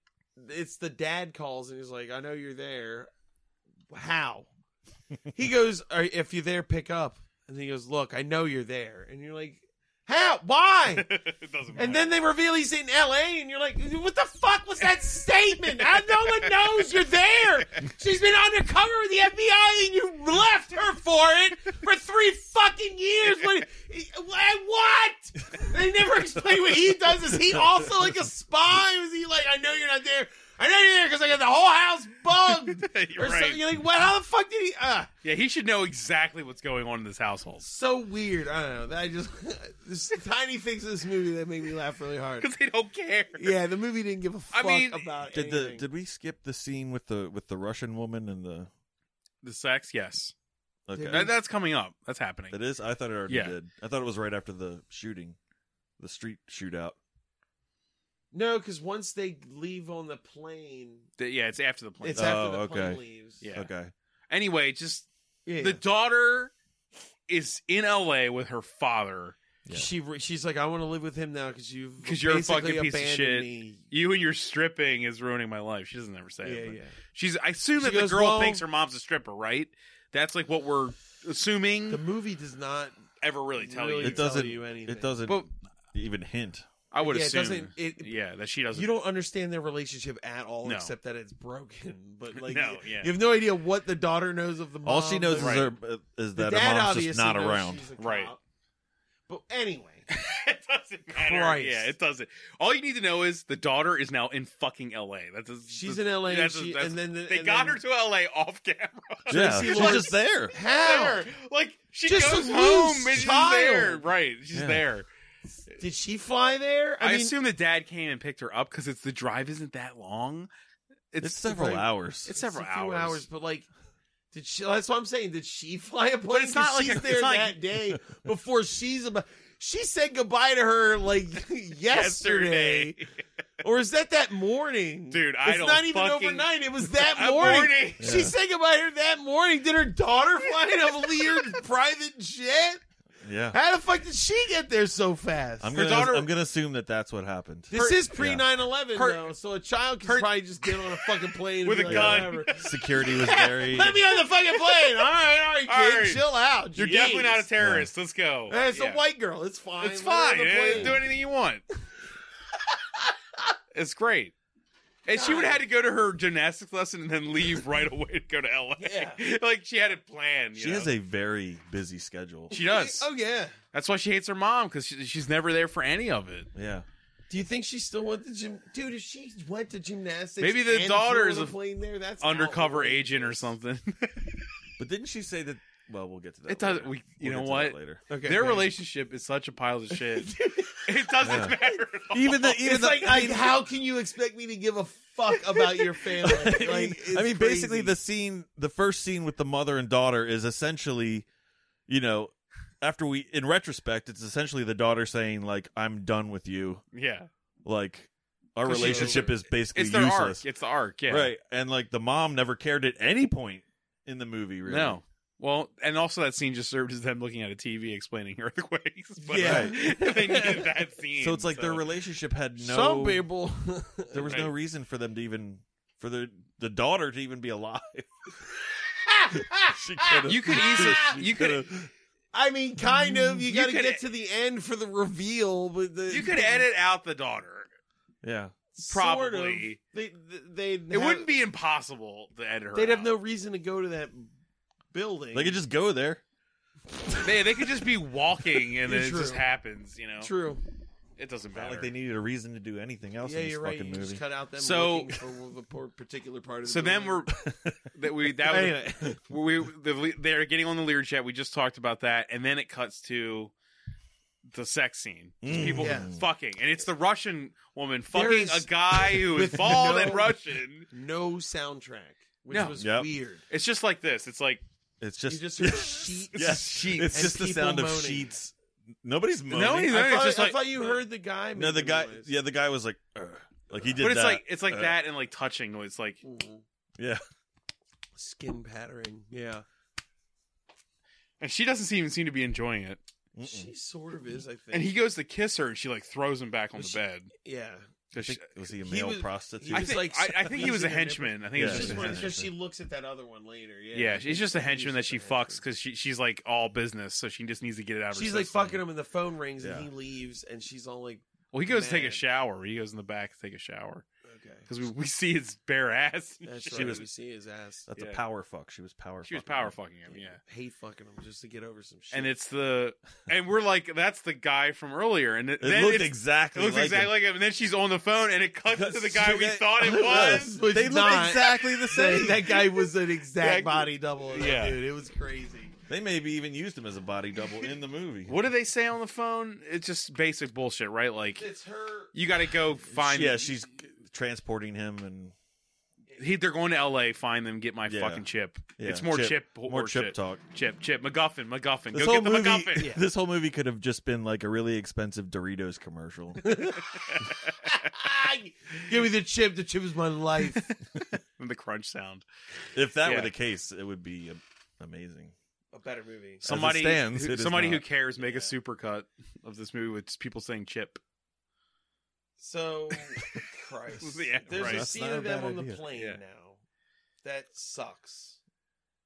S5: it's the dad calls and he's like, "I know you're there. How?" he goes, "All right, "If you're there, pick up." And he goes, "Look, I know you're there." And you're like, "How? Why?"
S4: it doesn't matter.
S5: And then they reveal he's in LA, and you're like, what the fuck was that statement? How no one knows you're there. She's been undercover with the FBI, and you left her for it for three fucking years. What? and What? They never explain what he does. Is he also like a spy? Was he like, I know you're not there. I didn't hear because I got the whole house bugged.
S4: You're
S5: or
S4: right.
S5: something. You're like, what? How the fuck did he? Uh,
S4: Yeah, he should know exactly what's going on in this household
S5: so weird. I don't know. That I just there's tiny things in this movie that make me laugh really hard.
S4: because they don't care.
S5: Yeah, the movie didn't give a
S4: I
S5: fuck
S4: mean,
S5: about
S2: Did the
S5: anything.
S2: did we skip the scene with the with the Russian woman and the
S4: The sex, yes,
S2: okay
S5: Did
S4: That- that's coming up. That's happening.
S2: that is I thought it already
S4: Yeah.
S2: did. I thought it was right after the shooting, the street shootout.
S5: no, because once they leave on the plane,
S4: That- yeah, it's after the plane. Uh,
S5: it's
S2: Oh,
S5: after the
S2: okay.
S5: plane leaves.
S4: Yeah.
S2: Okay,
S4: anyway, just
S5: yeah.
S4: the daughter is in L.A. with her father.
S2: Yeah.
S5: She re- she's like, I want to live with him now because you've
S4: 'Cause you're a
S5: basically
S4: fucking piece of
S5: abandoned
S4: shit.
S5: Me.
S4: You and your stripping is ruining my life. She doesn't ever say it.
S5: Yeah,
S4: but
S5: yeah.
S4: She's. I assume
S5: She
S4: that
S5: goes,
S4: the girl
S5: "Well-"
S4: thinks her mom's a stripper, right? That's like what we're assuming.
S5: The movie does not
S4: ever really tell
S5: really
S4: you?
S2: It doesn't-
S5: tell you anything.
S2: it doesn't
S4: But
S2: even hint.
S4: I would
S5: yeah,
S4: assume.
S5: It doesn't, it,
S4: yeah, that she doesn't.
S5: you don't understand their relationship at all,
S4: No.
S5: except that it's broken. But like,
S4: No, yeah.
S5: you have no idea what the daughter knows of the mom.
S2: All she knows
S4: Right.
S2: is her uh, is
S5: the
S2: that
S5: dad
S2: her mom's just
S5: obviously
S2: not
S5: knows
S2: around.
S5: she's a cop.
S4: Right.
S5: But anyway,
S4: it doesn't matter.
S5: Christ.
S4: Yeah, it doesn't. All you need to know is the daughter is now in fucking L.A. That's a,
S5: she's in L.A.
S4: that's a-
S5: she,
S4: that's-
S5: and then the,
S4: They
S5: and
S4: got
S5: then,
S4: her to L.A. off camera.
S2: Yeah,
S5: she
S2: she's
S5: like-
S2: just there.
S5: How
S4: There. Like she
S5: Just a
S4: goes
S5: loose
S4: home and she's
S5: child.
S4: there. Right, she's
S2: Yeah.
S4: there.
S5: did she fly there?
S4: I,
S5: I, mean,
S4: assume the dad came and picked her up because it's the drive isn't that long.
S2: It's, several
S5: like-
S2: hours.
S4: It's several
S5: a few
S4: hours.
S5: but like. Did she, that's what I'm saying. Did she fly a plane?
S4: But it's not
S5: 'Cause
S4: like
S5: she's
S4: a-
S5: there
S4: it's not like-
S5: that day before she's about. She said goodbye to her like yesterday. Or is that that morning?
S4: Dude, I
S5: it's
S4: don't
S5: not even
S4: fucking-
S5: overnight. It was that
S4: That
S5: morning.
S4: morning.
S5: She
S2: Yeah.
S5: said goodbye to her that morning. Did her daughter fly in a weird private jet?
S2: yeah,
S5: How the fuck did she get there so fast?
S2: I'm
S4: Her
S2: gonna
S4: daughter-
S2: I'm gonna assume that that's what happened.
S5: this is pre
S2: yeah.
S5: 9 11,
S4: Her-
S5: though, so a child could
S4: her-
S5: probably just get on a fucking plane and
S4: With
S5: be
S4: a
S5: like,
S4: gun.
S5: whatever.
S2: Security was very.
S5: Let me on the fucking plane. All right, all right,
S4: All
S5: kid.
S4: right.
S5: Chill out.
S4: You're
S5: Jeez.
S4: definitely not a terrorist. Let's go.
S5: Eh, It's
S4: Yeah.
S5: a white girl. It's fine.
S4: It's
S5: Let her on
S4: fine.
S5: the
S4: eh,
S5: plane.
S4: Do anything you want. it's great. And she would have had to go to her gymnastics lesson and then leave right away to go to LA.
S5: Yeah.
S4: like she had it planned. you
S2: She has
S4: know?
S2: a very busy schedule.
S4: She does.
S5: Oh, yeah.
S4: That's why she hates her mom because she, she's never there for any of it.
S2: Yeah,
S5: Do you think she still went to gym? Dude, if she went to gymnastics,
S4: Maybe the
S5: and
S4: daughter
S5: flew
S4: is
S5: on
S4: a
S5: plane there. That's
S4: Undercover
S5: outrageous.
S4: agent or something.
S2: but didn't she say that? Well, we'll get to that.
S4: It doesn't-
S2: later.
S4: we- you
S2: We'll get
S4: know
S2: to that
S4: what?
S2: Later,
S5: Okay,
S4: Their
S5: okay.
S4: relationship is such a pile of shit. it doesn't
S2: Yeah.
S4: matter. At all.
S2: even the even
S5: It's
S2: the,
S5: like, I, how can you expect me to give a fuck about your family? Like,
S2: I mean,
S5: it's
S2: I mean basically
S5: crazy.
S2: the scene, the first scene with the mother and daughter is essentially, you know, after we in retrospect, it's essentially the daughter saying like, "I'm done with you,"
S4: yeah,
S2: like our
S5: 'Cause she-
S2: relationship is basically
S4: it's their
S2: useless,
S4: arc. It's the arc. Yeah,
S2: right? And like the mom never cared at any point in the movie, really.
S4: No. Well, and also that scene just served as them looking at a TV explaining earthquakes. But
S5: Yeah.
S4: they needed that scene.
S2: So it's like their relationship had no.
S5: some people.
S2: There was no
S4: Right.
S2: reason for them to even for the the daughter to even be alive. She could've-
S4: You could easily-
S2: she
S4: you could've-
S2: could've-
S5: I mean, kind of. You,
S4: You
S5: got to
S4: could-
S5: get to the end for the reveal, but the,
S4: You could edit out the daughter.
S2: Yeah.
S5: sort of.
S4: probably.
S5: They, they
S4: It wouldn't be impossible to edit her.
S5: They'd have
S4: out.
S5: no reason to go to that building.
S2: They could just go there.
S4: They, they could just be walking and then it
S5: True.
S4: just happens. You know,
S5: true.
S4: it doesn't
S2: Not
S4: matter.
S2: like they needed a reason to do anything else
S5: Yeah,
S2: in this
S5: you're right.
S2: fucking
S5: You
S2: movie.
S5: just cut out them
S4: So-
S5: looking for the por- particular part of the
S4: so then we're
S5: building.
S4: that we that was
S5: anyway.
S4: we the, le- they're getting on the Lear jet. We just talked about that, and then it cuts to the sex scene. Just
S2: Mm.
S4: people
S5: Yeah.
S4: fucking, and it's the Russian woman
S5: There
S4: fucking
S5: is-
S4: a guy who is
S5: with
S4: bald
S5: no-
S4: and Russian.
S5: no soundtrack, which
S4: No.
S5: was
S2: Yep.
S5: weird.
S4: It's just like this. It's like
S2: It's
S5: you
S2: just,
S5: just heard sheets.
S2: Yeah.
S4: sheets.
S2: it's
S5: and
S2: just the
S5: people
S2: sound of
S5: moaning.
S2: sheets. Nobody's moaning.
S4: Nobody's-
S5: I,
S4: It's
S5: thought,
S4: just
S5: I
S4: like-
S5: thought you heard the guy.
S2: no, the
S5: making
S2: guy.
S5: noise.
S2: Yeah, the guy was like, "Ugh." like he did.
S4: but it's
S2: that.
S4: like it's like
S2: Uh,
S4: that and like touching. It's like
S5: Mhm.
S2: Yeah.
S5: Skin patterning. Yeah.
S4: and she doesn't even seem to be enjoying it.
S2: Mm-mm.
S5: She sort of is, I think.
S4: And he goes to kiss her, and she like throws him back on
S5: Was
S4: the
S5: she-
S4: bed.
S5: yeah.
S4: 'Cause
S2: Think-
S4: she-
S2: was he a
S5: he
S2: male
S5: was-
S2: prostitute?
S5: he
S4: I
S5: was
S4: think
S5: like
S4: I, I think he was a
S5: squeezing her
S4: henchman. I
S2: Yeah.
S4: think he
S5: It's
S4: was
S5: just
S4: just a
S5: one
S4: henchman.
S5: because she looks at that other one later. Yeah.
S4: Yeah, she's just a
S5: He's
S4: henchman that
S5: just
S4: she
S5: a
S4: fucks
S5: henchman.
S4: because she she's like all business, so she just needs to get it out of her
S5: She's like
S4: system.
S5: fucking him, and the phone rings,
S2: Yeah.
S5: and he leaves, and she's all like,
S4: Well, he goes to take a
S5: Man.
S4: shower. He goes in the back to take a shower.
S5: "Okay."
S4: because we, we see his bare ass.
S5: That's
S2: She
S5: right.
S2: was-
S5: we see his ass.
S2: That's
S4: Yeah.
S2: a power fuck. She was power.
S4: She was
S2: fucking him.
S4: power fucking him, yeah.
S5: Hate fucking him just to get over some shit.
S4: And it's the and we're like, that's the guy from earlier, and it,
S2: It
S4: then
S2: looked
S4: it's-
S2: exactly.
S4: it looks
S2: like
S4: exactly
S2: him.
S4: like him. And then she's on the phone, and it cuts to the guy we
S2: That-
S4: thought it
S2: that-
S4: was.
S5: was
S2: They look
S5: not-
S2: exactly the
S5: that,
S2: same.
S5: that guy was an exact
S4: Exactly.
S5: body double. Of that
S4: Yeah.
S5: dude, it was crazy.
S2: They maybe even used him as a body double in the movie.
S4: What do they say on the phone? It's just basic bullshit, right? Like
S5: It's her.
S4: you got to go find.
S2: Yeah, she's transporting him, and
S4: he, they're going to L.A. Find them, get my
S2: Yeah.
S4: fucking chip.
S2: yeah,
S4: it's more chip,
S2: more chip
S4: horseshit.
S2: talk.
S4: Chip, chip, MacGuffin, MacGuffin.
S2: This
S4: go
S2: whole
S4: get the
S2: movie,
S4: MacGuffin.
S2: this whole movie could have just been like a really expensive Doritos commercial.
S5: Give me the chip. The chip is my life.
S4: And the crunch sound.
S2: if that
S4: Yeah.
S2: were the case, it would be a- amazing.
S5: A better movie.
S2: it
S4: Somebody,
S2: stands,
S4: who,
S2: it is
S4: somebody who
S2: not.
S4: cares, make a
S5: Yeah.
S4: supercut of this movie with people saying chip.
S5: So, Christ,
S4: Yeah,
S5: there's
S4: right.
S5: a
S2: That's
S5: scene
S2: not a
S5: of them
S2: bad
S5: on the
S2: idea.
S5: plane
S4: Yeah.
S5: now. That sucks.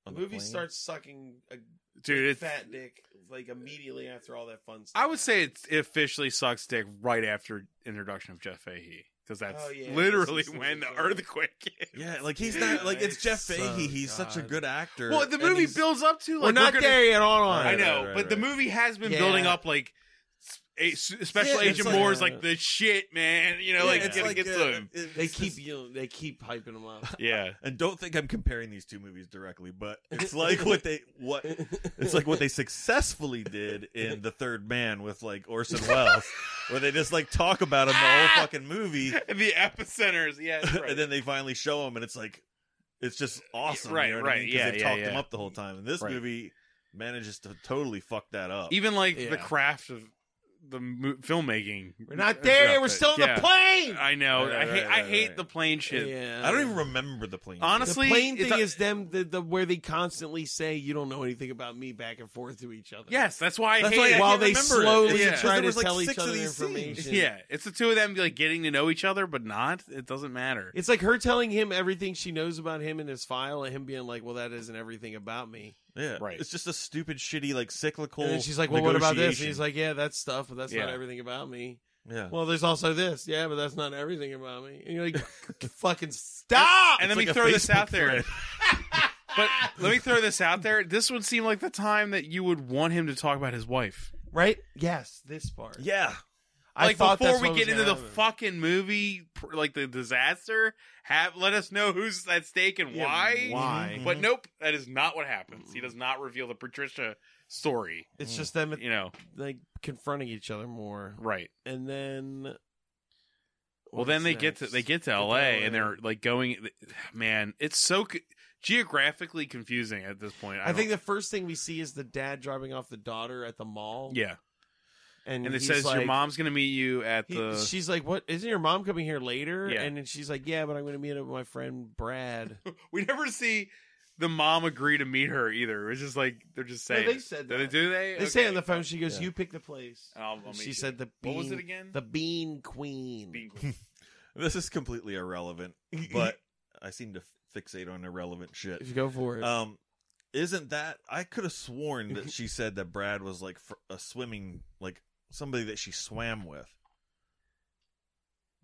S5: The
S2: On
S5: movie
S2: plane.
S5: starts sucking a
S4: Dude, it's,
S5: fat dick like immediately after all that fun stuff.
S4: I would say it's, it officially sucks dick right after introduction of Jeff Fahey because that's
S5: Oh, yeah,
S4: literally
S5: this is-
S4: when the
S5: this is-
S4: earthquake. Is.
S2: Yeah, like he's
S5: Yeah,
S2: not like it's
S5: it's
S2: Jeff
S5: so
S2: Fahey. He's such a
S5: God.
S2: good actor.
S4: Well, the
S2: and
S4: movie
S2: he's-
S4: builds up to like
S5: we're not
S4: gonna-
S5: there yet. Hold on.
S4: I
S2: Right,
S4: know,
S2: right, right,
S4: but the
S2: right.
S4: movie has been
S5: Yeah.
S4: building up like s- a, s- special
S2: Yeah, it's
S4: agent
S2: like-
S4: Moore's like the shit, man. You
S2: yeah,
S4: know, like
S2: it's
S4: gotta
S2: like,
S4: get
S2: uh,
S4: to him.
S2: it's
S5: They
S2: just-
S5: keep you. They keep hyping them up.
S4: Yeah,
S2: And don't think I'm comparing these two movies directly, but it's like what they what it's like what they successfully did in The Third Man with like Orson Welles, where they just like talk about him the whole fucking movie,
S4: the epicenters. Yeah, that's Ah! right.
S2: and then they finally show him, and it's like it's just awesome,
S4: Right,
S2: You know what
S4: right,
S2: I mean? 'Cause
S4: yeah,
S2: they've
S4: yeah,
S2: talked
S4: yeah.
S2: him up the whole time, and this
S4: Right.
S2: movie manages to totally fuck that up.
S4: even like
S5: Yeah.
S4: the craft of the mo- filmmaking.
S5: We're not there yet. We're still on
S4: Yeah.
S5: the plane.
S4: I know.
S2: Right,
S4: I hate.
S2: right, right,
S4: I hate
S2: right.
S4: the plane shit.
S5: Yeah.
S2: I don't even remember the plane.
S4: Honestly,
S5: the plane
S4: it's
S5: thing
S4: a-
S5: is them the, the where they constantly say you don't know anything about me back and forth to each other.
S4: yes. That's why I
S2: That's
S4: hate.
S2: why I
S4: it.
S5: While
S2: can't
S5: they
S2: remember it.
S5: slowly
S4: Yeah.
S2: Because
S5: try
S2: there
S5: to
S2: was, like,
S5: tell each
S2: six of
S5: other
S2: these scenes.
S5: information.
S4: yeah, it's the two of them like getting to know each other, but not. It doesn't matter.
S5: It's like her telling him everything she knows about him in his file, and him being like, "Well, that isn't everything about me."
S2: yeah,
S4: Right.
S2: It's just a stupid, shitty, like cyclical.
S5: and then she's like, "Well, what about this?"
S2: negotiation.
S5: And he's like, "Yeah, that's stuff, but that's not
S4: Yeah.
S5: everything about me."
S2: yeah.
S5: Well, there's also this. Yeah, but that's not everything about me. And you're like, "Fucking stop!"
S4: and let
S2: It's
S4: me
S2: like a
S4: throw this
S2: Facebook
S4: out there.
S2: thread.
S4: but let me throw this out there. This would seem like the time that you would want him to talk about his wife.
S5: Right? Yes, this part.
S2: Yeah.
S5: I
S4: like
S5: thought
S4: before
S5: that's
S4: we
S5: what was
S4: get into the
S5: gonna happen.
S4: fucking movie, pr- like the disaster, have let us know who's at stake and
S5: Yeah,
S4: why.
S5: Why?
S4: But nope, that is not what happens. He does not reveal the Patricia story.
S5: It's just them
S4: You know,
S5: like confronting each other more,
S4: right?
S5: and then.
S4: Well, then
S5: what's
S4: they get to
S5: next?
S4: they get to
S5: to
S4: L.A.
S5: LA.
S4: and they're like going. Man, it's so co- geographically confusing at this point.
S5: I, think
S4: don't-
S5: the first thing we see is the dad dropping off the daughter at the mall.
S4: yeah,
S5: and,
S4: and it
S5: he's
S4: says your
S5: like-
S4: mom's gonna meet you at
S5: he-
S4: the.
S5: she's like, "What? Isn't your mom coming here later?"
S4: Yeah.
S5: And then she's like, "Yeah, but I'm going to meet up with my friend Brad."
S4: we never see the mom agree to meet her either. It's just like they're just
S5: No,
S4: saying.
S5: they said
S4: Do they?
S5: that.
S4: Do they?
S5: They say on the phone, she goes,
S2: Yeah.
S5: "You pick the place."
S4: Oh,
S5: And she said, "The bean,
S4: What was it again?
S5: The Bean Queen."
S4: Bean Queen.
S2: This is completely irrelevant, but I seem to fixate on irrelevant shit.
S5: If you go for it,
S4: Oh.
S2: Um, isn't that? I could have sworn that she said that Brad was like fr- a swimming, like somebody that she swam with.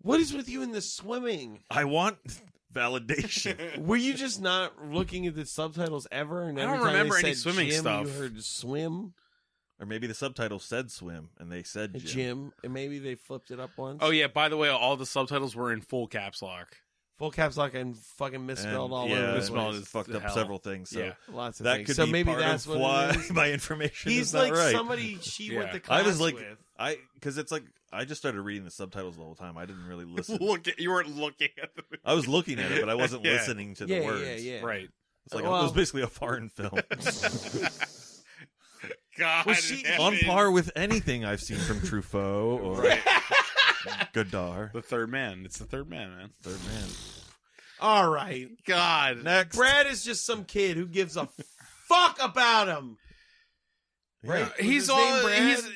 S5: what is with you in the swimming?
S2: I want validation.
S5: Were you just not looking at the subtitles ever? And
S4: I
S5: every
S4: don't
S5: time they
S4: remember any
S5: said
S4: swimming
S5: gym,
S4: stuff.
S5: You heard swim,
S2: or maybe the subtitle said swim and they said
S5: a
S2: gym.
S5: gym, and maybe they flipped it up once.
S4: oh yeah. By the way, all the subtitles were in full caps lock.
S5: full caps lock and fucking
S2: And,
S5: misspelled all
S2: yeah,
S5: over. the
S4: Misspelled
S5: place.
S4: is
S2: fucked
S4: the
S2: up
S4: hell.
S2: several things. So
S4: Yeah.
S5: Lots of
S2: that
S5: things.
S2: could
S5: so
S2: be
S5: maybe
S2: part
S5: that's
S2: of
S5: what it
S2: why
S5: is.
S2: my information
S5: He's
S2: is not
S5: like
S2: right.
S5: somebody she
S4: Yeah.
S5: went to
S2: I
S5: class
S2: was like,
S5: with.
S2: I because it's like I just started reading the subtitles the whole time. I didn't really listen.
S4: Look, at, you weren't looking at the.
S2: I was looking at it, but I wasn't
S4: Yeah.
S2: listening to the
S5: yeah,
S2: words.
S5: yeah, yeah.
S4: Right.
S2: It's like it
S5: Well-
S2: was basically a foreign film,
S4: God.
S5: Was she-
S4: in
S2: on
S4: heaven.
S2: par with anything I've seen from Truffaut or Godard.
S4: The third man. It's the third man, man.
S2: Third man.
S5: All right.
S4: God.
S2: Next,
S5: Brad is just some kid who gives a fuck about him.
S2: Yeah.
S5: Right. Was
S4: He's
S5: his name
S4: all.
S5: Brad?
S4: He's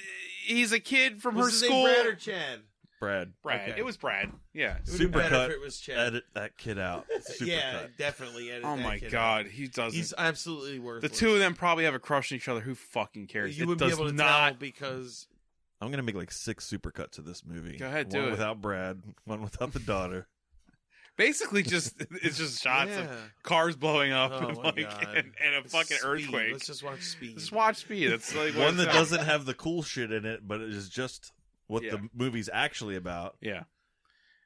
S4: he's a kid from
S5: Was
S4: her
S5: his name
S4: school.
S5: Brad or Chad?
S2: Brad.
S4: Brad.
S5: Okay.
S4: It was Brad. Yeah.
S5: It would be better
S2: Supercut.
S5: if it was Chad.
S2: Edit that kid out. Super
S5: yeah,
S2: cut.
S5: definitely. Edit
S4: Oh
S5: that
S4: my
S5: kid
S4: God. He
S5: out.
S4: doesn't.
S5: He's absolutely worthless.
S4: the two of them probably have a crush on each other. Who fucking cares?
S5: You
S4: it
S5: would be
S4: does
S5: able to
S4: not.
S5: tell because
S2: I'm gonna make like six supercuts of this movie.
S4: Go ahead, do
S2: one
S4: it.
S2: without Brad, one without the daughter,
S4: Basically, just it's just shots of
S5: Yeah.
S4: cars blowing up
S5: Oh,
S4: and,
S5: my
S4: like,
S5: God.
S4: and, and a fucking
S5: Speed.
S4: earthquake.
S5: Let's just watch Speed.
S4: Just watch Speed. That's like what
S2: One
S4: it's
S2: that
S4: about.
S2: doesn't have the cool shit in it, but it is just what
S4: Yeah.
S2: the movie's actually about.
S4: Yeah.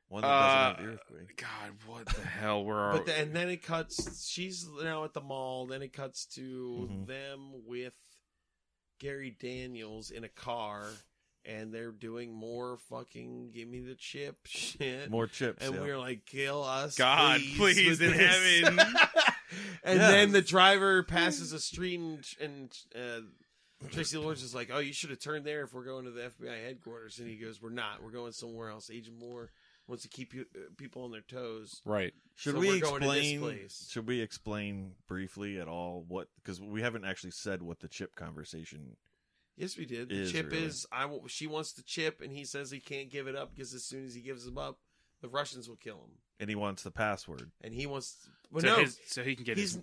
S2: One that doesn't
S4: Uh,
S2: have the earthquake.
S4: God, what the hell? Where are?
S5: But
S4: we?
S5: the, and then it cuts. She's now at the mall. Then it cuts to
S2: Mhm.
S5: them with Gary Daniels in a car, and they're doing more fucking "Give me the chip" shit.
S2: More chips.
S5: and
S2: yeah.
S5: we are like, "Kill us,
S4: God, please,
S5: with
S4: in
S5: this."
S4: heaven.
S5: and
S2: Yeah.
S5: then the driver passes a street, and, and uh, Tracy Lords is like, "Oh, you should have turned there if we're going to the FBI headquarters." And he goes, "We're not. We're going somewhere else." Agent Moore wants to keep you, uh, people on their toes.
S4: right.
S2: Should
S5: So
S2: we
S5: we're going to this
S2: explain?
S5: place.
S2: Should we explain briefly at all what? Because we haven't actually said what the chip conversation.
S5: Yes, we did. The
S2: Is
S5: chip
S2: really.
S5: is I. w- She wants the chip, and he says he can't give it up because as soon as he gives him up, the Russians will kill him.
S2: And he wants the password.
S5: And he wants. Well,
S4: so,
S5: no,
S4: his- so he can get
S5: he's
S4: his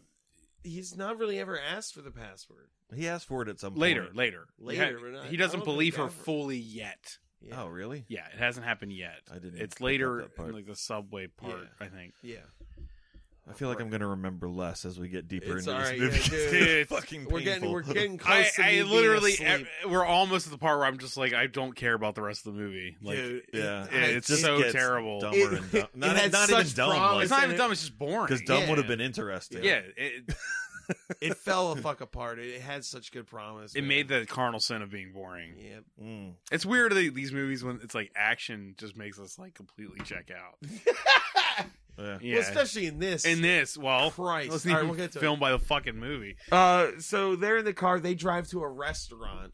S5: he's not really ever asked for the password.
S2: He asked for it at some
S4: later.
S2: point.
S4: Later.
S5: Later,
S4: Yeah,
S5: we're not-
S4: he
S5: I don't
S4: doesn't
S5: think
S4: believe her
S5: ever.
S4: fully yet.
S5: Yeah.
S2: Oh, really?
S4: Yeah, it hasn't happened yet.
S2: I didn't pick
S4: It's
S2: up
S4: later,
S2: that part.
S4: in, like the subway part.
S5: Yeah.
S4: I think.
S5: yeah.
S2: I feel like I'm going to remember less as we get deeper
S5: It's
S2: into
S5: alright,
S2: this movie.
S5: yeah, dude.
S2: It's fucking
S5: We're getting
S2: painful.
S5: we're getting close.
S4: I,
S5: to me
S4: I
S5: being
S4: literally, e
S5: asleep.
S4: we're almost at the part where I'm just like, I don't care about the rest of the movie. Like,
S5: Dude,
S2: yeah.
S5: it-
S4: Yeah,
S5: I-
S4: it's
S5: it-
S4: so
S2: gets
S4: terrible.
S2: Dumber
S5: It-
S2: and dumb.
S5: it
S2: Not,
S5: had
S2: not
S5: such
S2: even dumb.
S5: promise.
S2: Because
S4: it's not
S5: and
S4: even
S5: it-
S4: dumb. It's just boring.
S2: dumb
S5: Yeah.
S2: would have been interesting.
S4: yeah, it,
S5: it fell the fuck apart. It, it had such good promise.
S4: it
S5: man.
S4: made the carnal sin of being boring.
S5: Yeah.
S2: Mm.
S4: It's weird that these movies when it's like action just makes us like completely check out.
S2: yeah.
S4: Yeah,
S5: Well, especially in this.
S4: in this, well,
S5: Christ.
S4: let's
S5: All right,
S4: even
S5: we'll get to it.
S4: film by the fucking movie,
S5: Uh, so they're in the car. They drive to a restaurant.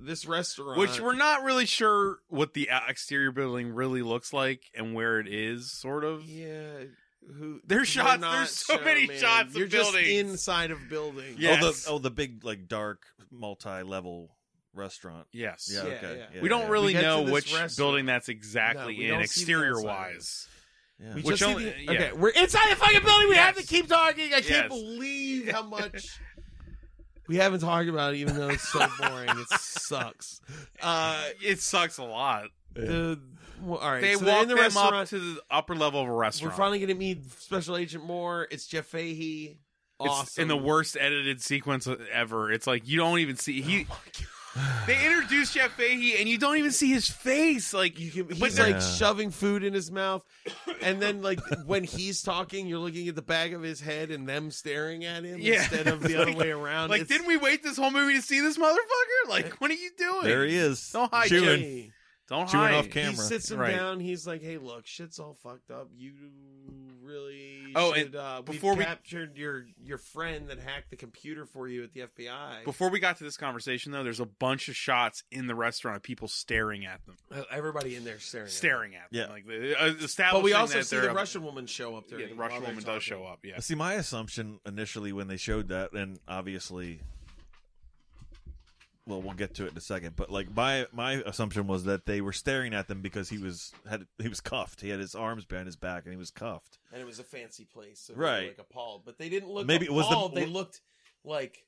S5: This restaurant,
S4: which we're not really sure what the uh, exterior building really looks like and where it is, sort of.
S5: yeah, who
S4: There's
S5: we're
S4: shots-
S5: not
S4: there's so
S5: shown,
S4: many
S5: man.
S4: shots of
S5: You're just
S4: buildings.
S5: inside of buildings.
S4: Yeah.
S2: Oh,
S4: Yes.
S2: the oh the big like dark multi-level restaurant.
S4: Yes.
S2: Yeah.
S5: Yeah,
S2: okay.
S5: yeah.
S2: Yeah,
S4: we don't
S2: yeah.
S4: really
S5: We get to
S4: know
S5: this
S4: which
S5: restaurant.
S4: building that's
S5: No, we
S4: exactly in
S5: don't see the
S4: exterior
S5: outside.
S4: wise.
S2: Yeah.
S5: We
S4: Which
S5: just see
S4: only-
S5: the-
S4: yeah.
S5: okay, we're inside the fucking building. We have to
S4: Yes.
S5: keep talking. I
S4: Yes.
S5: can't believe how much we haven't talked about it, even though it's so boring. it sucks. Uh,
S4: It sucks a lot.
S5: the well, all right,
S4: They
S5: so they're
S4: walk
S5: in the
S4: them
S5: restaurant.
S4: up to the upper level of a
S5: We're
S4: restaurant.
S5: finally going to meet Special Agent Moore. It's Jeff Fahey.
S4: It's
S5: Awesome.
S4: in the worst edited sequence e-, ever. It's like you don't even see he.
S5: Oh
S4: they introduce Jeff Fahey and you don't even see his face. Like
S5: You can, he's
S4: but
S5: like
S4: they're-
S2: Yeah.
S5: shoving food in his mouth, and then like when he's talking, you're looking at the back of his head and them staring at him
S4: Yeah.
S5: instead of the other way around.
S4: like didn't we wait this whole movie to see this motherfucker? Like what are you doing?
S2: There he is.
S4: Don't hide,
S2: chewing.
S4: Jay. Don't
S2: Chewing
S4: hide.
S2: off
S5: He
S2: camera.
S5: sits him
S4: Right.
S5: down. He's like, "Hey, look, shit's all fucked up. You really
S4: Oh,
S5: should,
S4: and
S5: uh, we've
S4: before we-
S5: captured your your friend that hacked the computer for you at the FBI.
S4: Before we got to this conversation though, there's a bunch of shots in the restaurant of people staring at them,
S5: Uh, Everybody in there staring, at him.
S4: staring at them.
S2: Yeah.
S4: Like the- uh, establishing
S5: But we also
S4: that
S5: see
S4: they're
S5: the
S4: a-
S5: Russian woman show up there.
S4: Yeah, the Russian woman does show up. Yeah.
S2: See, my assumption initially when they showed that, and obviously, well, we'll get to it in a second. But like my my assumption was that they were staring at them because he was had he was cuffed. He had his arms behind his back, and he was cuffed.
S5: and it was a fancy place, so They
S2: Right.
S5: were, like appalled, but they didn't look
S2: Maybe it was the-
S5: appalled. They looked like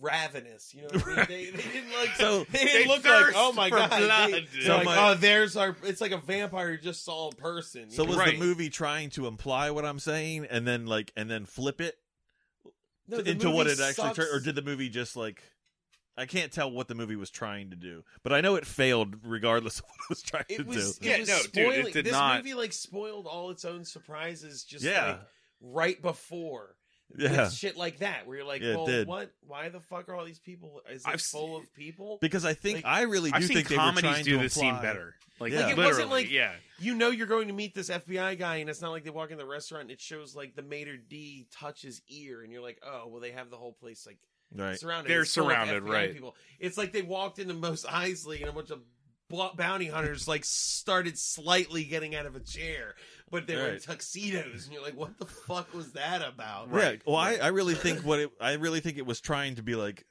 S5: ravenous. You know, what I mean? they, they didn't like
S2: So-
S5: they didn't
S4: They
S5: look like
S4: thirst
S5: oh my
S4: for
S5: god.
S4: blood,
S5: they,
S4: dude.
S5: they're
S2: So
S5: like,
S2: my-
S5: oh, there's our. It's like a vampire who just saw a person. you
S2: So
S5: know?
S2: was the
S4: Right.
S2: movie trying to imply what I'm saying, and then like and then flip it
S5: No, the
S2: into what
S5: movie
S2: it actually
S5: sucks.
S2: turned, or did the movie just like? I can't tell what the movie was trying to do, but I know it failed regardless of what it was trying to
S5: it was
S2: do.
S5: it
S4: Yeah,
S5: was
S4: no, dude, it
S5: spoiling.
S4: did
S5: this
S4: not-
S5: movie like spoiled all its own surprises. Just
S2: Yeah.
S5: like, right before. with
S2: Yeah,
S5: shit like that where you're like,
S2: Yeah, it
S5: well,
S2: did.
S5: what? Why the fuck are all these people? Is it
S4: I've
S5: full
S4: seen-
S5: of people?
S2: because I think
S5: Like,
S2: I really do
S4: I've seen
S2: think they were
S4: comedies
S2: trying
S4: do
S2: to
S4: this
S2: imply,
S4: scene better. Like,
S2: Yeah. Like,
S5: it
S4: literally,
S5: wasn't like-
S4: yeah.
S5: you know you're going to meet this FBI guy, and it's not like they walk in the restaurant and it shows like the maitre d touch his ear, and you're like, oh, well, they have the whole place like
S2: right?
S5: surrounded.
S4: They're
S5: It's full of
S4: surrounded,
S5: FBI
S4: right.
S5: People. It's like they walked into Mos Eisley and a bunch of blo- bounty hunters like started slightly getting out of a chair, but they were in
S2: Right.
S5: tuxedos, and you're like, what the fuck was that about?
S2: Right. Well, I, I really think what it, I really think it was trying to be like,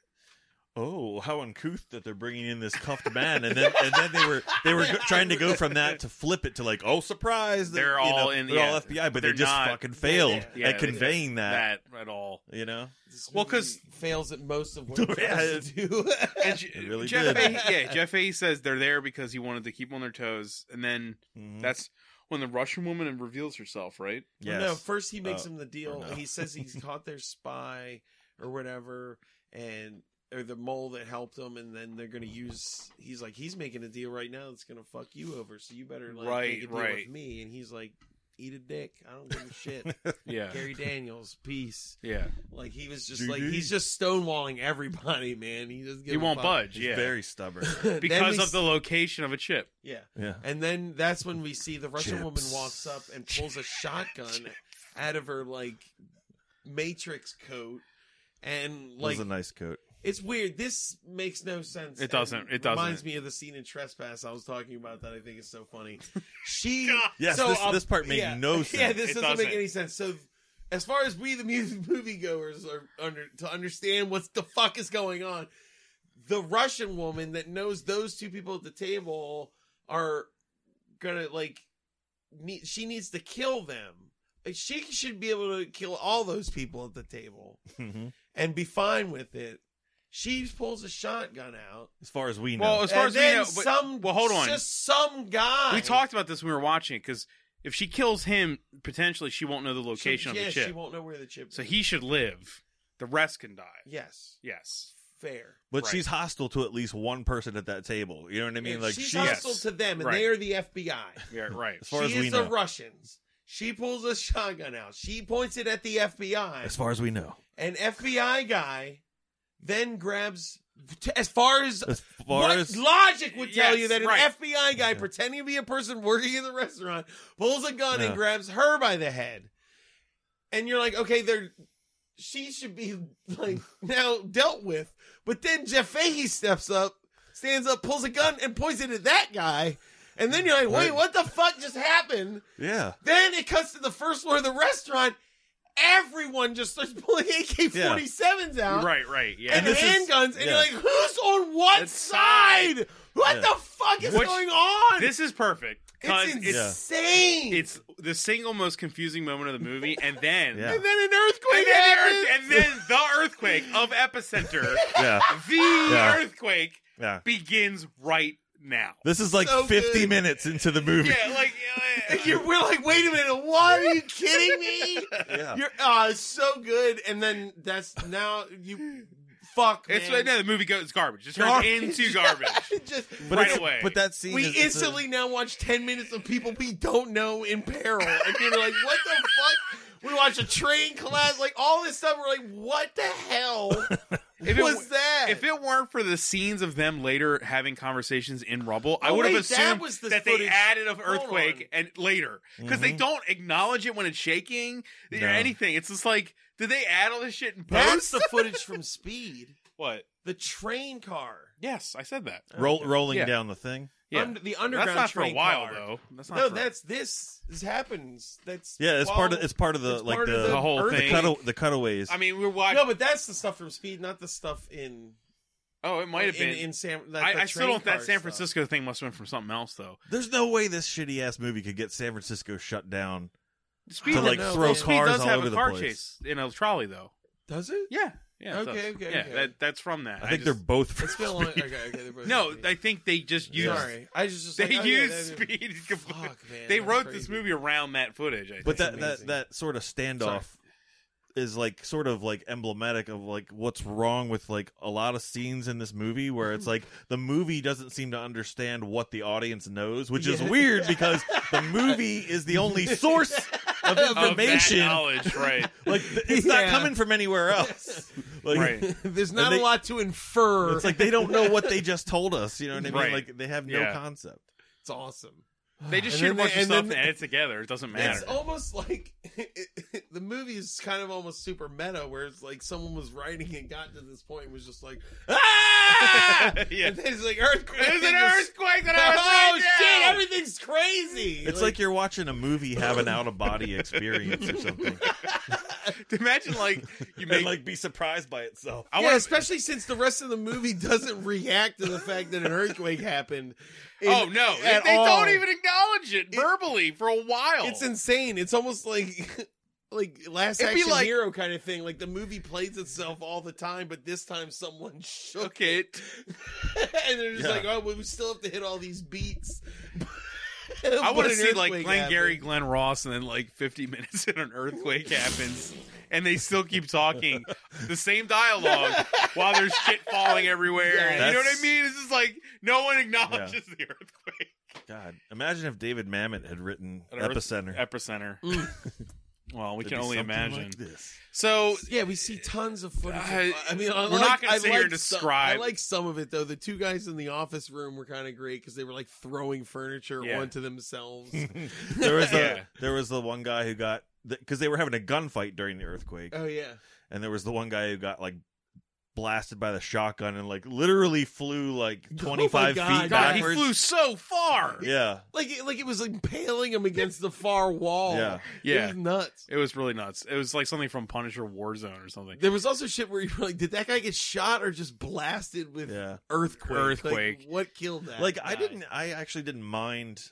S2: oh, how uncouth that they're bringing in this cuffed man, and then and then they were they were go- trying to go from that to flip it to like, oh, surprise, that,
S4: They're
S2: you know,
S4: all in-
S2: they're all
S4: yeah.
S2: FBI, but
S4: They're
S2: they just
S4: not-
S2: fucking failed
S5: Yeah,
S2: at
S4: they-
S2: conveying that,
S4: that at all.
S2: You know,
S5: This
S4: Well,
S5: movie
S4: 'cause-
S5: fails at most of what it
S2: Yeah,
S5: tries to do.
S4: And J-
S2: It really
S4: Jeff
S2: did.
S4: Fahey, yeah, Jeff Fahey says they're there because he wanted to keep on their toes, and then
S2: Mhm.
S4: that's when the Russian woman reveals herself, right?
S5: Well,
S2: Yes.
S5: No, first he makes
S2: Oh,
S5: him the deal.
S2: no.
S5: He says he's caught their spy or whatever, and or the mole that helped him, and then they're gonna use. He's like, he's making a deal right now that's gonna fuck you over, so you better like
S4: Right,
S5: make a deal
S4: right.
S5: with me. And he's like, eat a dick. I don't give a shit.
S4: Yeah.
S5: Gary Daniels, peace.
S4: Yeah.
S5: Like he was just
S2: Dude,
S5: like
S2: dude.
S5: he's just stonewalling everybody, man. He doesn't. Give
S4: He
S5: a
S4: won't
S5: fuck.
S4: budge,
S2: He's
S4: yeah.
S2: very stubborn.
S5: Then
S4: because
S5: we
S4: of the location of a chip.
S5: yeah.
S2: yeah.
S5: And then that's when we see the Russian woman
S2: Chips.
S5: walks up and pulls a shotgun out of her like matrix coat. And
S2: Like,
S5: like
S2: was a nice coat.
S5: it's weird. This makes no sense.
S4: It doesn't.
S5: and
S4: It doesn't.
S5: Reminds me of the scene in Trespass I was talking about that I think is so funny. She
S2: Yes,
S5: so,
S2: this-
S5: um,
S2: this part made
S5: yeah,
S2: no
S5: Yeah,
S2: sense.
S5: this
S4: It
S5: doesn't make
S4: doesn't.
S5: any sense. So as far as we the mu- moviegoers are under to understand what the fuck is going on, the Russian woman that knows those two people at the table are gonna like need, she needs to kill them. Like, She should be able to kill all those people at the table
S2: Mhm.
S5: and be fine with it. She pulls a shotgun out.
S2: As far as we know.
S4: Well, as far as
S5: and
S4: we
S5: then
S4: know, but-
S5: some,
S4: well, hold on.
S5: just some guy.
S4: We talked about this when we were watching it because if she kills him, potentially she won't know the location
S5: she,
S4: of
S5: yeah,
S4: the chip.
S5: She won't know where the chip.
S4: So
S5: is.
S4: he should live. The rest can die.
S5: yes,
S4: Yes.
S5: fair.
S2: but
S4: right.
S2: she's hostile to at least one person at that table. You know what I mean?
S5: Yeah,
S2: Like
S5: she's
S2: she,
S5: hostile
S4: Yes.
S5: to them, and
S4: Right.
S5: they are the FBI.
S4: Yeah, right.
S2: as
S5: She
S2: far as we
S5: is the
S2: know,
S5: Russians. She pulls a shotgun out. She points it at the FBI.
S2: as far as we know,
S5: An FBI guy then grabs. As far as
S2: as far
S5: What
S2: as
S5: logic would tell
S4: Yes,
S5: you that an
S4: right.
S5: FBI guy pretending to be a person working in the restaurant pulls a gun and
S2: Yeah.
S5: grabs her by the head, and you're like, okay, they're she should be like now dealt with. But then Jeff Fahey steps up, stands up, pulls a gun, and points it at that guy. And then you're like, wait,
S2: Right.
S5: what the fuck just happened?
S2: yeah,
S5: Then it cuts to the first floor of the restaurant. Everyone just starts pulling AK-47s out
S4: Right, right. Yeah.
S5: and,
S2: And this is-
S5: handguns,
S2: yeah.
S5: and you're like, who's on what
S4: It's
S5: side? What
S2: Yeah.
S5: the fuck is
S4: Which-
S5: going on?
S4: this is perfect. 'cause
S5: it's
S4: it's,
S5: insane.
S4: it's the single most confusing moment of the movie. And then.
S2: Yeah.
S5: and then an earthquake
S4: And then, the
S5: happens.
S4: earth- and then the earthquake of Epicenter,
S2: yeah,
S4: the
S2: Yeah.
S4: earthquake
S2: yeah.
S4: begins right now.
S2: This is like
S5: So
S2: 50
S5: good.
S2: minutes into the movie.
S4: Yeah, like uh,
S5: And you're, we're like, wait a minute, what? Are you kidding me?
S2: Yeah.
S5: You're oh, it's so good. And then that's now you fuck.
S4: it's
S5: man.
S4: right now the movie goes garbage. It turns
S5: Garbage.
S4: into garbage.
S5: It just-
S2: but
S4: right
S2: it's-
S4: away.
S2: But that scene,
S5: we
S2: is, it's a-
S5: instantly now watch 10 minutes of people we don't know in peril. And you're like, what the fuck? We watch a train collapse, like all this stuff. We're like, what the hell
S4: If it,
S5: was
S4: w-
S5: that?
S4: if it weren't for the scenes of them later having conversations in rubble, I
S5: Oh,
S4: would have
S5: wait, that
S4: assumed
S5: was the
S4: that they
S5: footage.
S4: added of
S5: Hold
S4: earthquake and later because they
S2: Mhm.
S4: don't acknowledge it when it's shaking or
S2: No.
S4: anything. It's just like, did they add all this shit in post?
S5: That's the footage from Speed,
S4: what?
S5: the train car,
S4: Yes, I said that.
S2: roll, rolling
S4: Yeah.
S2: down the thing.
S4: Yeah,
S5: Under- the
S4: that's
S5: underground
S4: not for a
S5: train
S4: while
S5: car.
S4: though. That's not
S5: No,
S4: for-
S5: that's this. This happens. That's
S2: Yeah, it's part of
S5: while-
S2: it's part of the
S5: it's
S2: like
S5: part
S2: the,
S5: of
S4: the whole
S5: earth-
S4: thing.
S2: cuttle- the cutaways.
S4: I mean, we're watching.
S5: No, but that's the stuff from Speed, not the stuff in
S4: oh, it might have
S5: in,
S4: been.
S5: in San. That,
S4: I,
S5: the
S4: I still
S5: train
S4: don't. That
S5: car
S4: San
S5: stuff.
S4: Francisco thing must have been from something else though.
S2: There's no way this shitty ass movie could get San Francisco shut down.
S4: Speed
S5: To,
S4: does-
S5: like, throw
S4: Speed
S2: cars
S4: does
S2: all
S4: have
S2: over
S4: a
S2: the
S4: car
S2: place.
S4: chase in a trolley though.
S5: Does it?
S4: Yeah. Yeah. it
S5: Okay,
S4: does.
S5: okay,
S4: Yeah,
S5: okay.
S4: That, that's from that.
S2: I, think
S4: just-
S2: they're both. For
S5: It's still on.
S2: speed.
S5: Okay, okay. They're both
S4: No,
S5: Speed.
S4: I think they just used.
S5: sorry. I just, just
S4: They
S5: like, oh, yeah,
S4: used
S5: that-
S4: speed. completely.
S5: Fuck, man,
S4: they
S5: that's
S4: wrote
S5: crazy.
S4: this movie around that footage. I think.
S2: but
S5: That's
S2: that,
S5: amazing.
S2: that that sort of standoff is like sort of like emblematic of like what's wrong with like a lot of scenes in this movie where it's like the movie doesn't seem to understand what the audience knows, which is
S5: Yeah.
S2: weird because the movie is the only source of
S5: Of that
S4: of that
S2: information.
S4: knowledge, right?
S2: like th- it's
S5: Yeah.
S2: not coming from anywhere else. Like,
S4: right.
S5: There's not
S2: And
S5: a
S2: they-
S5: lot to infer.
S2: It's like they don't know what they just told us. You know what I mean?
S4: Right.
S2: Like they have no
S4: Yeah.
S2: concept.
S5: it's awesome.
S4: They just
S5: And
S4: shoot a
S5: then
S4: bunch
S5: they-
S4: of
S5: and
S4: stuff
S5: then-
S4: and add it together. It doesn't matter.
S5: It's almost like the movie is kind of almost super meta, where it's like someone was writing and got to this point and was just like, ah!
S4: Yeah.
S5: And then it's like earthquake.
S4: There's an
S5: and just-
S4: earthquake that I was
S5: Oh
S4: right
S5: shit!
S4: now!
S5: Everything's crazy.
S2: It's like you're watching a movie have an out of body experience or something,
S4: Imagine like you make
S2: and like be surprised by itself.
S4: I
S5: yeah,
S4: want
S5: especially since the rest of the movie doesn't react to the fact that an earthquake happened. in-
S4: Oh no! They,
S5: at
S4: they
S5: all.
S4: don't even acknowledge it verbally for a while.
S5: It's insane. It's almost like like last
S4: It'd be
S5: action
S4: like-
S5: hero kind of thing. Like the movie plays itself all the time, but this time someone shook
S4: Okay.
S5: it, and they're just
S2: Yeah.
S5: like, "Oh, well, we still have to hit all these beats."
S4: I want to
S5: An
S4: see like
S5: earthquake
S4: Glenn Gary,
S5: happened.
S4: Glenn Ross, and then like 50 minutes in an earthquake happens, and they still keep talking the same dialogue while there's shit falling everywhere.
S5: Yeah.
S4: you know what I
S2: That's-
S4: mean? It's just like no one acknowledges the earthquake.
S2: God, imagine if David Mamet had written
S4: An earth-
S2: Epicenter.
S4: Epicenter. well, we
S2: It'd
S4: can
S2: be
S4: only
S2: something
S4: imagine.
S2: like this.
S4: so
S5: Yeah, we see tons of footage.
S4: Uh,
S5: of, I mean, I
S4: we're not
S5: like-
S4: gonna
S5: I
S4: sit here
S5: like
S4: and
S5: some-
S4: describe-
S5: I like some of it though. The two guys in the office room were kind of great because they were like throwing furniture
S4: Yeah.
S5: onto themselves.
S2: There was the
S4: Yeah.
S2: there was the one guy who got because they were having a gunfight during the
S4: Uh.
S2: earthquake,
S5: oh yeah,
S2: and there was the one guy who got like blasted by the shotgun and like literally flew like
S5: Oh my
S2: 25
S5: God.
S2: feet
S4: God, he
S2: backwards.
S4: flew so far.
S2: yeah,
S5: like it- like it was impaling him against the far
S4: Oh,
S5: wall.
S2: yeah.
S5: it
S4: Yeah,
S5: was nuts.
S4: it was really nuts. It was like something from Punisher Warzone or something.
S5: There was also shit where you were like, did that guy get shot or just blasted with
S2: Yeah.
S5: earthquake?
S4: Earthquake.
S5: Like, what killed that?
S2: Like I
S5: guy?
S2: didn't I actually didn't mind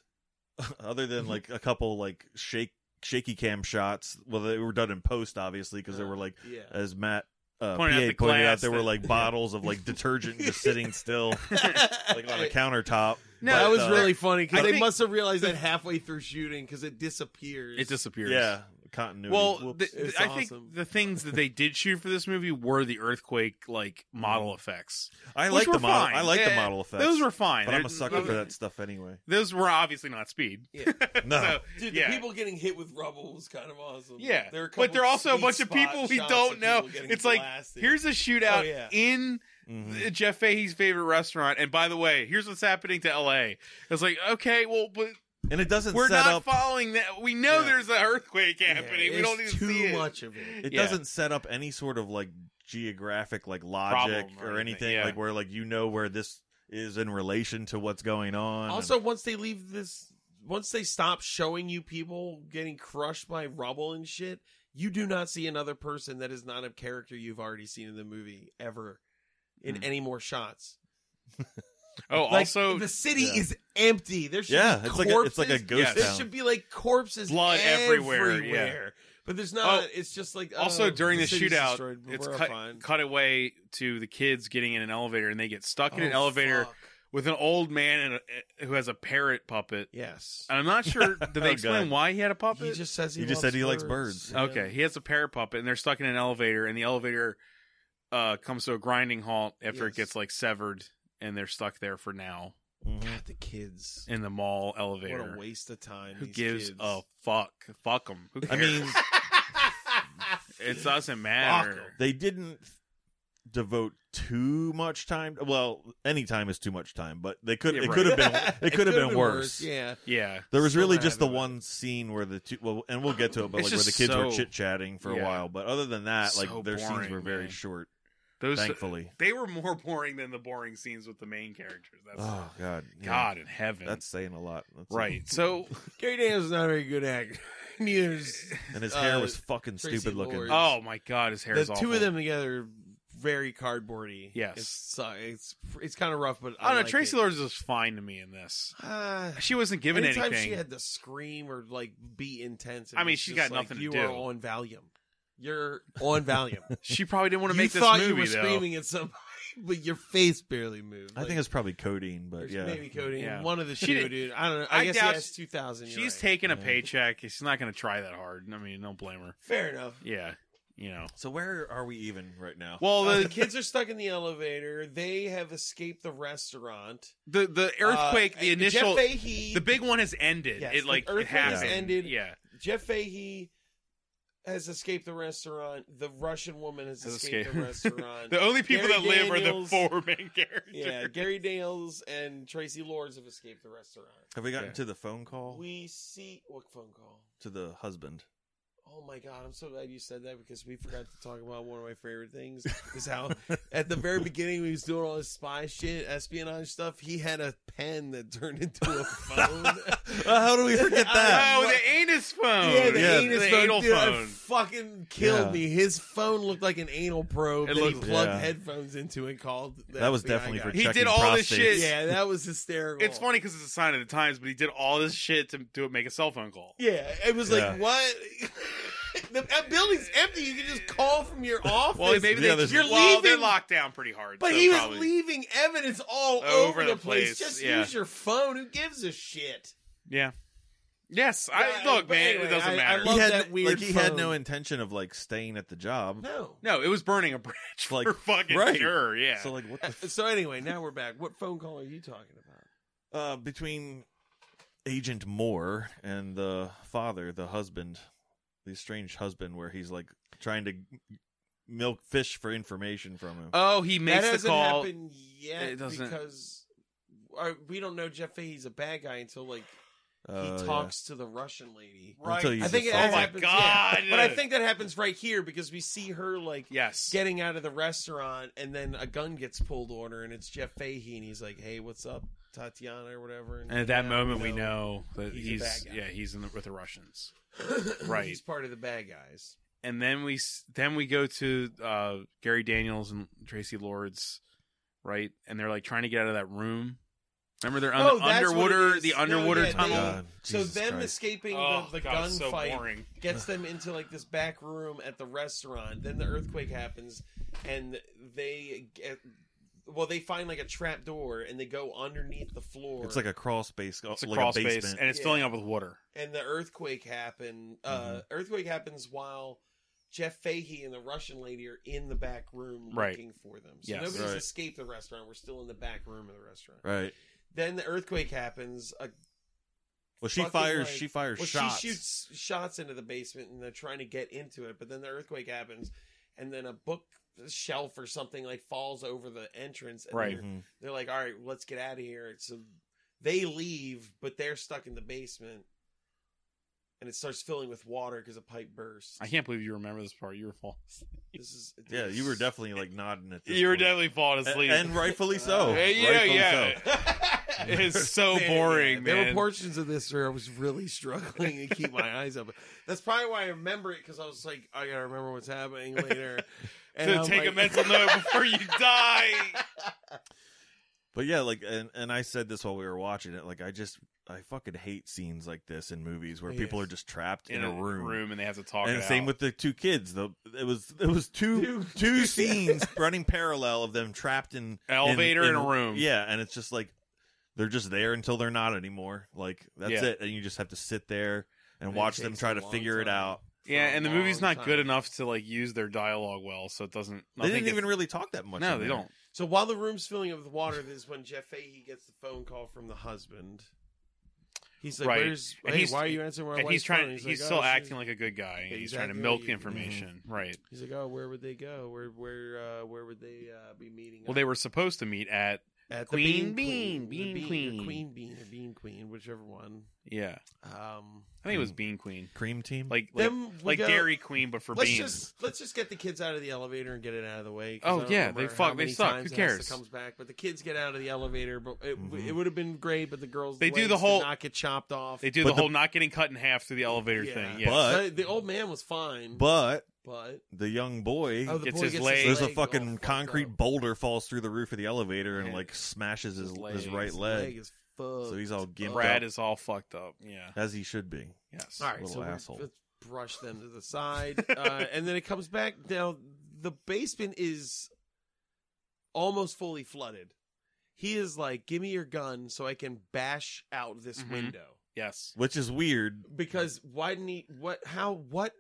S2: other than like a couple like shake shaky cam shots. Well, they were done in post obviously because there
S4: Uh.
S2: were like
S5: Yeah.
S2: as Matt uh,
S4: Pointed out
S2: PA
S4: the
S2: pointed
S4: glass
S2: out there were
S4: that-
S2: like bottles of like detergent just sitting still like on a countertop.
S4: No,
S5: that
S2: But,
S5: was
S2: uh,
S5: really funny
S4: I
S5: because they
S4: think-
S5: must have realized that halfway through shooting because it disappears.
S4: It disappears.
S2: yeah continuity.
S4: Well,
S2: Whoops.
S4: the,
S5: It's
S4: I think
S5: awesome.
S4: the things that they did shoot for this movie were the earthquake like model effects.
S2: Mm. I
S4: which
S2: like
S4: were
S2: the model.
S4: fine.
S2: I like the
S4: Yeah,
S2: model effects.
S4: Those were fine.
S2: but I'm
S4: They're-
S2: a sucker for that stuff anyway.
S4: Those were obviously not speed.
S5: Yeah.
S2: No,
S4: So,
S5: Dude,
S4: yeah.
S5: the people getting hit with rubble was kind of awesome.
S4: yeah,
S5: There are a
S4: but
S5: couple
S4: they're also a
S5: sweet
S4: bunch of
S5: spot
S4: people we
S5: shots
S4: don't
S5: of
S4: know.
S5: people getting
S4: It's like
S5: blasted.
S4: here's a shootout
S5: Oh, yeah.
S4: in
S2: Mhm.
S4: uh, Jeff Fahey's favorite restaurant. And by the way, here's what's happening to L.A. It's like okay, well, but
S2: and it doesn't
S4: we're
S2: set
S4: not
S2: up.
S4: following that. We know
S2: Yeah.
S4: there's an earthquake
S5: Yeah,
S4: happening. we
S5: it's
S4: don't need to
S5: too
S4: see it.
S5: much of it.
S2: It
S4: Yeah.
S2: doesn't set up any sort of like geographic like logic
S4: Problem or
S2: or,
S4: anything,
S2: anything,
S4: yeah.
S2: like where like you know where this is in relation to what's going on. and-
S5: Also, once they leave this, once they stop showing you people getting crushed by rubble and shit, you do not see another person that is not a character you've already seen in the movie ever in
S4: Hmm.
S5: any more shots.
S4: Oh,
S5: Like,
S4: also
S5: the city
S2: Yeah.
S5: is empty. There should
S2: yeah,
S5: be
S2: it's like
S5: corpses.
S2: a, it's like a ghost
S5: There
S2: town.
S5: should be like corpses,
S4: Blood everywhere,
S5: everywhere.
S4: yeah.
S5: But there's not.
S4: Oh,
S5: it's just like
S4: also
S5: oh,
S4: during the,
S5: city's
S4: shootout
S5: destroyed, but
S4: it's
S5: we're
S4: cut,
S5: fine.
S4: cut away to the kids getting in an elevator and they get stuck in
S5: Oh,
S4: an elevator
S5: fuck.
S4: with an old man and a, who has a parrot puppet
S5: Yes.
S4: and i'm not sure did they
S2: Oh,
S4: explain
S2: God.
S4: why he had a puppet
S5: He just says he,
S2: He just
S5: loves
S2: said he likes birds.
S5: Yeah.
S4: okay he has a parrot puppet and they're stuck in an elevator and the elevator uh comes to a grinding halt after it
S5: Yes.
S4: gets like severed and they're stuck there for now
S2: Mhm.
S5: God, the kids.
S4: in the mall
S5: What
S4: elevator
S5: a waste of time.
S4: who
S5: these
S4: gives
S5: kids.
S4: a fuck fuck them who
S2: I
S4: cares?
S2: mean,
S4: it doesn't matter
S2: they didn't devote too much time. Well, any time is too much time, but they could
S4: Yeah,
S2: it
S4: right.
S2: could have been it could have been, worse.
S5: Yeah.
S4: yeah
S2: There was
S5: Still
S2: really
S5: mad
S2: just the
S5: about it.
S2: one scene where the two, well, and we'll get to it, but
S4: It's
S2: like where the
S4: just
S2: kids were
S4: so-
S2: chit chatting for
S4: yeah.
S2: a while. But other than that, like
S4: So
S2: their scenes
S4: boring,
S2: were very
S4: man.
S2: short,
S4: those
S2: thankfully.
S4: they were more boring than the boring scenes with the main characters.
S5: Ah.
S4: That's
S2: Oh God, Yeah.
S4: God in heaven.
S2: that's saying a lot. That's-
S4: right. So,
S5: Gary Daniels is not a very good actor. Neither is-
S2: and his hair
S5: Uh,
S2: was fucking
S5: Tracy
S2: stupid looking.
S5: Lords.
S4: oh my God, his hair
S5: the
S4: is
S5: two
S4: awful.
S5: of them together, very cardboardy.
S4: Yes.
S5: It's so- it's it's kind of rough, but
S4: I don't know.
S5: like
S4: Tracy
S5: it.
S4: Lords was fine to me in this.
S5: Ah,
S4: She wasn't given
S5: anytime
S4: anything.
S5: she had to scream or like be intense. it
S4: I mean,
S5: was
S4: she's
S5: just
S4: got
S5: like,
S4: nothing to
S5: you
S4: do.
S5: are on Valium. You're on Valium.
S4: She probably didn't want to
S5: you
S4: make this
S5: thought
S4: movie
S5: you were
S4: though.
S5: screaming at somebody, but your face barely moved.
S2: I think it's probably codeine, but
S5: There's
S2: yeah,
S5: maybe coding.
S4: Yeah.
S5: One of the
S4: She
S5: two,
S4: didn't-
S5: dude. I don't know. I,
S4: I
S5: guess
S4: doubt
S5: yeah, it's 2000. you're
S4: She's
S5: right.
S4: taking a
S2: Yeah.
S4: paycheck. She's not going to try that hard. I mean, don't blame her.
S5: Fair enough.
S4: Yeah, you know.
S2: So where are we even right now?
S4: Well,
S5: Uh, the
S4: the
S5: kids are stuck in the elevator. They have escaped the restaurant.
S4: the, the earthquake,
S5: Uh,
S4: the
S5: and Jeff
S4: initial,
S5: Fahey.
S4: the big one has ended.
S5: Yes,
S4: it
S5: the
S4: like it
S5: earthquake has
S4: happened.
S5: ended.
S4: Yeah,
S5: Jeff Fahey has escaped the restaurant. The Russian woman has,
S4: Has
S5: escaped, the
S4: escaped.
S5: restaurant.
S4: the only people
S5: Gary
S4: that live
S5: Daniels-
S4: are the four main characters.
S5: yeah, Gary Dales and Tracy Lords have escaped the restaurant.
S2: have we gotten
S4: yeah.
S2: to the phone
S4: Oh.
S2: call
S5: We see what phone call.
S2: to the husband?
S5: Oh my god, I'm so glad you said that because we forgot to talk about one of my favorite things is how at the very beginning when he was doing all his spy shit, espionage stuff, he had a pen that turned into a phone.
S2: how do we forget that?
S4: Oh, the anus phone.
S5: yeah, the
S2: yeah,
S5: anus
S4: the
S5: phone,
S4: anal
S5: dude, that
S4: phone.
S5: fucking killed
S2: Yeah.
S5: me. His phone looked like an anal probe
S4: It
S5: that
S4: looked-
S5: he plugged
S2: yeah.
S5: headphones into and called. the
S2: That was
S5: FBI
S2: definitely
S5: guy.
S2: for
S4: He did
S2: checking
S4: all this
S2: prostates.
S4: shit.
S5: Yeah, that was hysterical.
S4: It's funny because it's a sign of the times, but he did all this shit to to make a cell phone call.
S5: Yeah, it was
S2: Yeah.
S5: like what? the that building's empty. You can just call from your office.
S4: Well,
S2: yeah,
S4: maybe they
S2: there's-
S4: you're
S5: You're
S4: well, they're
S5: leaving-
S4: locked down pretty hard.
S5: But
S4: so
S5: he was
S4: probably.
S5: leaving evidence all
S4: Over
S5: over,
S4: the
S5: the place.
S4: place,
S5: Just
S4: yeah.
S5: use your phone. Who gives a shit?
S4: Yeah. Yes, I
S5: Yeah,
S4: look,
S5: but
S4: man.
S5: anyway,
S4: it doesn't
S5: I- I
S4: matter.
S5: love
S2: he had
S5: that
S2: n-
S5: weird
S2: like he had
S5: phone.
S2: no intention of like staying at the job.
S5: No.
S4: no, it was burning a branch
S2: Like,
S4: for fucking
S2: right.
S4: sure. Yeah.
S2: So like what the f-
S5: So anyway, now we're back. What phone call are you talking about?
S2: uh, between Agent Moore and the father, the husband, the estranged husband, where he's like trying to milk fish for information from him.
S4: oh, he makes
S5: that
S4: the
S5: hasn't
S4: call.
S5: happened yet
S4: It doesn't-
S5: because uh, we don't know Jeff Fahey's a bad guy until like he
S2: Uh, yeah.
S5: talks to the Russian lady.
S2: Until
S4: Right.
S2: he's
S5: I think it
S2: assaulted.
S4: Oh my
S5: happens. yeah.
S4: God.
S5: But I think that happens right here because we see her like
S4: Yes.
S5: getting out of the restaurant, and then a gun gets pulled on her, and it's Jeff Fahey, and he's like, "Hey, what's up, Tatiana, or whatever."
S4: and at that moment, we know that
S5: he's a
S4: he's,
S5: bad guy.
S4: yeah, he's in the, with the Russians.
S5: right.
S4: Right.
S5: He's part of the bad guys.
S4: and then we s- then we go to uh, Gary Daniels and Tracy Lords, right? And they're like trying to get out of that room. Remember, they're on
S5: Oh,
S4: the
S5: that's what it
S4: underwater,
S5: is.
S4: the
S5: No,
S4: underwater
S5: yeah, they-
S4: tunnel.
S2: God,
S5: So
S2: Jesus
S5: them
S2: Christ.
S5: escaping
S4: Oh,
S5: the, the
S4: God, so
S5: gunfight
S4: boring.
S5: gets them into like this back room at the restaurant. Then the earthquake happens, and they get well, they find like a trap door, and they go underneath the floor.
S2: It's like a crawl space,
S4: It's a
S2: like
S4: crawl
S2: a basement.
S4: space, and it's
S5: Yeah.
S4: filling up with water.
S5: and the earthquake happen. Uh,
S2: Mm-hmm.
S5: Earthquake happens while Jeff Fahey and the Russian lady are in the back room
S4: Right.
S5: looking for them. So
S4: Yes.
S5: nobody's
S2: Right.
S5: escaped the restaurant. We're still in the back room of the restaurant.
S2: right.
S5: Then the earthquake happens. A
S2: Well, she
S5: fucking,
S2: fires.
S5: like-
S2: she fires
S5: well,
S2: shots.
S5: She shoots shots into the basement, and they're trying to get into it. But then the earthquake happens, and then a book shelf or something like falls over the entrance. And
S4: Right.
S5: They're,
S2: Mhm.
S5: they're like, "All right, let's get out of here." So they leave, but they're stuck in the basement, and it starts filling with water because a pipe bursts.
S4: I can't believe you remember this part. You were falling.
S5: This is
S2: Yeah, you were definitely like nodding at this.
S4: You were
S2: point.
S4: definitely falling
S2: A-
S4: asleep.
S2: and rightfully so.
S4: Hey, yeah,
S2: Rightfully
S4: yeah.
S2: so.
S5: definitely.
S4: it's so boring,
S5: There
S4: man.
S5: were portions of this where I was really struggling to keep my eyes open. That's probably why I remember it because I was like, I gotta remember what's happening later.
S4: to
S5: I'm
S4: take a
S5: like-
S4: mental note before you die.
S2: But yeah, like, and, and I said this while we were watching it. Like, I just, I fucking hate scenes like this in movies where people
S5: Yes.
S2: are just trapped in, a room.
S4: and they have to talk.
S2: And
S4: it
S2: same
S4: out.
S2: with the two kids. The it was it was two two scenes running parallel of them trapped in
S4: Elevator in a room.
S2: Yeah, and it's just like they're just there until they're not anymore. Like that's
S4: Yeah.
S2: it, and you just have to sit there and
S5: It
S2: watch them
S5: takes
S2: try
S5: a
S2: to
S5: long
S2: figure it
S5: time.
S2: out.
S5: for
S4: yeah,
S5: a
S4: and the movie's
S5: long
S4: not good
S5: time.
S4: enough to like use their dialogue well, so it doesn't.
S2: They didn't even really talk that much.
S4: No,
S2: in
S4: they
S2: there.
S4: don't.
S5: So while the room's filling up with water, this is when Jeff Fahey gets the phone call from the husband. He's like,
S4: Right.
S5: "Where's?
S4: And
S5: hey,
S4: he's-
S5: why are you answering my
S4: and
S5: wife's
S4: he's trying.
S5: phone?"
S4: He's,
S5: like,
S4: still
S5: "Oh, Mm-hmm. she-
S4: acting like a good guy.
S5: Yeah,
S4: he's
S5: he's
S4: trying to
S5: acting
S4: milk
S5: like
S4: the
S5: a-
S4: information,
S2: Mm-hmm.
S4: right?
S5: He's like, "Oh, where would they go? Where, where, uh, where would they uh, be meeting?"
S4: Well,
S5: up?"
S4: they were supposed to meet at
S5: at
S4: Queen
S5: the
S4: Bean,
S5: Bean Queen, the
S4: Bean
S5: Bean-
S4: Queen.
S5: or Queen Bean, or Bean Queen, whichever one.
S4: yeah.
S5: Um,
S4: I think it
S2: Mm.
S4: was Bean Queen,
S2: Cream team.
S4: like like,
S5: Then we
S4: like
S5: go-
S4: Dairy Queen, but for
S5: let's
S4: beans.
S5: just let's just get the kids out of the elevator and get it out of the way. 'cause
S4: Oh,
S5: I don't
S4: yeah, they
S5: remember
S4: fuck-
S5: how
S4: they
S5: many
S4: suck.
S5: times
S4: Who
S5: Asta
S4: cares?
S5: Comes back, but the kids get out of the elevator. But it,
S4: Mm-hmm.
S2: Mhm.
S5: it would have been great. But the girls
S4: They do the
S5: legs did
S4: whole-
S5: not get chopped off.
S4: they do
S2: But
S4: the,
S2: the-
S4: whole not getting cut in half through the elevator
S5: Yeah.
S4: thing. Yeah.
S2: But-
S5: But the old man was fine.
S2: but
S5: but
S2: the young boy
S5: oh, the
S4: Gets
S5: boy
S4: his
S5: gets
S4: leg-
S5: His
S2: There's a
S5: leg all
S2: fucking
S5: fucked
S2: concrete
S5: up.
S2: boulder falls through the roof of the elevator and
S4: Yeah.
S2: like smashes his,
S4: His
S2: his
S4: leg.
S2: right
S5: His
S2: leg,
S5: leg is fucked.
S2: So he's all gimped
S4: Brad
S2: up.
S4: is all fucked up. Yeah.
S2: as he should be.
S4: Yes.
S5: All right,
S2: Little
S5: so we're-
S2: asshole.
S5: let's brush them to the side, uh, and then it comes back. Now the basement is almost fully flooded. He is like, "Give me your gun so I can bash out this
S4: Mhm.
S5: window."
S4: Yes.
S2: Which is weird.
S5: Because why didn't he? What? How? What?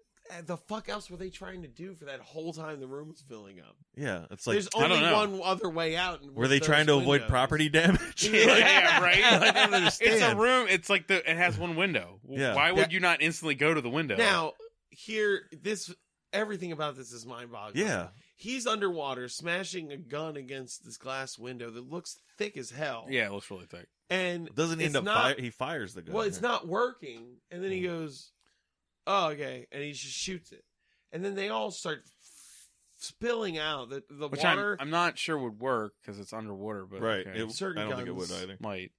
S5: The fuck else were they trying to do for that whole time the room was filling up?
S2: Yeah, it's like
S5: There's
S4: I
S5: only
S4: don't know.
S5: one other way out. and
S2: were they
S5: those
S2: trying to avoid
S5: windows.
S2: property damage?
S5: Yeah.
S2: Like,
S4: yeah, right.
S2: I don't
S4: It's a
S2: understand.
S4: room. It's like the. It has one window.
S2: Yeah.
S4: Why would
S5: Yeah.
S4: you not instantly go to the window?
S5: Now here, this everything about this is mind-boggling.
S2: yeah,
S5: He's underwater, smashing a gun against this glass window that looks thick as hell.
S4: Yeah, it looks really thick.
S5: and
S2: It doesn't
S5: It's
S2: end up.
S5: not-
S2: fire, he fires the gun.
S5: well, it's
S2: Yeah.
S5: not working. And then he
S2: Mm.
S5: goes, "Oh, okay," and he just shoots it. And then they all start f- spilling out the the
S4: Which
S5: water.
S4: I'm, I'm not sure would work because it's underwater, but
S2: right.
S4: okay.
S2: It,
S5: Certain
S2: I don't think it
S5: guns-
S2: would either.
S4: might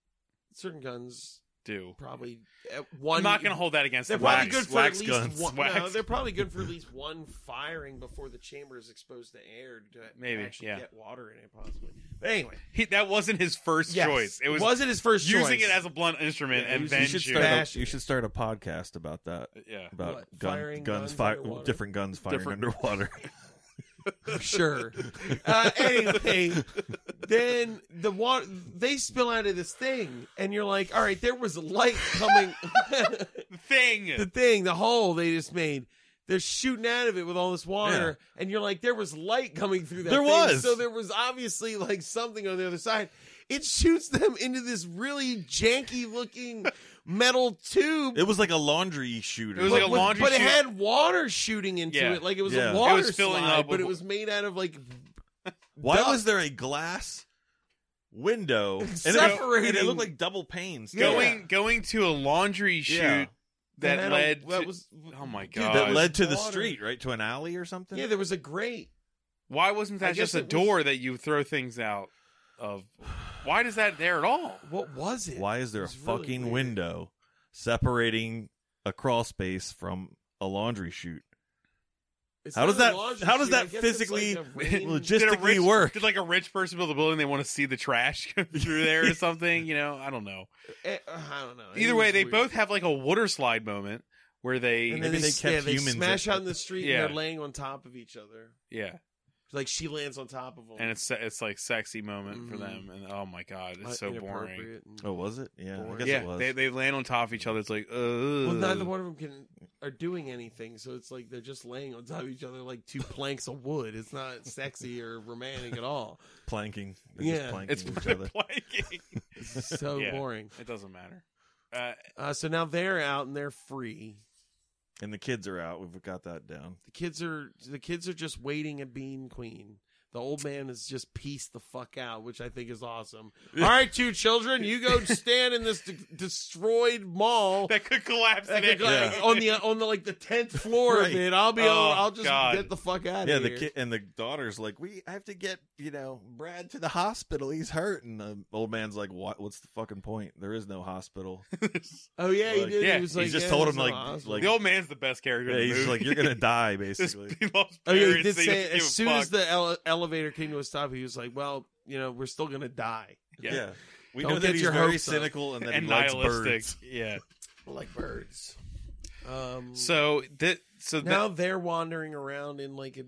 S5: certain guns
S4: do.
S5: probably at one.
S4: I'm not going to hold that against
S5: They're
S4: the
S5: probably
S4: wax.
S5: good for
S2: wax
S5: at least
S2: guns.
S5: one. No,
S4: Wax.
S5: they're probably good for at least one firing before the chamber is exposed to air to
S4: Maybe,
S5: actually
S4: yeah.
S5: get water in it, possibly. But anyway,
S4: He, that wasn't his first
S5: yes.
S4: choice. It was
S5: not his first
S4: using
S5: choice.
S4: it as a blunt instrument
S5: Yeah,
S4: and
S5: you
S4: then
S2: You should, start a,
S5: Bashing
S2: you
S5: it.
S2: should start a podcast about that.
S4: yeah.
S2: About
S5: What,
S2: gun,
S5: firing
S2: guns,
S5: guns
S2: fire,
S5: underwater?
S2: different guns firing
S4: Different-
S2: underwater.
S5: sure. Uh, anyway, then the water they spill out of this thing, and you're like, all right, there was light coming.
S4: Thing.
S5: the thing, the hole they just made. They're shooting out of it with all this water, and you're like, there was light coming through that.
S2: There
S5: thing,
S2: was.
S5: so there was obviously like something on the other side. It shoots them into this really janky looking metal tube.
S2: It was like a laundry shooter.
S4: It was like a
S5: with-
S4: laundry
S5: but it
S4: chute.
S5: had water shooting into
S4: Yeah.
S5: it, like it was
S2: Yeah.
S5: a
S2: It
S5: water
S4: was filling
S5: slide,
S4: up
S5: but
S4: with-
S5: it was made out of like
S2: Why
S5: duck.
S2: was there a glass window and it-
S5: Separating.
S2: and it looked like double panes? too.
S4: going going to a laundry shoot
S2: Yeah.
S4: that
S5: metal-
S4: led
S5: that
S4: to-
S5: was
S4: oh my
S5: Dude, that
S4: god
S2: that led to the
S5: water.
S2: street, right to an alley or something.
S5: yeah, there was a grate.
S4: why wasn't
S5: I
S4: that just
S5: guess
S4: a
S5: it was-
S4: door that you throw things out of why does that there at all
S5: What was it?
S2: Why is there a
S5: It's really
S2: fucking
S5: weird.
S2: window separating a crawl space from a laundry chute?
S5: It's
S2: How does
S5: not a
S2: that-
S5: laundry
S2: how does
S5: chute, I
S2: that
S5: guess it's
S2: physically-
S5: like a rain-
S2: Logistically
S4: did a rich
S2: work.
S4: did like a rich person build a building they want to see the trash go through there or something you know i don't know
S5: eh, I don't know. It
S4: either way
S5: was
S4: they
S5: weird.
S4: both have like a water slide moment where they
S5: And
S2: Maybe
S5: then
S2: they
S5: they,
S2: kept
S5: yeah, they
S2: humans
S5: smash
S2: in-
S5: out in the street
S4: Yeah.
S5: and they're laying on top of each other.
S4: yeah
S5: Like she lands on top of them.
S4: and it's it's like sexy moment for
S5: Mhm.
S4: them and oh my god it's so boring
S2: Oh, was it? Yeah, I
S5: Boring.
S2: guess it
S4: yeah
S2: was.
S4: they, they land on top of each other it's like uh
S5: Well, neither one of them can are doing anything, so it's like they're just laying on top of each other like two planks of wood. It's not sexy or romantic at all.
S2: planking. They're just
S5: Yeah.
S2: planking
S4: it's
S2: each other.
S4: planking.
S5: It's so
S4: Yeah.
S5: boring.
S4: It doesn't matter. Uh,
S5: Uh, so now they're out and they're free.
S2: And the kids are out. We've got that down.
S5: The kids are the kids are just waiting at Bean Queen. The old man is just pieced the fuck out, which I think is awesome. All right, two children, you go stand in this de- destroyed mall
S4: that could collapse.
S5: Like,
S4: in
S5: like,
S4: any-
S5: on the on the like the tenth floor
S2: Right.
S5: of it. I'll be.
S4: Oh,
S5: on- I'll just
S4: God.
S5: get the fuck out
S2: yeah,
S5: of
S2: the
S5: here.
S2: kid and the daughter's like, we have to get you know Brad to the hospital. He's hurt, and the old man's like, what? What's the fucking point? There is no hospital.
S5: Oh yeah, he
S2: Like,
S5: did.
S4: yeah,
S5: he was
S2: he
S5: like,
S2: just
S5: yeah,
S2: told
S5: it was
S2: him,
S5: in
S2: like-
S5: the hospital.
S2: like-
S4: the old man's the best character.
S2: yeah,
S4: in the
S2: he's
S4: movie.
S2: like, you're gonna die,
S4: This
S2: basically.
S4: he lost
S5: oh yeah, he
S4: parents,
S5: did
S4: they
S5: say
S4: just give
S5: as
S4: a
S5: soon as
S4: fuck.
S5: the ele- elevator came to a stop, he was like, well, you know, we're still gonna die
S2: yeah.
S4: yeah,
S2: we
S5: Don't
S2: know that
S5: get
S2: he's
S5: your
S2: very
S5: hopes up.
S2: cynical and that
S4: and
S2: he likes
S4: nihilistic.
S2: birds.
S4: Yeah.
S5: like birds. Um.
S4: So that so
S5: now
S4: that
S5: they're wandering around in like a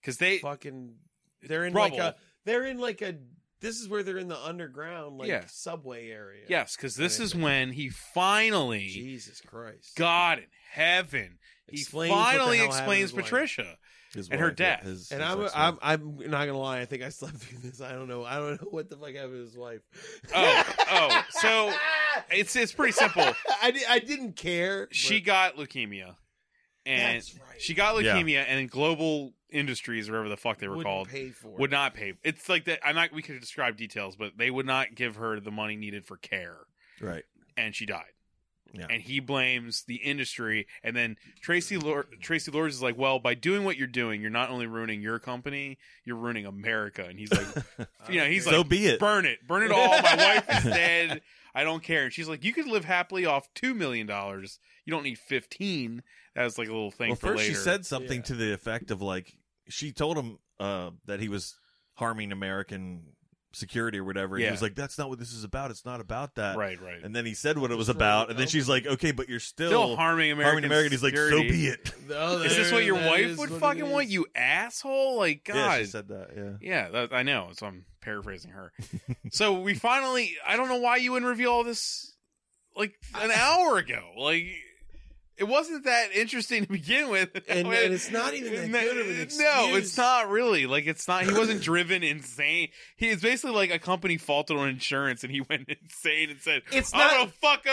S4: because they
S5: fucking. They're in
S4: rubble.
S5: like a. They're in like a. This is where they're in the underground, like
S4: Yeah.
S5: subway area.
S4: yes because this is when he finally
S5: Jesus Christ.
S4: God in heaven he
S5: Explains what the
S4: finally
S5: hell happened
S4: explains
S5: to his wife.
S4: Patricia.
S2: His
S4: And her
S2: wife, yeah,
S4: death.
S2: his-
S5: And
S2: his
S5: I'm,
S2: ex-wife.
S5: I'm I'm not gonna lie. I think I slept through this. I don't know. I don't know what the fuck happened to his wife.
S4: Oh oh so it's it's pretty simple.
S5: I di- I didn't care.
S4: She
S5: but-
S4: got leukemia and
S5: That's right.
S4: She got
S2: Yeah.
S4: leukemia, and Global Industries, whatever the fuck they were
S5: Wouldn't
S4: called,
S5: pay for
S4: would
S5: it.
S4: not pay. It's like that. I'm not. We could describe details, but they would not give her the money needed for care,
S2: right.
S4: and she died.
S2: Yeah.
S4: And he blames the industry, and then Tracy Lor- Tracy Lords is like, "Well, by doing what you're doing, you're not only ruining your company, you're ruining America." And he's like, "You know, he's
S2: so
S4: like,
S2: be it.
S4: burn it, burn it all. My wife is dead. I don't care." And she's like, "You could live happily off two million dollars. You don't need fifteen. That was like a little thing
S2: Well,
S4: for
S2: first
S4: later.
S2: she said something
S5: Yeah.
S2: to the effect of like she told him uh, that he was harming American security or whatever. And
S4: Yeah.
S2: He was like, "That's not what this is about. It's not about that."
S4: right, right.
S2: And then he said what it was
S5: Destroy
S2: about,
S5: the
S2: and then she's like, "Okay, but you're still,
S4: still harming
S2: harming
S4: American
S2: America." He's like, "So
S4: security.
S2: be it."
S5: Oh,
S4: Is this
S5: there-
S4: what your
S5: that
S4: wife
S5: is
S4: would
S5: what it
S4: fucking want,
S5: is.
S4: you asshole? Like, God.
S2: Yeah, she said that. Yeah.
S4: Yeah, that, I know. So I'm paraphrasing her. so we finally, I don't know why you wouldn't reveal all this like an hour ago. Like, it wasn't that interesting to begin with.
S5: And- and it's not even that good of an
S4: No,
S5: excuse.
S4: it's not really. Like, it's not. He wasn't driven insane. He is basically like a company faulted on insurance, and he went insane and said,
S5: It's
S4: "I'm
S5: not-
S4: gonna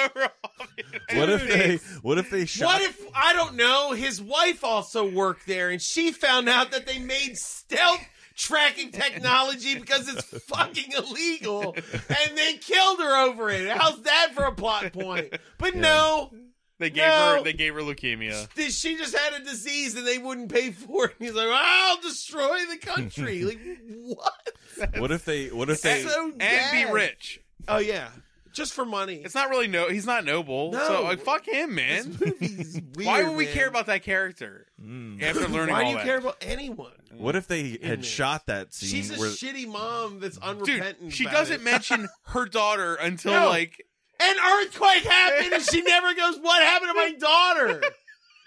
S4: fuck over." all of you."
S2: What if they? What if they shot?
S5: What if I don't know? His wife also worked there, and she found out that they made stealth tracking technology because it's fucking illegal, and they killed her over it. How's that for a plot point? But no,
S4: they gave
S5: No.
S4: her? They gave her leukemia.
S5: th- she just had a disease, and they wouldn't pay for it. And he's like, "I'll destroy the country." Like what?
S2: what if they? What if they?
S5: That's so
S4: and
S5: bad.
S4: be rich.
S5: Oh yeah, just for money.
S4: It's not really no. He's not noble.
S5: No.
S4: So like, fuck him, man.
S5: This movie's weird,
S4: Why would we
S5: man.
S4: care about that character
S2: Mm.
S4: after learning
S5: Why
S4: all
S5: do you
S4: that?
S5: care about anyone?
S2: What if they had
S5: this.
S2: shot that scene?
S5: She's a
S2: where,
S5: shitty mom that's
S4: Dude,
S5: unrepentant.
S4: she
S5: about
S4: doesn't
S5: it.
S4: mention her daughter until
S5: No.
S4: like
S5: An earthquake happened, and she never goes, "What happened to my daughter?"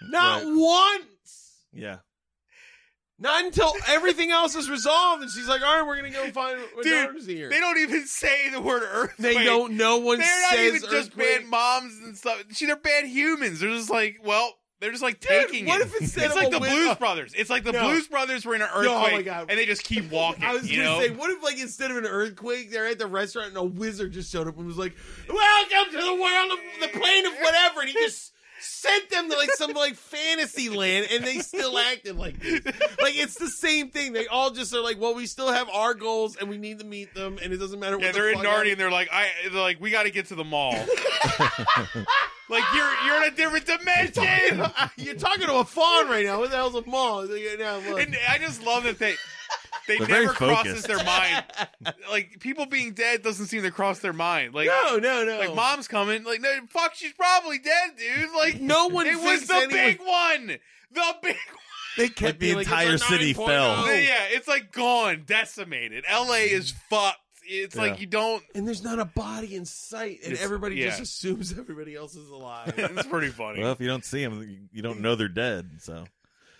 S5: Not
S2: Right.
S5: once.
S2: yeah.
S5: Not until everything else is resolved, and she's like, "All right, we're gonna go find what
S4: Dude,
S5: Dark's here."
S4: They don't even say the word earthquake.
S5: They don't. No one
S4: They're not
S5: says
S4: even just
S5: earthquake.
S4: bad moms and stuff. See, they're bad humans. They're just like, well, they're just like
S5: Dude,
S4: taking
S5: what
S4: it.
S5: if instead
S4: it's
S5: of
S4: like
S5: a
S4: the
S5: win- Oh.
S4: Blues Brothers. It's like the
S5: No.
S4: Blues Brothers were in an
S5: oh
S4: earthquake,
S5: my God.
S4: and they just keep walking.
S5: I was
S4: you
S5: gonna
S4: know?
S5: say, what if like instead of an earthquake, they're at the restaurant and a wizard just showed up and was like, "Welcome to the world of the plane of whatever," and he just sent them to like some like fantasy land, and they still acted like this. Like it's the same thing. They all just are like, "Well, we still have our goals, and we need to meet them, and it doesn't matter."
S4: Yeah,
S5: what the
S4: they're in
S5: fuck
S4: Narnia
S5: I-
S4: and they're like, I they're like, we got to get to the mall. like you're you're in a different dimension.
S5: You're talking to a fawn right now. What the hell's a mall? Now, look.
S4: and I just love that they they
S2: They're very
S4: never crosses
S2: focused.
S4: their mind. Like people being dead doesn't seem to cross their mind. Like
S5: no, no, no.
S4: like mom's coming. Like no, fuck, she's probably dead, dude. Like
S5: no one.
S4: it was
S5: thinks
S4: the
S5: anyone-
S4: big one. The big one.
S5: They kept
S2: Like the
S5: being "It's a
S2: entire city
S5: 9.0."
S2: fell. Oh.
S4: Yeah, it's like gone, decimated. L.A. is fucked. It's like
S2: Yeah.
S4: you don't.
S5: and there's not a body in sight, and
S4: It's-
S5: everybody
S4: yeah.
S5: just assumes everybody else is alive.
S4: It's pretty funny.
S2: Well, if you don't see them, you don't know they're dead. So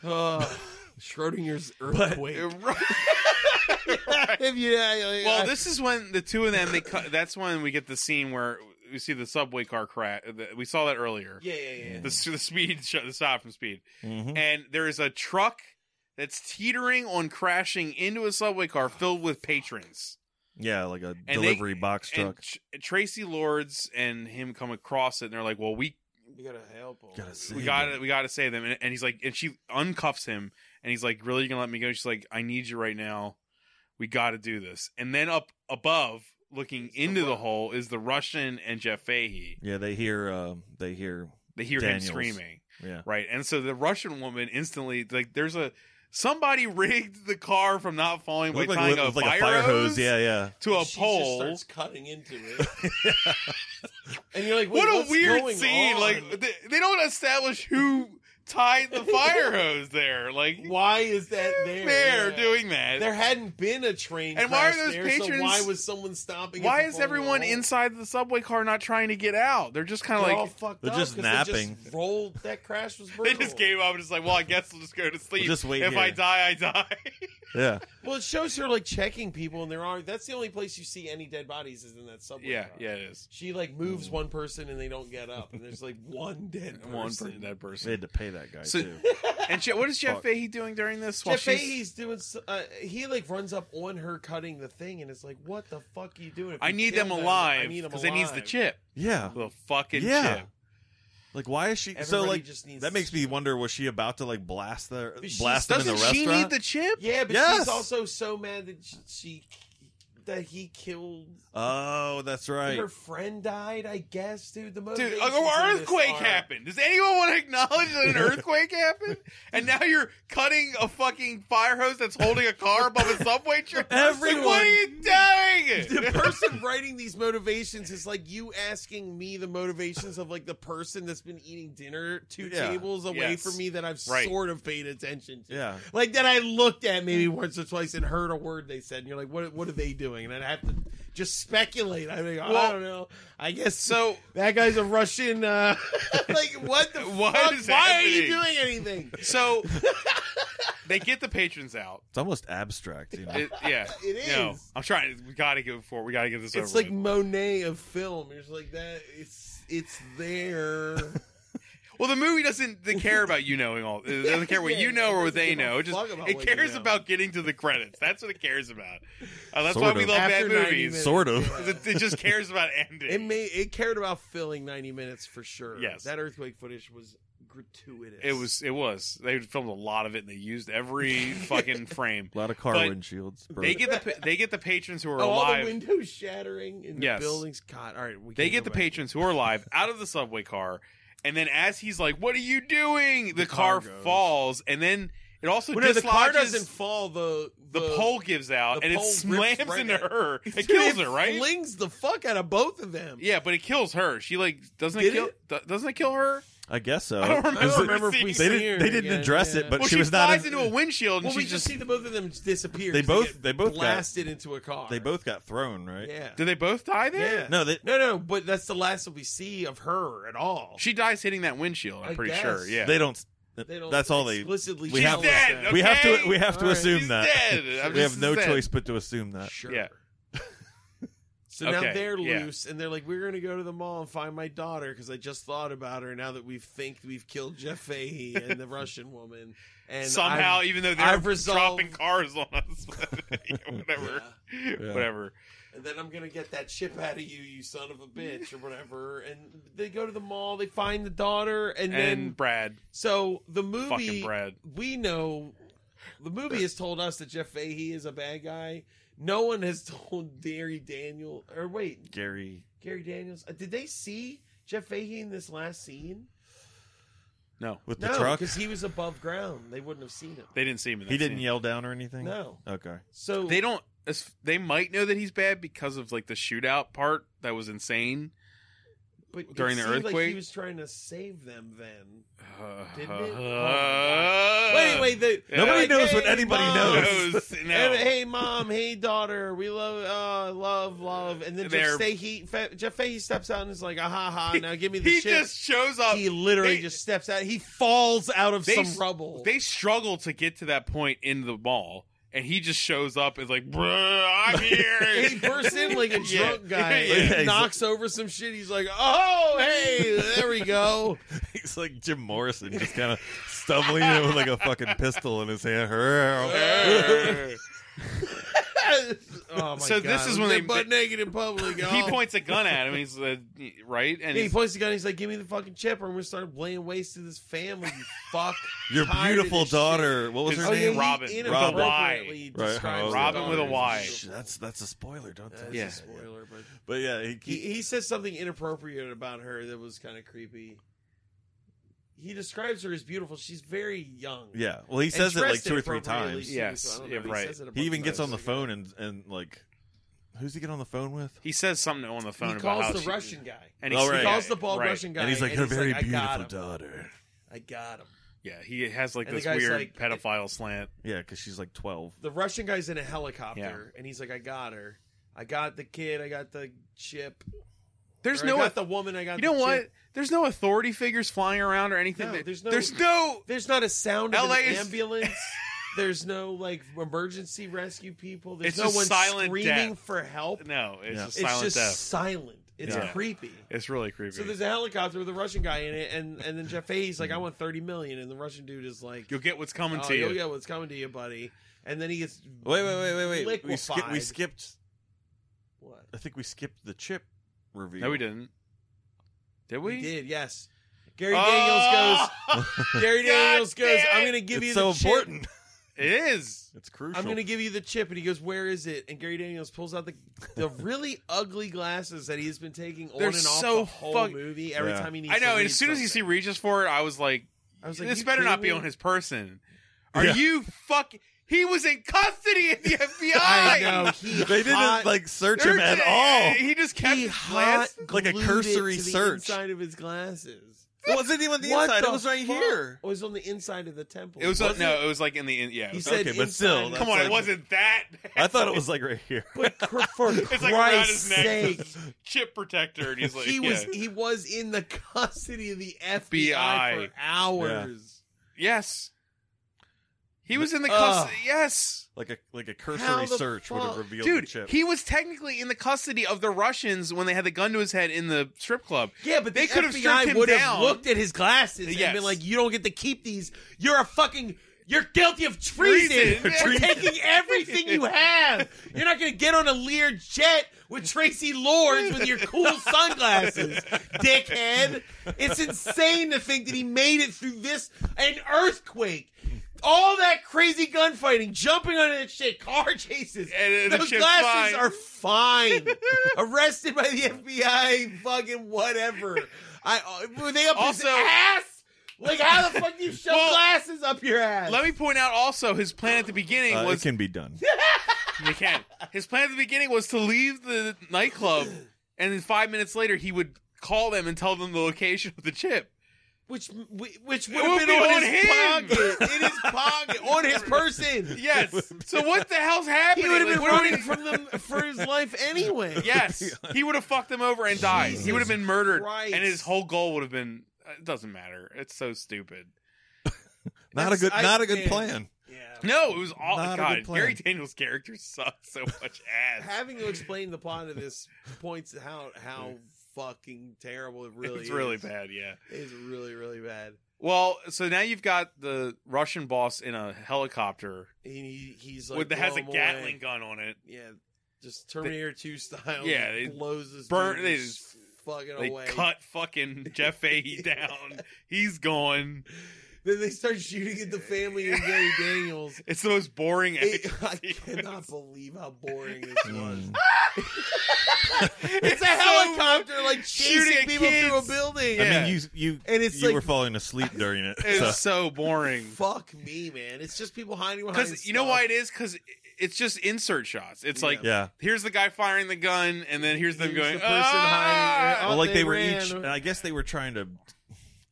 S5: uh, Schrodinger's earthquake. if you, yeah, yeah, yeah.
S4: Well, this is when the two of them they cut. That's when we get the scene where we see the subway car crash. We saw that earlier.
S5: yeah, yeah, yeah.
S4: The, s- the speed, sh- the stop from speed,
S2: Mhm.
S4: and there is a truck that's teetering on crashing into a subway car filled with patrons.
S2: yeah, like a
S4: And they-
S2: delivery box
S4: And
S2: truck.
S4: Tr- Tracy Lords and him come across it, and they're like, "Well, we
S5: We gotta help. him.
S2: Gotta save
S4: we
S2: them.
S4: got to we got to save them." And, and he's like, and she uncuffs him, and he's like, "Really, you gonna let me go?" She's like, "I need you right now. We got to do this." And then up above, looking
S5: It's the
S4: into the,
S5: Ru-
S4: hole, is the Russian and Jeff Fahey.
S2: Yeah, they hear. Um, they hear.
S4: They hear
S2: Daniels.
S4: him screaming,
S2: Yeah,
S4: right? And so the Russian woman instantly, like, there's a somebody rigged the car from not falling by
S2: Looked
S4: tying
S2: it
S4: a,
S2: was
S4: fire hose
S2: Yeah, yeah.
S4: to a
S5: She just
S4: pole.
S5: starts cutting into it, and you're like, Wait,
S4: what a
S5: what's
S4: weird
S5: going
S4: scene!
S5: on?
S4: Like they, they don't establish who tied the fire hose there. Like
S5: why is that there?
S4: they're
S5: Yeah.
S4: doing that.
S5: There hadn't been a train,
S4: And why are
S5: crash
S4: those
S5: there, So
S4: patrons-
S5: why was someone stopping? it
S4: Why
S5: from
S4: is
S5: falling
S4: everyone
S5: in? the hole?
S4: inside the subway car not trying to get out? They're just kind
S5: They're
S4: of
S5: all
S4: like
S5: fucked
S2: They're
S5: up
S2: just
S5: 'cause They
S2: napping.
S5: just rolled. That crash was
S4: they
S5: brutal.
S4: just gave up and just like, well, I guess we'll just go to sleep.
S2: just wait
S4: if
S2: here."
S4: I die, I die.
S2: Yeah.
S5: Well, it shows her like checking people, and there are. That's the only place you see any dead bodies is in that subway.
S4: yeah,
S5: car.
S4: yeah, it is.
S5: She like moves one person and they don't get up, and there's like one dead person.
S4: One person, that
S2: They
S4: person.
S2: had to pay that guy
S4: So-
S2: too.
S4: And Je- what is Jeff
S2: Fuck.
S4: Fahey doing during this? While
S5: Jeff
S4: she's-
S5: Fahey's doing. so- Uh, he like runs up on her cutting the thing, and it's like, "What the fuck are you doing?" If
S4: I
S5: you
S4: need
S5: kill
S4: them
S5: them,
S4: alive
S5: I need them
S4: because they needs the
S5: alive.
S4: chip.
S2: Yeah.
S4: The fucking
S2: Yeah.
S4: chip.
S2: Like, why is she so
S5: Everybody
S2: like?
S5: just needs
S2: that
S5: the
S2: makes me wonder: was she about to like blast the
S5: But she-
S2: blast them in the
S4: Doesn't
S2: restaurant?
S4: she need the chip?
S5: Yeah, but
S2: Yes.
S5: she's also so mad that sh- she that he killed
S2: oh, that's right.
S5: her friend died. I guess, dude. The
S4: Dude, oh,
S5: motivations
S4: an
S5: in this
S4: earthquake
S5: are-
S4: happened. Does anyone want to acknowledge that an earthquake happened? And now you're cutting a fucking fire hose that's holding a car above a subway train. like,
S5: Everyone-
S4: what are you
S5: the
S4: doing?
S5: person writing these motivations is like you asking me the motivations of like the person that's been eating dinner two
S2: Yeah.
S5: tables away
S4: Yes.
S5: from me that I've
S4: Right.
S5: sort of paid attention to.
S2: Yeah.
S5: Like that I looked at maybe once or twice and heard a word they said, and you're like, what what are they doing? And I'd have to just speculate. I mean, I
S4: Well-
S5: don't know. I guess
S4: So
S5: that guy's a Russian. Uh, like what the
S4: What
S5: fuck?
S4: is
S5: Why are you
S4: happening?
S5: doing anything?
S4: so they get the patrons out.
S2: It's almost abstract, you know.
S4: It- yeah,
S5: It
S4: No,
S5: is.
S4: I'm trying. We gotta go before. We gotta get this
S5: It's
S4: over.
S5: like
S4: with.
S5: Monet of film. It's like that. It's it's there.
S4: Well, the movie doesn't they care about you knowing all. It doesn't care what
S5: Yeah,
S4: you know
S5: it
S4: or what
S5: doesn't
S4: they
S5: give a
S4: know. It just
S5: fuck about
S4: it
S5: what you
S4: cares
S5: know.
S4: about getting to the credits. That's what it cares about. Uh, that's
S2: Sort
S4: why we
S2: of.
S4: love
S5: After
S4: bad
S5: 90
S4: movies.
S5: minutes.
S2: Sort of.
S5: Yeah.
S4: It, it just cares about ending.
S5: It may it cared about filling ninety minutes for sure.
S4: Yes.
S5: that earthquake footage was gratuitous.
S4: It was. It was. They filmed a lot of it, and they used every fucking frame.
S2: A lot of car
S4: But
S2: windshield. windshields.
S4: They get the pa- they get the patrons who are
S5: Oh, all the
S4: alive.
S5: windows shattering and
S4: Yes.
S5: the buildings. God, all right, we
S4: they
S5: can't
S4: get
S5: go
S4: the
S5: back.
S4: patrons who are alive out of the subway car, and then as he's like, "What are you doing?" The, car,
S5: car goes.
S4: falls, and then it also
S5: Well, no, the car
S4: dislodges-
S5: doesn't fall. The
S4: The, pole gives out,
S5: the
S4: and it
S5: pole rips
S4: slams
S5: right
S4: into
S5: at-
S4: her. It
S5: Dude,
S4: kills her, right?
S5: Flings the fuck out of both of them.
S4: yeah, but it kills her. She like doesn't it
S5: Did
S4: kill?
S5: it?
S4: do- Doesn't it kill her?
S2: I guess so.
S4: I don't
S5: I don't
S2: Is it-
S5: remember if
S2: They
S4: They
S5: we see her
S2: didn't. They didn't
S5: again,
S2: address
S5: yeah.
S2: it, but
S4: well,
S2: she, was not.
S4: flies
S2: in-
S4: into a windshield, and
S5: Well,
S4: she
S5: we just,
S4: just.
S5: see the both of them disappear.
S2: They
S5: 'cause
S2: both-
S5: get
S2: they both got-
S5: blasted into a car.
S2: They both got thrown, right?
S5: yeah.
S4: Did they both die there?
S5: Yeah.
S2: No, they
S5: No, no, but that's the last that we see of her at all.
S4: She dies hitting that windshield. I'm
S5: I
S4: pretty
S5: guess.
S4: sure. Yeah.
S2: they don't.
S5: They don't
S2: That's all they-
S5: explicitly
S2: we
S4: She's
S5: tell
S2: have-
S5: us
S4: dead.
S5: that.
S2: We have to
S4: Okay.
S2: we have to
S5: All right.
S2: assume
S4: She's
S2: that.
S4: dead. I'm
S2: we have
S4: just
S2: no
S4: saying.
S2: choice but to assume that.
S5: Sure.
S4: Yeah.
S5: So now
S4: Okay,
S5: they're
S4: yeah.
S5: loose, and they're like, "We're gonna go to the mall and find my daughter because I just thought about her. Now that we think we've killed Jeff Fahey and the Russian woman, and
S4: Somehow,
S5: I've-
S4: even though they're
S5: I've resolved-
S4: dropping cars on us, yeah, whatever,
S2: Yeah.
S4: whatever.
S5: and then I'm gonna get that chip out of you, you son of a bitch, or whatever." And they go to the mall, they find the daughter,
S4: And
S5: and, then
S4: Brad,
S5: so the movie,
S4: fucking Brad.
S5: we know the movie has told us that Jeff Fahey is a bad guy. No one has told Gary Daniel, or wait,
S2: Gary.
S5: Gary Daniels. Uh, did they see Jeff Fahey in this last scene?
S4: No,
S2: With the
S5: No,
S2: truck?
S5: because he was above ground. They wouldn't have seen him.
S4: they didn't see him. In that
S2: He didn't
S4: scene.
S2: yell down or anything?
S5: No.
S2: Okay.
S5: So
S4: They don't. as- They might know that he's bad because of like the shootout part that was insane.
S5: but it
S4: during the
S5: seemed like he
S4: earthquake?
S5: was trying to save them then. Didn't it?
S4: Uh,
S5: Oh, my But anyway, the,
S4: Yeah.
S5: they're
S2: Nobody
S5: like,
S2: knows what
S5: "Hey,
S2: anybody
S5: mom."
S2: knows.
S4: Knows, no.
S5: And, hey mom, hey daughter, we love, uh, love, love, and then
S4: They're-
S5: Jeff Fahey, Fa- Jeff Fahey steps out and is like, "Ah ha ha!" Now give me the
S4: he
S5: shit.
S4: just shows up.
S5: he literally
S4: they-
S5: just steps out. He falls out of
S4: They
S5: some
S4: s-
S5: rubble.
S4: they struggle to get to that point in the mall, and he just shows up. Is like, "Bruh, I'm here.
S5: he bursts in like a
S4: Yeah.
S5: drunk guy,
S4: Yeah,
S2: yeah.
S5: and knocks over some shit. He's like, "Oh, hey, there we go."
S2: He's like Jim Morrison, just kind of stumbling in with like a fucking pistol in his hand. Hurr.
S5: oh my
S4: So this
S5: God.
S4: is when
S5: They're
S4: they-
S5: butt naked in public.
S4: he
S5: oh.
S4: points a gun at him. He's uh, right, and
S5: Yeah, he
S4: he's-
S5: points the gun. He's like, "Give me the fucking chip, or I'm gonna start laying waste to this family." You fuck.
S2: Your
S5: Tired of
S2: beautiful
S5: this shit.
S2: daughter. What was her
S4: Oh, yeah,
S2: name?
S4: he- Robin.
S5: He
S4: With
S2: a
S5: inappropriately
S2: Y. Right,
S5: describes
S2: oh,
S4: Robin with a
S5: daughter as
S4: Y.
S5: beautiful.
S2: Shh, That's that's a spoiler. Don't.
S5: That
S2: tell
S5: is
S4: Yeah.
S5: a spoiler, but
S2: But yeah, he,
S5: he, he says something inappropriate about her that was kind of creepy. He describes her as beautiful. She's very young.
S2: yeah. Well, he
S5: And
S2: says it like
S5: dressed
S2: two or three
S5: inappropriately,
S2: times.
S5: too,
S4: Yes,
S5: so I don't
S4: yeah,
S5: know, he
S4: right.
S5: says it a
S2: He
S5: bunch
S2: even
S5: of
S2: gets
S5: times.
S2: on the phone and and like, who's he get on the phone with?
S4: he says something on the phone.
S5: He
S4: about
S5: calls
S4: how
S5: the
S4: she-
S5: Russian guy.
S4: And he
S2: All
S5: He
S2: right.
S5: calls the bald
S4: right.
S5: Russian guy,
S2: and he's like, her very
S5: like, I
S2: beautiful
S5: got him.
S2: daughter.
S5: I got him.
S4: Yeah, he has like
S5: And the
S4: this
S5: guy's
S4: weird
S5: like-
S4: pedophile slant.
S2: Yeah, because she's like twelve.
S5: the Russian guy's in a helicopter,
S4: Yeah.
S5: and he's like, "I got her. I got the kid. I got the chip.
S4: There's
S5: Or I
S4: no,
S5: got the woman. I got
S4: you know
S5: the
S4: what?
S5: chip."
S4: There's no authority figures flying around or anything.
S5: No,
S4: There-
S5: there's no-
S4: there's no.
S5: There's not a sound of
S4: LA
S5: an
S4: is-
S5: ambulance. There's no like emergency rescue people. There's
S4: It's
S5: no
S4: just
S5: one
S4: silent
S5: screaming
S4: death.
S5: for help.
S4: No, it's
S2: Yeah.
S4: just
S5: it's
S4: silent
S5: just
S4: death.
S5: silent. It's
S4: Yeah.
S5: creepy.
S4: It's really creepy.
S5: So there's a helicopter with a Russian guy in it, and and then Jeff Fahey's like, "I want thirty million," and the Russian dude is like,
S4: You'll get what's coming
S5: "Oh,
S4: to you.
S5: you'll get what's coming to you, buddy." And then he gets
S2: Wait, wait, wait, wait, wait. We,
S5: Liquefied.
S2: skip, we skipped.
S5: what?
S2: I think we skipped the chip review.
S4: No, we didn't. Did we?
S5: We did, yes. Gary Daniels goes.
S4: Oh!
S5: Gary
S4: God
S5: Daniels goes,
S4: damn
S5: I'm
S4: it.
S5: going to give
S2: it's
S5: you
S2: so
S5: the chip.
S2: important.
S4: It is.
S2: It's crucial.
S5: I'm going to give you the chip. And he goes, Where is it? And Gary Daniels pulls out the the really ugly glasses that he's been taking on
S4: They're
S5: and off
S4: so
S5: the whole
S4: fuck-
S5: movie every
S2: Yeah.
S5: time he needs
S4: I know.
S5: to
S4: And
S5: read
S4: as soon as you see
S5: something.
S4: reaches for it, I was like,
S5: I was like,
S4: this
S5: "You
S4: better not be
S5: kidding me?"
S4: on his person. Are
S2: Yeah.
S4: you fucking. He was in custody at the FBI.
S5: I know. He
S2: They didn't
S5: hot,
S2: like search
S4: They're-
S2: him at all.
S4: He just kept
S5: he
S4: his
S5: hot
S4: glass-
S2: like a
S5: glued it
S2: cursory
S5: to the
S2: search.
S5: inside of his glasses.
S2: It wasn't even the
S5: What
S2: inside.
S5: the
S2: it was right
S5: fuck?
S2: here.
S5: It was on the inside of the temple.
S4: It was,
S5: Wasn't
S4: no, it was like in the in, yeah. it
S5: He
S4: was-
S5: said
S2: Okay, but still,
S5: inside-
S2: that's
S4: come on,
S2: like-
S4: it wasn't that.
S2: I thought it was like right here.
S5: But cr- for
S4: It's like around
S5: Christ's
S4: his neck.
S5: sake,
S4: this Chip protector, and he's like,
S5: he
S4: yeah.
S5: was he was in the custody of the FBI,
S4: FBI.
S5: for hours.
S4: yes, he was in the
S5: Ugh.
S4: custody. yes,
S2: Like a like a
S5: How
S2: cursory
S5: the
S2: search would
S5: fuck-
S2: have revealed the
S4: dude,
S2: chip.
S4: he was technically in the custody of the Russians when they had the gun to his head in the strip club.
S5: Yeah, but
S4: They
S5: the
S4: could have stripped
S5: FBI
S4: him
S5: would have
S4: down.
S5: looked at his glasses and
S4: Yes.
S5: been like, "You don't get to keep these. You're a fucking. You're guilty of treason.
S4: Treason.
S5: We're
S4: Treason.
S5: taking everything you have. You're not going to get on a Lear jet with Tracy Lords with your cool sunglasses, dickhead. It's insane to think that he made it through this an earthquake." All that crazy gunfighting, jumping on that shit, car chases.
S4: And, uh, the
S5: Those
S4: ship's
S5: glasses
S4: fine.
S5: are fine. Arrested by the FBI, fucking whatever. I uh, were they up
S4: Also-
S5: his ass? Like how the fuck do you shove
S4: Well,
S5: glasses up your ass?
S4: Let me point out also his plan at the beginning
S2: Uh, it
S4: was
S2: can be done.
S4: You can't. His plan at the beginning was to leave the nightclub, and then five minutes later he would call them and tell them the location of the chip.
S5: which which would
S4: It
S5: have
S4: would
S5: been
S4: be
S5: on,
S4: on
S5: his
S4: him.
S5: pocket, in his pocket, on his person.
S4: Yes. So what the hell's
S5: He
S4: happening?
S5: would have
S4: Like,
S5: been
S4: what are we-
S5: running from them for his life anyway.
S4: Yes, he would have fucked them over and died. He would have been uh, murdered,
S5: Christ.
S4: and his whole goal would have been. It doesn't matter. It's so stupid.
S2: Not a good,
S5: I-
S2: not a good
S5: man.
S2: plan.
S5: Yeah.
S4: No, it was all
S2: Not a
S4: God.
S2: good plan.
S4: Gary Daniels' character sucked so much ass.
S5: Having to explain the plot of this points how how fucking terrible it really
S4: it's
S5: is.
S4: really bad. Yeah.
S5: It's really really bad.
S4: Well, so now you've got the Russian boss in a helicopter
S5: And he, he's like
S4: with that has
S5: blow
S4: a
S5: him
S4: Gatling
S5: away.
S4: gun on it.
S5: Yeah, just Terminator Two style.
S4: Yeah,
S5: just
S4: they
S5: blows this
S4: burn-
S5: dude
S4: they
S5: just fucking
S4: They
S5: away.
S4: cut fucking Jeff Fahey down. He's gone.
S5: Then they start shooting at the family of Gary Daniels.
S4: It's the most boring.
S5: It-
S4: action
S5: I
S4: sequence.
S5: cannot believe how boring this was.
S2: Mm.
S5: It's a
S4: so
S5: helicopter like
S4: shooting
S5: chasing
S4: at
S5: people through a
S4: kids.
S5: building.
S4: Yeah.
S2: I mean, you you
S5: And it's
S2: you
S5: like-
S2: were falling asleep during it.
S4: It's
S2: so.
S4: so boring.
S5: Fuck me, man. It's just people hiding behind.
S4: Because you know
S5: stuff.
S4: why it is? Because it's just insert shots. It's like
S2: Yeah.
S4: here's the guy firing the gun, and then here's them
S5: Here's
S4: going.
S5: the person
S4: "Ah!"
S5: hiding-
S2: Well, like
S5: they
S2: they, were
S5: ran.
S2: each. and I guess they were trying to.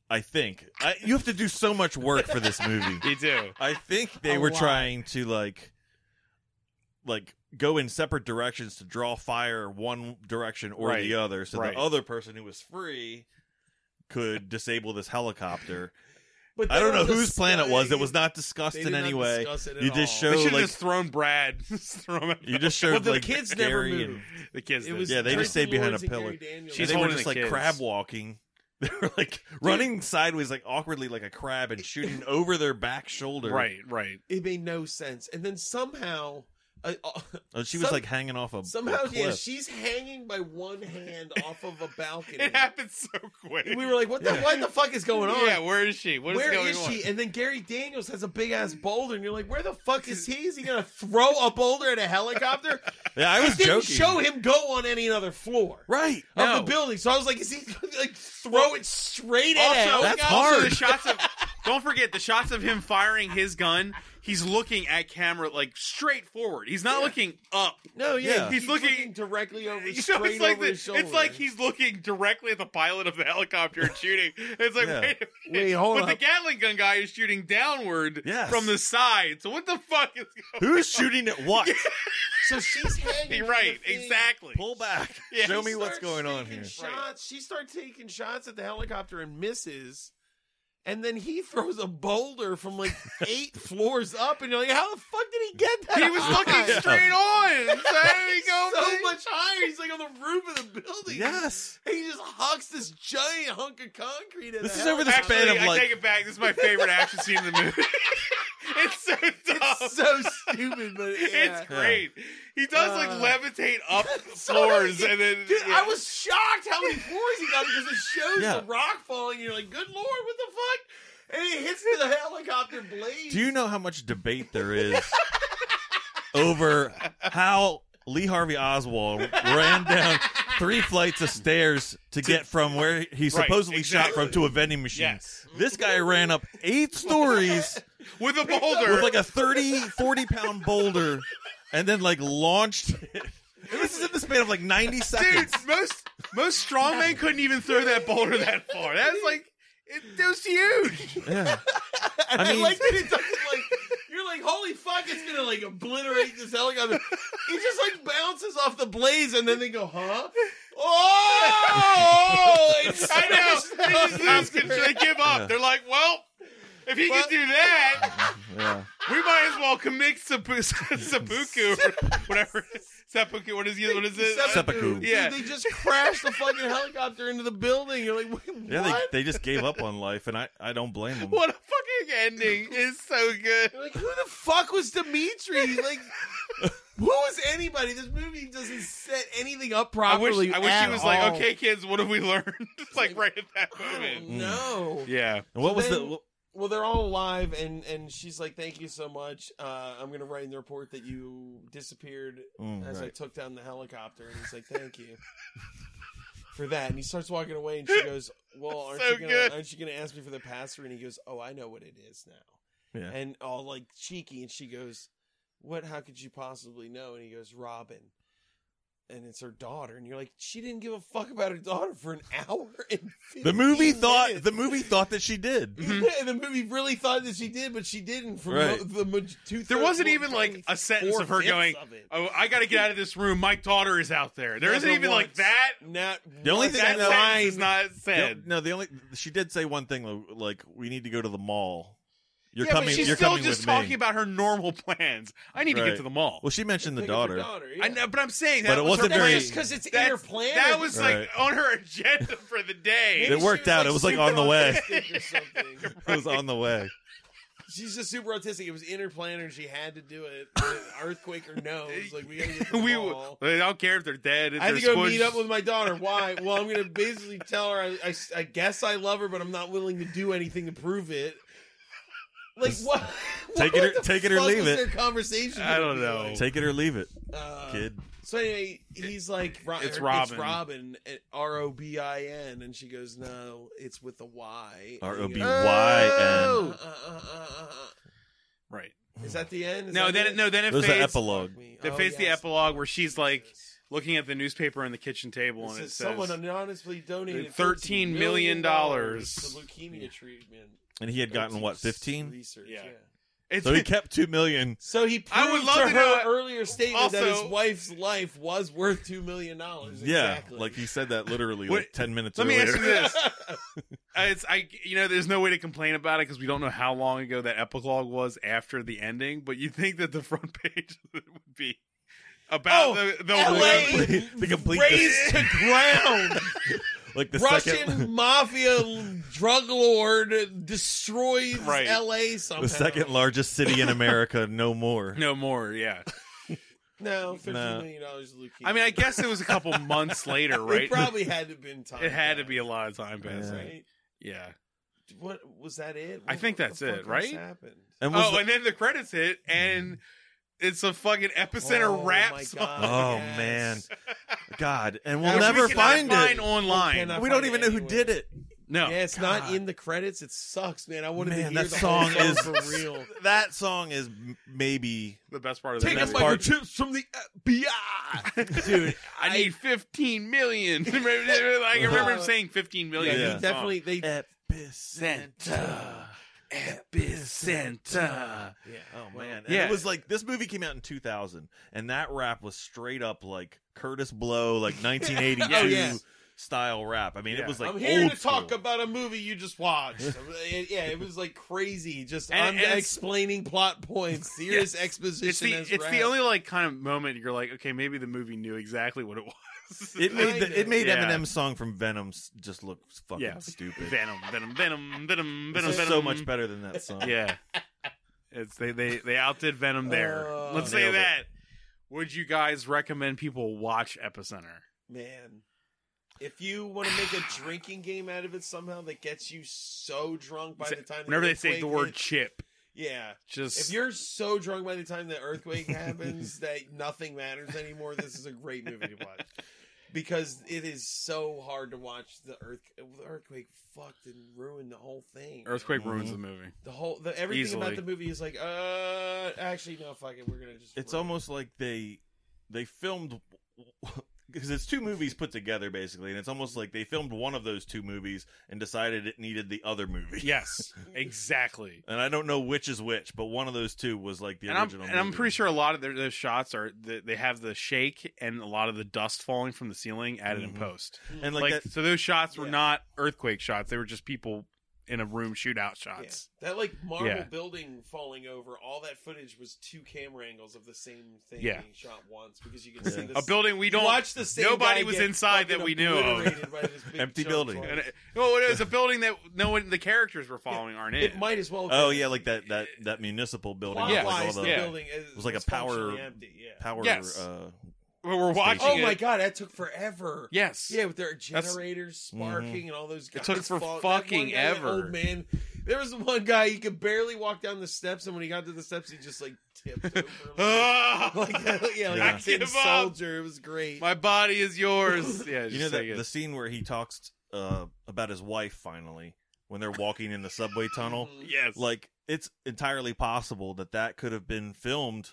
S2: I think I, you have to do so much work for this movie.
S4: You do.
S2: I think they
S5: A
S2: were
S5: lot.
S2: trying to like, like go in separate directions to draw fire one direction or
S4: Right.
S2: the other, so
S4: Right.
S2: the other person who was free could disable this helicopter.
S5: But
S2: I
S5: they
S2: don't know
S5: don't
S2: whose
S5: discuss-
S2: plan it was. It was not
S5: They
S2: discussed
S5: did
S2: in
S5: not
S2: any way.
S5: discuss it at
S2: You just
S4: They
S5: all.
S2: So,
S4: should have
S2: like-
S4: just thrown Brad. Just throw him at
S2: You just showed
S5: Well, the
S2: like
S5: kids never
S2: Gary
S5: moved.
S2: and
S4: the kids.
S5: It
S4: then.
S5: was
S2: Yeah, they just
S5: Tracy
S2: stayed behind a
S5: Lawrence and
S2: pillar.
S5: Gary Daniels.
S4: She's
S2: they were
S4: holding
S2: just
S4: the
S2: like
S4: kids.
S2: crab walking. They were like running sideways, like awkwardly, like a crab, and shooting over their back shoulder.
S4: right, right.
S5: It made no sense. And then somehow, uh, uh,
S2: And she was
S5: Some-
S2: like hanging off a
S5: somehow,
S2: a
S5: yeah,
S2: cliff.
S5: she's hanging by one hand off of a balcony.
S4: It happened so quick.
S5: And we were like, "What the? What the fuck is going on?
S4: Yeah, where is she? What is
S5: Where
S4: going
S5: is
S4: on?
S5: she? And then Gary Daniels has a big ass boulder, and you're like, where the fuck is he? Is he gonna throw a boulder at a helicopter?
S2: Yeah, I was
S5: it didn't
S2: joking.
S5: show him go on any other floor
S2: Right.
S5: of
S4: No.
S5: the building. So I was like, is he gonna like throw it straight at a
S4: Also,
S5: helicopter?
S2: That's
S4: also
S2: hard.
S4: the shots of don't forget the shots of him firing his gun. He's looking at camera like straight forward. He's not looking up.
S5: No,
S2: Yeah.
S5: yeah, he's,
S4: He's
S5: looking,
S4: looking-
S5: directly over,
S4: You know,
S5: straight
S4: it's like
S5: over
S4: the-
S5: his shoulder.
S4: it's like he's looking directly at the pilot of the helicopter and shooting. It's like
S2: Yeah.
S4: wait, a minute.
S5: Wait, hold
S4: but
S5: up.
S4: the Gatling gun guy is shooting downward
S2: Yes.
S4: from the side. So what the fuck is going?
S2: Who's shooting at what?
S5: so she's hanging.
S4: on?
S5: from
S4: Right,
S5: the thing.
S4: exactly.
S2: Pull back.
S4: Yeah.
S2: show
S5: She
S2: me what's
S5: starts
S2: going on
S5: taking
S2: here.
S5: Shots. She starts taking shots at the helicopter and misses. And then he throws a boulder from like eight floors up, and you're like, "How the fuck did he get that?"
S4: He was
S5: high?
S4: looking straight on. So there you go,
S5: so
S4: man.
S5: much higher. He's like on the roof of the building.
S2: Yes.
S5: and he just hucks this giant hunk of concrete. At
S2: This
S5: the
S2: is over the
S5: helicopter.
S2: span of,
S4: I
S2: like-
S4: take it back. This is my favorite action scene in the movie. it's so dumb.
S5: It's so stupid, but yeah.
S4: It's great. He does like
S5: Uh,
S4: levitate up the
S5: So
S4: floors,
S5: many-
S4: and then
S5: dude,
S4: yeah.
S5: I was shocked how many floors he got because it shows
S2: Yeah.
S5: the rock falling. And you're like, good lord, what the fuck? And it hits the helicopter blade.
S2: Do you know how much debate there is over how Lee Harvey Oswald ran down three flights of stairs to get from where he supposedly shot
S4: exactly.
S2: from to a vending machine?
S4: yes
S2: This guy ran up eight stories
S4: with a boulder.
S2: with like a 30, 40 pound boulder and then like launched it. And this is in the span of like 90
S4: dude,
S2: seconds.
S4: most most strongmen couldn't even throw that boulder that far. That's like it, it was huge.
S2: Yeah. I
S5: I
S2: mean,
S5: like that it doesn't like. You're like, holy fuck, it's gonna like obliterate this helicopter. It just like bounces off the blades, and then they go, huh? Oh! It's
S4: I know. They just lose
S5: helicopter.
S4: control. They give up. They're like, well. If he
S5: Well-
S4: can do that,
S2: yeah.
S4: we might as well commit seppu- seppuku, or whatever seppuku. What is it? What is it?
S2: Seppuku.
S5: Dude,
S4: Yeah.
S5: they just crashed the fucking helicopter into the building. You're like, wait, what?
S2: Yeah, they, they just gave up on life, and I, I don't blame them.
S4: What a fucking ending! It's so good.
S5: You're like, who the fuck was Dimitri? Like, who was anybody? This movie doesn't set anything up
S4: I wish,
S5: properly.
S4: I wish
S5: at
S4: he was like,
S5: all. oh,
S4: okay, kids, what have we learned? It's like right at that
S5: I don't
S4: moment.
S2: Hmm.
S5: know.
S4: Yeah.
S2: And what
S5: So
S2: was
S5: then-
S2: the?
S5: Well, they're all alive, and and she's like, "Thank you so much. Uh, I'm gonna write in the report that you disappeared
S2: Mm,
S5: as I
S2: right.
S5: took down the helicopter." And he's like, "Thank you for that." And he starts walking away, and she goes, "Well, aren't
S4: So
S5: you gonna
S4: good.
S5: aren't you gonna ask me for the password?" And he goes, "Oh, I know what it is now."
S2: Yeah.
S5: And all like cheeky, and she goes, "What? How could you possibly know?" And he goes, "Robin." And it's her daughter, and you're like, she didn't give a fuck about her daughter for an hour. And
S2: the movie
S5: 15
S2: thought
S5: minutes."
S2: the movie thought that she did.
S4: Mm-hmm.
S5: Yeah, the movie really thought that she did, but she didn't. From
S2: Right.
S5: the, the maj- two-thirds-
S4: There wasn't even like a sentence of her
S5: four-fifths
S4: going,
S5: of it.
S4: oh, I got to get out of this room. My daughter is out there. There isn't
S5: Never
S4: even like
S5: once.
S4: that.
S5: Not
S2: The only
S5: once
S2: thing I
S4: That
S2: know-
S4: line is
S5: line.
S4: not
S2: No,
S4: said.
S2: no, the only she did say one thing though, like we need to go to the mall, You're
S4: yeah,
S2: coming.
S4: but she's
S2: you're
S4: still
S2: coming
S4: just
S2: with
S4: talking
S2: me.
S4: about her normal plans. I need to
S2: Right.
S4: get to the mall.
S2: well, she mentioned the
S5: Pick up
S2: daughter.
S5: your yeah.
S4: I know, but I'm saying that
S2: But it
S4: was her
S2: wasn't
S5: That's
S2: very-
S4: plan.
S5: just because it's
S4: That's-
S5: interplanted.
S4: That was
S2: Right.
S4: like on her agenda for the day.
S5: Maybe
S2: It
S5: she
S2: worked
S5: was,
S2: out. It was, like,
S5: super
S2: on the way.
S5: autistic or something.
S2: It was on the way.
S5: She's just super autistic. It was interplanar. She had to do it. Earthquake or no? It was like we gotta get to the
S4: we
S5: mall.
S4: they don't care if they're dead. If
S5: I have
S4: they're
S5: to go
S4: squished.
S5: meet up with my daughter. Why? Well, I'm going to basically tell her I, I, I guess I love her, but I'm not willing to do anything to prove it. Like
S2: Just
S5: what?
S2: take
S5: what
S2: it or-
S5: the
S2: take it or
S5: fuck
S2: leave
S5: was
S2: it.
S5: Their conversation.
S4: I don't
S5: gonna be
S4: know.
S5: like?
S2: Take it or leave it,
S5: Uh,
S2: kid.
S5: So anyway, he's like, Ro- er,
S4: It's
S5: it's
S4: Robin.
S5: Robin, eh, R O B I N, and she goes, "No, it's with a Y." And he goes,
S2: R-O-B-Y-N.
S5: "Uh, uh, uh, uh, uh."
S4: right.
S5: Is that the end? Is
S4: No,
S5: that
S4: then it, no, then it
S2: There's an
S4: fades.
S2: epilogue.
S5: Me.
S4: They
S5: Oh,
S4: fades the
S5: yes.
S4: epilogue where she's like looking at the newspaper on the kitchen
S5: It
S4: table, and it
S5: says
S4: says
S5: someone anonymously donated
S4: $13 million
S5: dollars to
S4: dollars.
S5: leukemia treatment.
S2: And he had gotten what
S5: Research-
S2: fifteen.
S5: Research.
S4: Yeah.
S5: Yeah.
S4: It's,
S2: So he kept two million.
S5: So he proved
S4: I would love
S5: to,
S4: to
S5: her
S4: know-
S5: earlier statement that
S4: Also-
S5: his wife's life was worth two million dollars.
S2: Yeah,
S5: exactly.
S2: like he said that literally
S4: Wait,
S2: like ten minutes
S4: let me
S2: earlier.
S4: ask you this: Uh, it's I, you know, there's no way to complain about it because we don't know how long ago that epilogue was after the ending. But you think that the front page would be about
S5: Oh,
S4: the, the
S5: LA
S4: way-
S2: the complete,
S5: raised to ground.
S2: like the
S5: Russian
S2: second,
S5: mafia drug lord destroys
S4: Right.
S5: L.A. somehow.
S2: the second largest city in America. No more.
S4: No more, yeah.
S5: No, fifteen
S2: No.
S5: million dollars. Leukemia.
S4: I mean, I guess it was a couple months later, right?
S5: It probably had to have been time.
S4: It had to
S5: back,
S4: be a lot of time passing. Yeah.
S5: Right? What was that? It?
S4: I think
S5: What
S4: that's
S5: the fuck
S4: it,
S5: else
S4: right?
S5: Happened.
S2: And was
S4: Oh,
S2: the- Hmm.
S4: and then the credits hit, and it's a fucking epicenter
S5: Oh,
S4: rap
S5: my
S4: song.
S5: God,
S2: oh
S5: yes.
S2: man, God, and we'll
S5: Which
S4: Which we
S2: never
S4: cannot
S2: find
S4: find
S2: it.
S4: online.
S5: We cannot-
S2: We don't
S5: find
S2: even
S5: it
S2: know who
S5: anywhere.
S2: did it.
S4: no,
S5: Yeah, it's
S2: God.
S5: not in the credits. It sucks, man. I wanted to
S2: Man,
S5: hear
S2: that
S5: the whole
S2: song is-
S5: for real.
S2: That song is m- maybe
S4: the best part of the
S5: Take
S2: That's
S5: us
S4: movie.
S2: part-
S5: microchips from the FBI, dude.
S4: uh, I, need 15 million. Remember- I can remember him saying 15 million. Oh.
S2: Yeah,
S4: in
S5: Yeah,
S4: the
S5: he
S4: song.
S5: definitely they.
S4: Epicenter. Epicenter.
S5: Yeah.
S2: Oh
S5: well,
S2: man, And
S4: yeah.
S2: it was like this movie came out in 2000, and that rap was straight up like Curtis Blow, like 1982
S4: Oh,
S5: yeah.
S2: style rap. I mean,
S4: Yeah.
S2: it was like
S5: I'm here
S2: old
S5: to talk
S2: school.
S5: about a movie you just watched. It- yeah, it was like crazy. Just
S4: And-
S5: I'm
S4: and it's-
S5: explaining plot points, serious exposition.
S4: It's the
S5: as
S4: it's
S5: rap.
S4: the only like kind of moment you're like, okay, maybe the movie knew exactly what it was.
S2: It made the, it made
S4: Yeah.
S2: Eminem's song from Venom s- just look fucking
S4: Yeah.
S2: stupid.
S4: Venom, Venom, Venom, Venom,
S2: This
S4: Venom,
S2: is
S4: Venom.
S2: so much better than that song.
S4: Yeah, it's they they they outdid Venom there.
S5: Oh.
S4: Let's say
S2: Nailed it.
S4: that. Would you guys recommend people watch Epicenter?
S5: man. If you want to make a drinking game out of it somehow that gets you so drunk by the time
S4: Whenever they say the
S5: earthquake
S4: word
S5: hits-
S4: chip,
S5: yeah,
S4: just
S5: if you're so drunk by the time the earthquake happens that nothing matters anymore, this is a great movie to watch because it is so hard to watch the earth. The earthquake fucked and ruined the whole thing.
S4: earthquake ruins
S2: Mhm.
S4: the movie.
S5: The whole the, everything
S4: Easily.
S5: about the movie is like, uh, actually no, fuck it, we're gonna just.
S2: It's
S5: ruin
S2: almost like they they filmed because it's two movies put together basically, and it's almost like they filmed one of those two movies and decided it needed the other movie.
S4: Yes, exactly.
S2: And I don't know which is which, but one of those two was like the
S4: and I'm,
S2: original.
S4: and I'm
S2: movie.
S4: pretty sure a lot of their, their shots are they, they have the shake and a lot of the dust falling from the ceiling added
S2: Mhm.
S4: in post.
S2: And
S4: Like,
S2: like, that,
S4: so, those shots were
S5: Yeah.
S4: not earthquake shots; they were just people in a room shootout
S5: Yeah.
S4: shots.
S5: That like marble
S4: Yeah.
S5: building falling over, all that footage was two camera angles of the same thing
S4: Yeah.
S5: being shot once because you could
S2: Yeah.
S5: see the
S4: A building we
S5: you
S4: don't.
S5: watch the same
S4: nobody
S5: guy
S4: was
S5: get
S4: inside that
S5: fucking
S4: we knew of.
S5: obliterated by this big
S2: Empty
S5: chunk
S2: building.
S5: twice.
S4: and it, well, it was a building that no one the characters were following aren't in.
S5: It might as well. have
S2: oh
S5: been.
S2: yeah, like that that that municipal building,
S5: Plot-wise,
S2: with, like, all
S5: the
S2: the
S4: Yeah.
S5: building is,
S2: was like a
S5: was
S2: power-
S5: functionally empty. Yeah.
S2: power.
S4: Yes.
S2: Uh,
S4: But we're watching.
S5: Oh my
S4: it.
S5: god, that took forever.
S4: Yes.
S5: Yeah, with their
S4: That's- Mm-hmm.
S5: generators sparking
S2: Mhm.
S5: and all those guys.
S4: It took for
S5: fall- that one
S4: fucking
S5: guy, that
S4: ever.
S5: Old man, there was one guy he could barely walk down the steps, and when he got to the steps, he just like tipped over. like,
S4: Ah,
S5: like, yeah, like
S2: Yeah.
S5: a tin
S4: Give up.
S5: soldier. It was great.
S4: my body is yours. Yeah,
S2: you know that the scene where he talks uh, about his wife finally when they're walking in the subway tunnel.
S5: Mhm.
S4: yes,
S2: Like it's entirely possible that that could have been filmed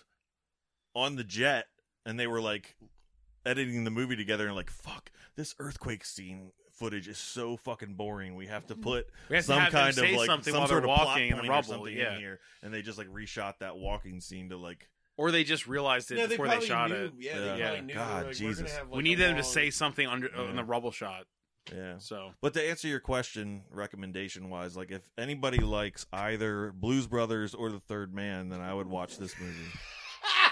S2: on the jet, and they were like editing the movie together and like, fuck, this earthquake scene footage is so fucking boring. We have to put
S4: we have to
S2: some
S4: Mm. have them
S2: kind of
S4: say
S2: like
S4: something
S2: some
S4: while
S2: sort
S4: they're
S2: of plot
S4: walking in the
S2: point or
S4: rubble.
S2: something
S4: Yeah,
S2: in here, and they just like reshot that walking scene to like
S4: or they just realized it
S5: No, they
S4: before
S5: probably
S4: shot
S5: knew.
S4: it.
S5: Yeah,
S2: Yeah.
S5: they probably knew. They were
S2: God,
S5: like, we're gonna
S2: Jesus.
S5: have, like,
S4: we need
S5: a
S4: them to
S5: long-
S4: say something under uh, in
S2: Yeah.
S4: the rubble shot.
S2: Yeah.
S4: So
S2: But to answer your question, recommendation wise, like if anybody likes either Blues Brothers or The Third Man, then I would watch this movie.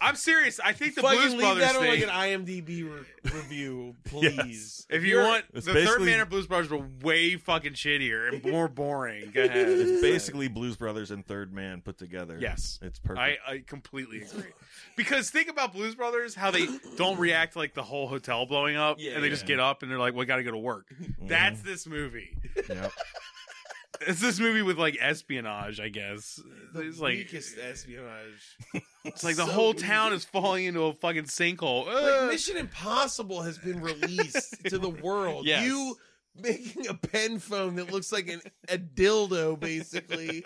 S4: I'm serious. I think the
S5: Fucking
S4: Blues
S5: leave
S4: Brothers
S5: that on
S4: thing.
S5: like an IMDb re- review, please.
S4: if you want,
S2: It's
S4: the Third
S2: basically-
S4: Man or Blues Brothers were way fucking shittier and more boring. Go ahead.
S2: It's basically Blues Brothers and Third Man put together.
S4: Yes.
S2: It's perfect.
S4: I, I completely agree. Because think about Blues Brothers, how they don't react like the whole hotel blowing up,
S5: Yeah,
S4: and they just
S5: yeah.
S4: get up and they're like, "We got to go to work."
S2: Mhm.
S4: That's this movie.
S2: Yep.
S4: It's this movie with like espionage, I guess. It's like
S5: Weakest espionage.
S4: it's like the
S5: so
S4: whole
S5: weak.
S4: town is falling into a fucking sinkhole. Uh,
S5: Like Mission Impossible has been released to the world.
S4: Yes.
S5: You making a pen phone that looks like an, a dildo, basically,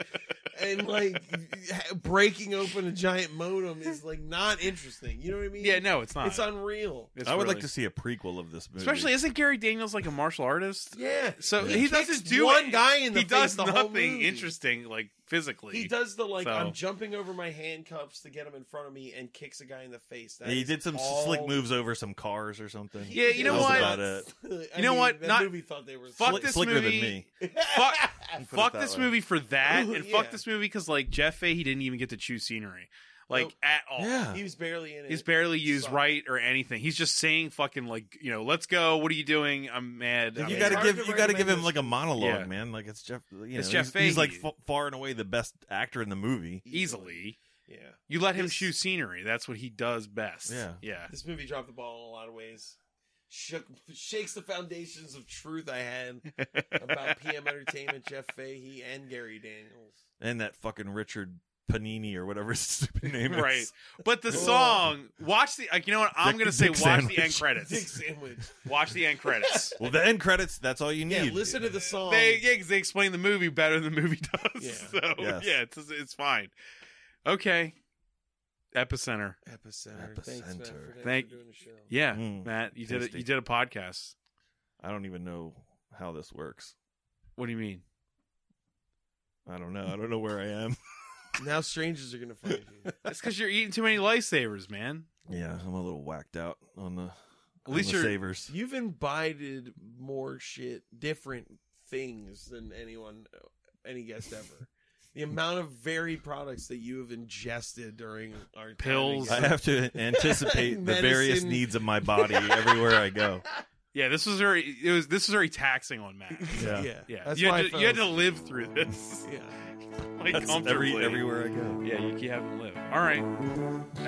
S5: and like ha- breaking open a giant modem is like not interesting. You know what I mean?
S4: yeah, no, it's not.
S5: it's unreal.
S4: It's
S2: I would
S4: really-
S2: like to see a prequel of this movie.
S4: Especially isn't Gary Daniels like a martial artist?
S5: Yeah.
S4: So
S5: He
S4: he, doesn't
S5: kicks
S4: do
S5: one
S4: it-
S5: guy in the
S4: he
S5: face
S4: does
S5: the whole
S4: nothing
S5: movie.
S4: interesting like physically.
S5: He does the like
S4: So-
S5: I'm jumping over my handcuffs to get him in front of me and kicks a guy in the face. That
S2: he
S5: is
S2: did some
S5: all-
S2: slick moves over some cars or something.
S4: Yeah, you know
S2: That was
S4: what?
S2: about it.
S5: I
S4: You know
S5: mean,
S4: what?
S5: That
S4: Not-
S5: movie thought they were
S4: Fuck
S2: Slick-
S4: this
S2: slicker
S4: movie.
S2: than me.
S4: Fuck,
S2: it
S4: fuck
S2: that
S4: this
S2: way.
S4: movie for that, and
S5: Yeah.
S4: fuck this movie because like Jeff Fahey didn't even get to choose scenery, like
S5: Nope.
S4: at all.
S2: Yeah.
S5: He was barely in it.
S4: He's barely used
S5: Sucked.
S4: right or anything. He's just saying fucking like you know, let's go. What are you doing? I'm mad.
S2: Like,
S4: I'm
S2: you
S5: mean,
S2: gotta
S4: mad."
S5: it's hard
S2: give
S5: to
S2: you gotta give
S5: recommend
S2: him like a monologue,
S4: Yeah.
S2: man. Like it's Jeff. You
S4: It's
S2: know,
S4: Jeff
S2: he's, he's like
S4: Fahey.
S2: f- far and away the best actor in the movie.
S4: easily.
S5: Yeah.
S4: You let him
S5: This-
S4: choose scenery. That's what he does best.
S2: Yeah.
S4: yeah.
S5: This movie dropped the ball in a lot of ways. Shook shakes the foundations of truth I had about PM Entertainment, Jeff Fahey, and Gary Daniels.
S2: And that fucking Richard Panini or whatever his stupid name is.
S4: Right, but the song. Watch the. Like, you know what? I'm
S2: Dick-
S4: gonna say.
S2: Dick
S4: watch
S2: sandwich.
S4: the end
S5: Dick
S4: credits.
S5: sandwich.
S4: Watch the end credits.
S2: Well, the end credits. That's all you
S5: Yeah,
S2: need.
S5: listen to the song.
S4: They yeah, 'cause they explain the movie better than the movie does.
S5: Um, Yeah.
S4: So
S2: Yes.
S4: yeah, it's it's fine. Okay. Epicenter.
S5: Epicenter. Thanks, Matt, for
S2: Epicenter.
S5: that-
S4: Thank-
S5: for doing the show.
S4: Yeah,
S2: Mm,
S4: Matt, you did it.
S2: tasty.
S4: You did a podcast.
S2: I don't even know how this works.
S4: What do you mean?
S2: I don't know. I don't know where I am.
S5: Now strangers are gonna find you.
S4: That's because you're eating too many lifesavers, man.
S2: Yeah, I'm a little whacked out on the
S4: At
S2: on
S4: least
S2: the
S4: you're.
S2: savers.
S5: You've imbibed more shit, different things than anyone, any guest ever. The amount of varied products that you have ingested during our time
S4: Pills.
S2: I
S5: together.
S2: have to anticipate the various
S5: Medicine.
S2: needs of my body everywhere I go.
S4: Yeah, this was very. It was. This was very taxing on Matt.
S2: Yeah,
S5: yeah,
S4: Yeah,
S5: That's
S4: you,
S5: why I
S4: had to, you had to
S5: felt-
S4: live through this.
S5: Yeah.
S4: Like
S2: That's
S4: comfortably.
S2: every, everywhere I go.
S4: Yeah, you, you haven't lived. All right.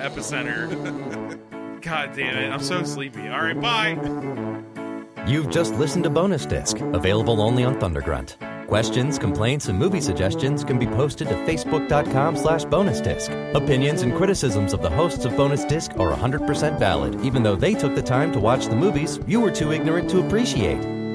S4: Epicenter. God damn it. I'm so sleepy. All right, bye.
S1: You've just listened to Bonus Disc, available only on Thundergrunt. Questions, complaints, and movie suggestions can be posted to facebook.com slash bonus disc. Opinions and criticisms of the hosts of Bonus Disc are 100% valid, even though they took the time to watch the movies you were too ignorant to appreciate.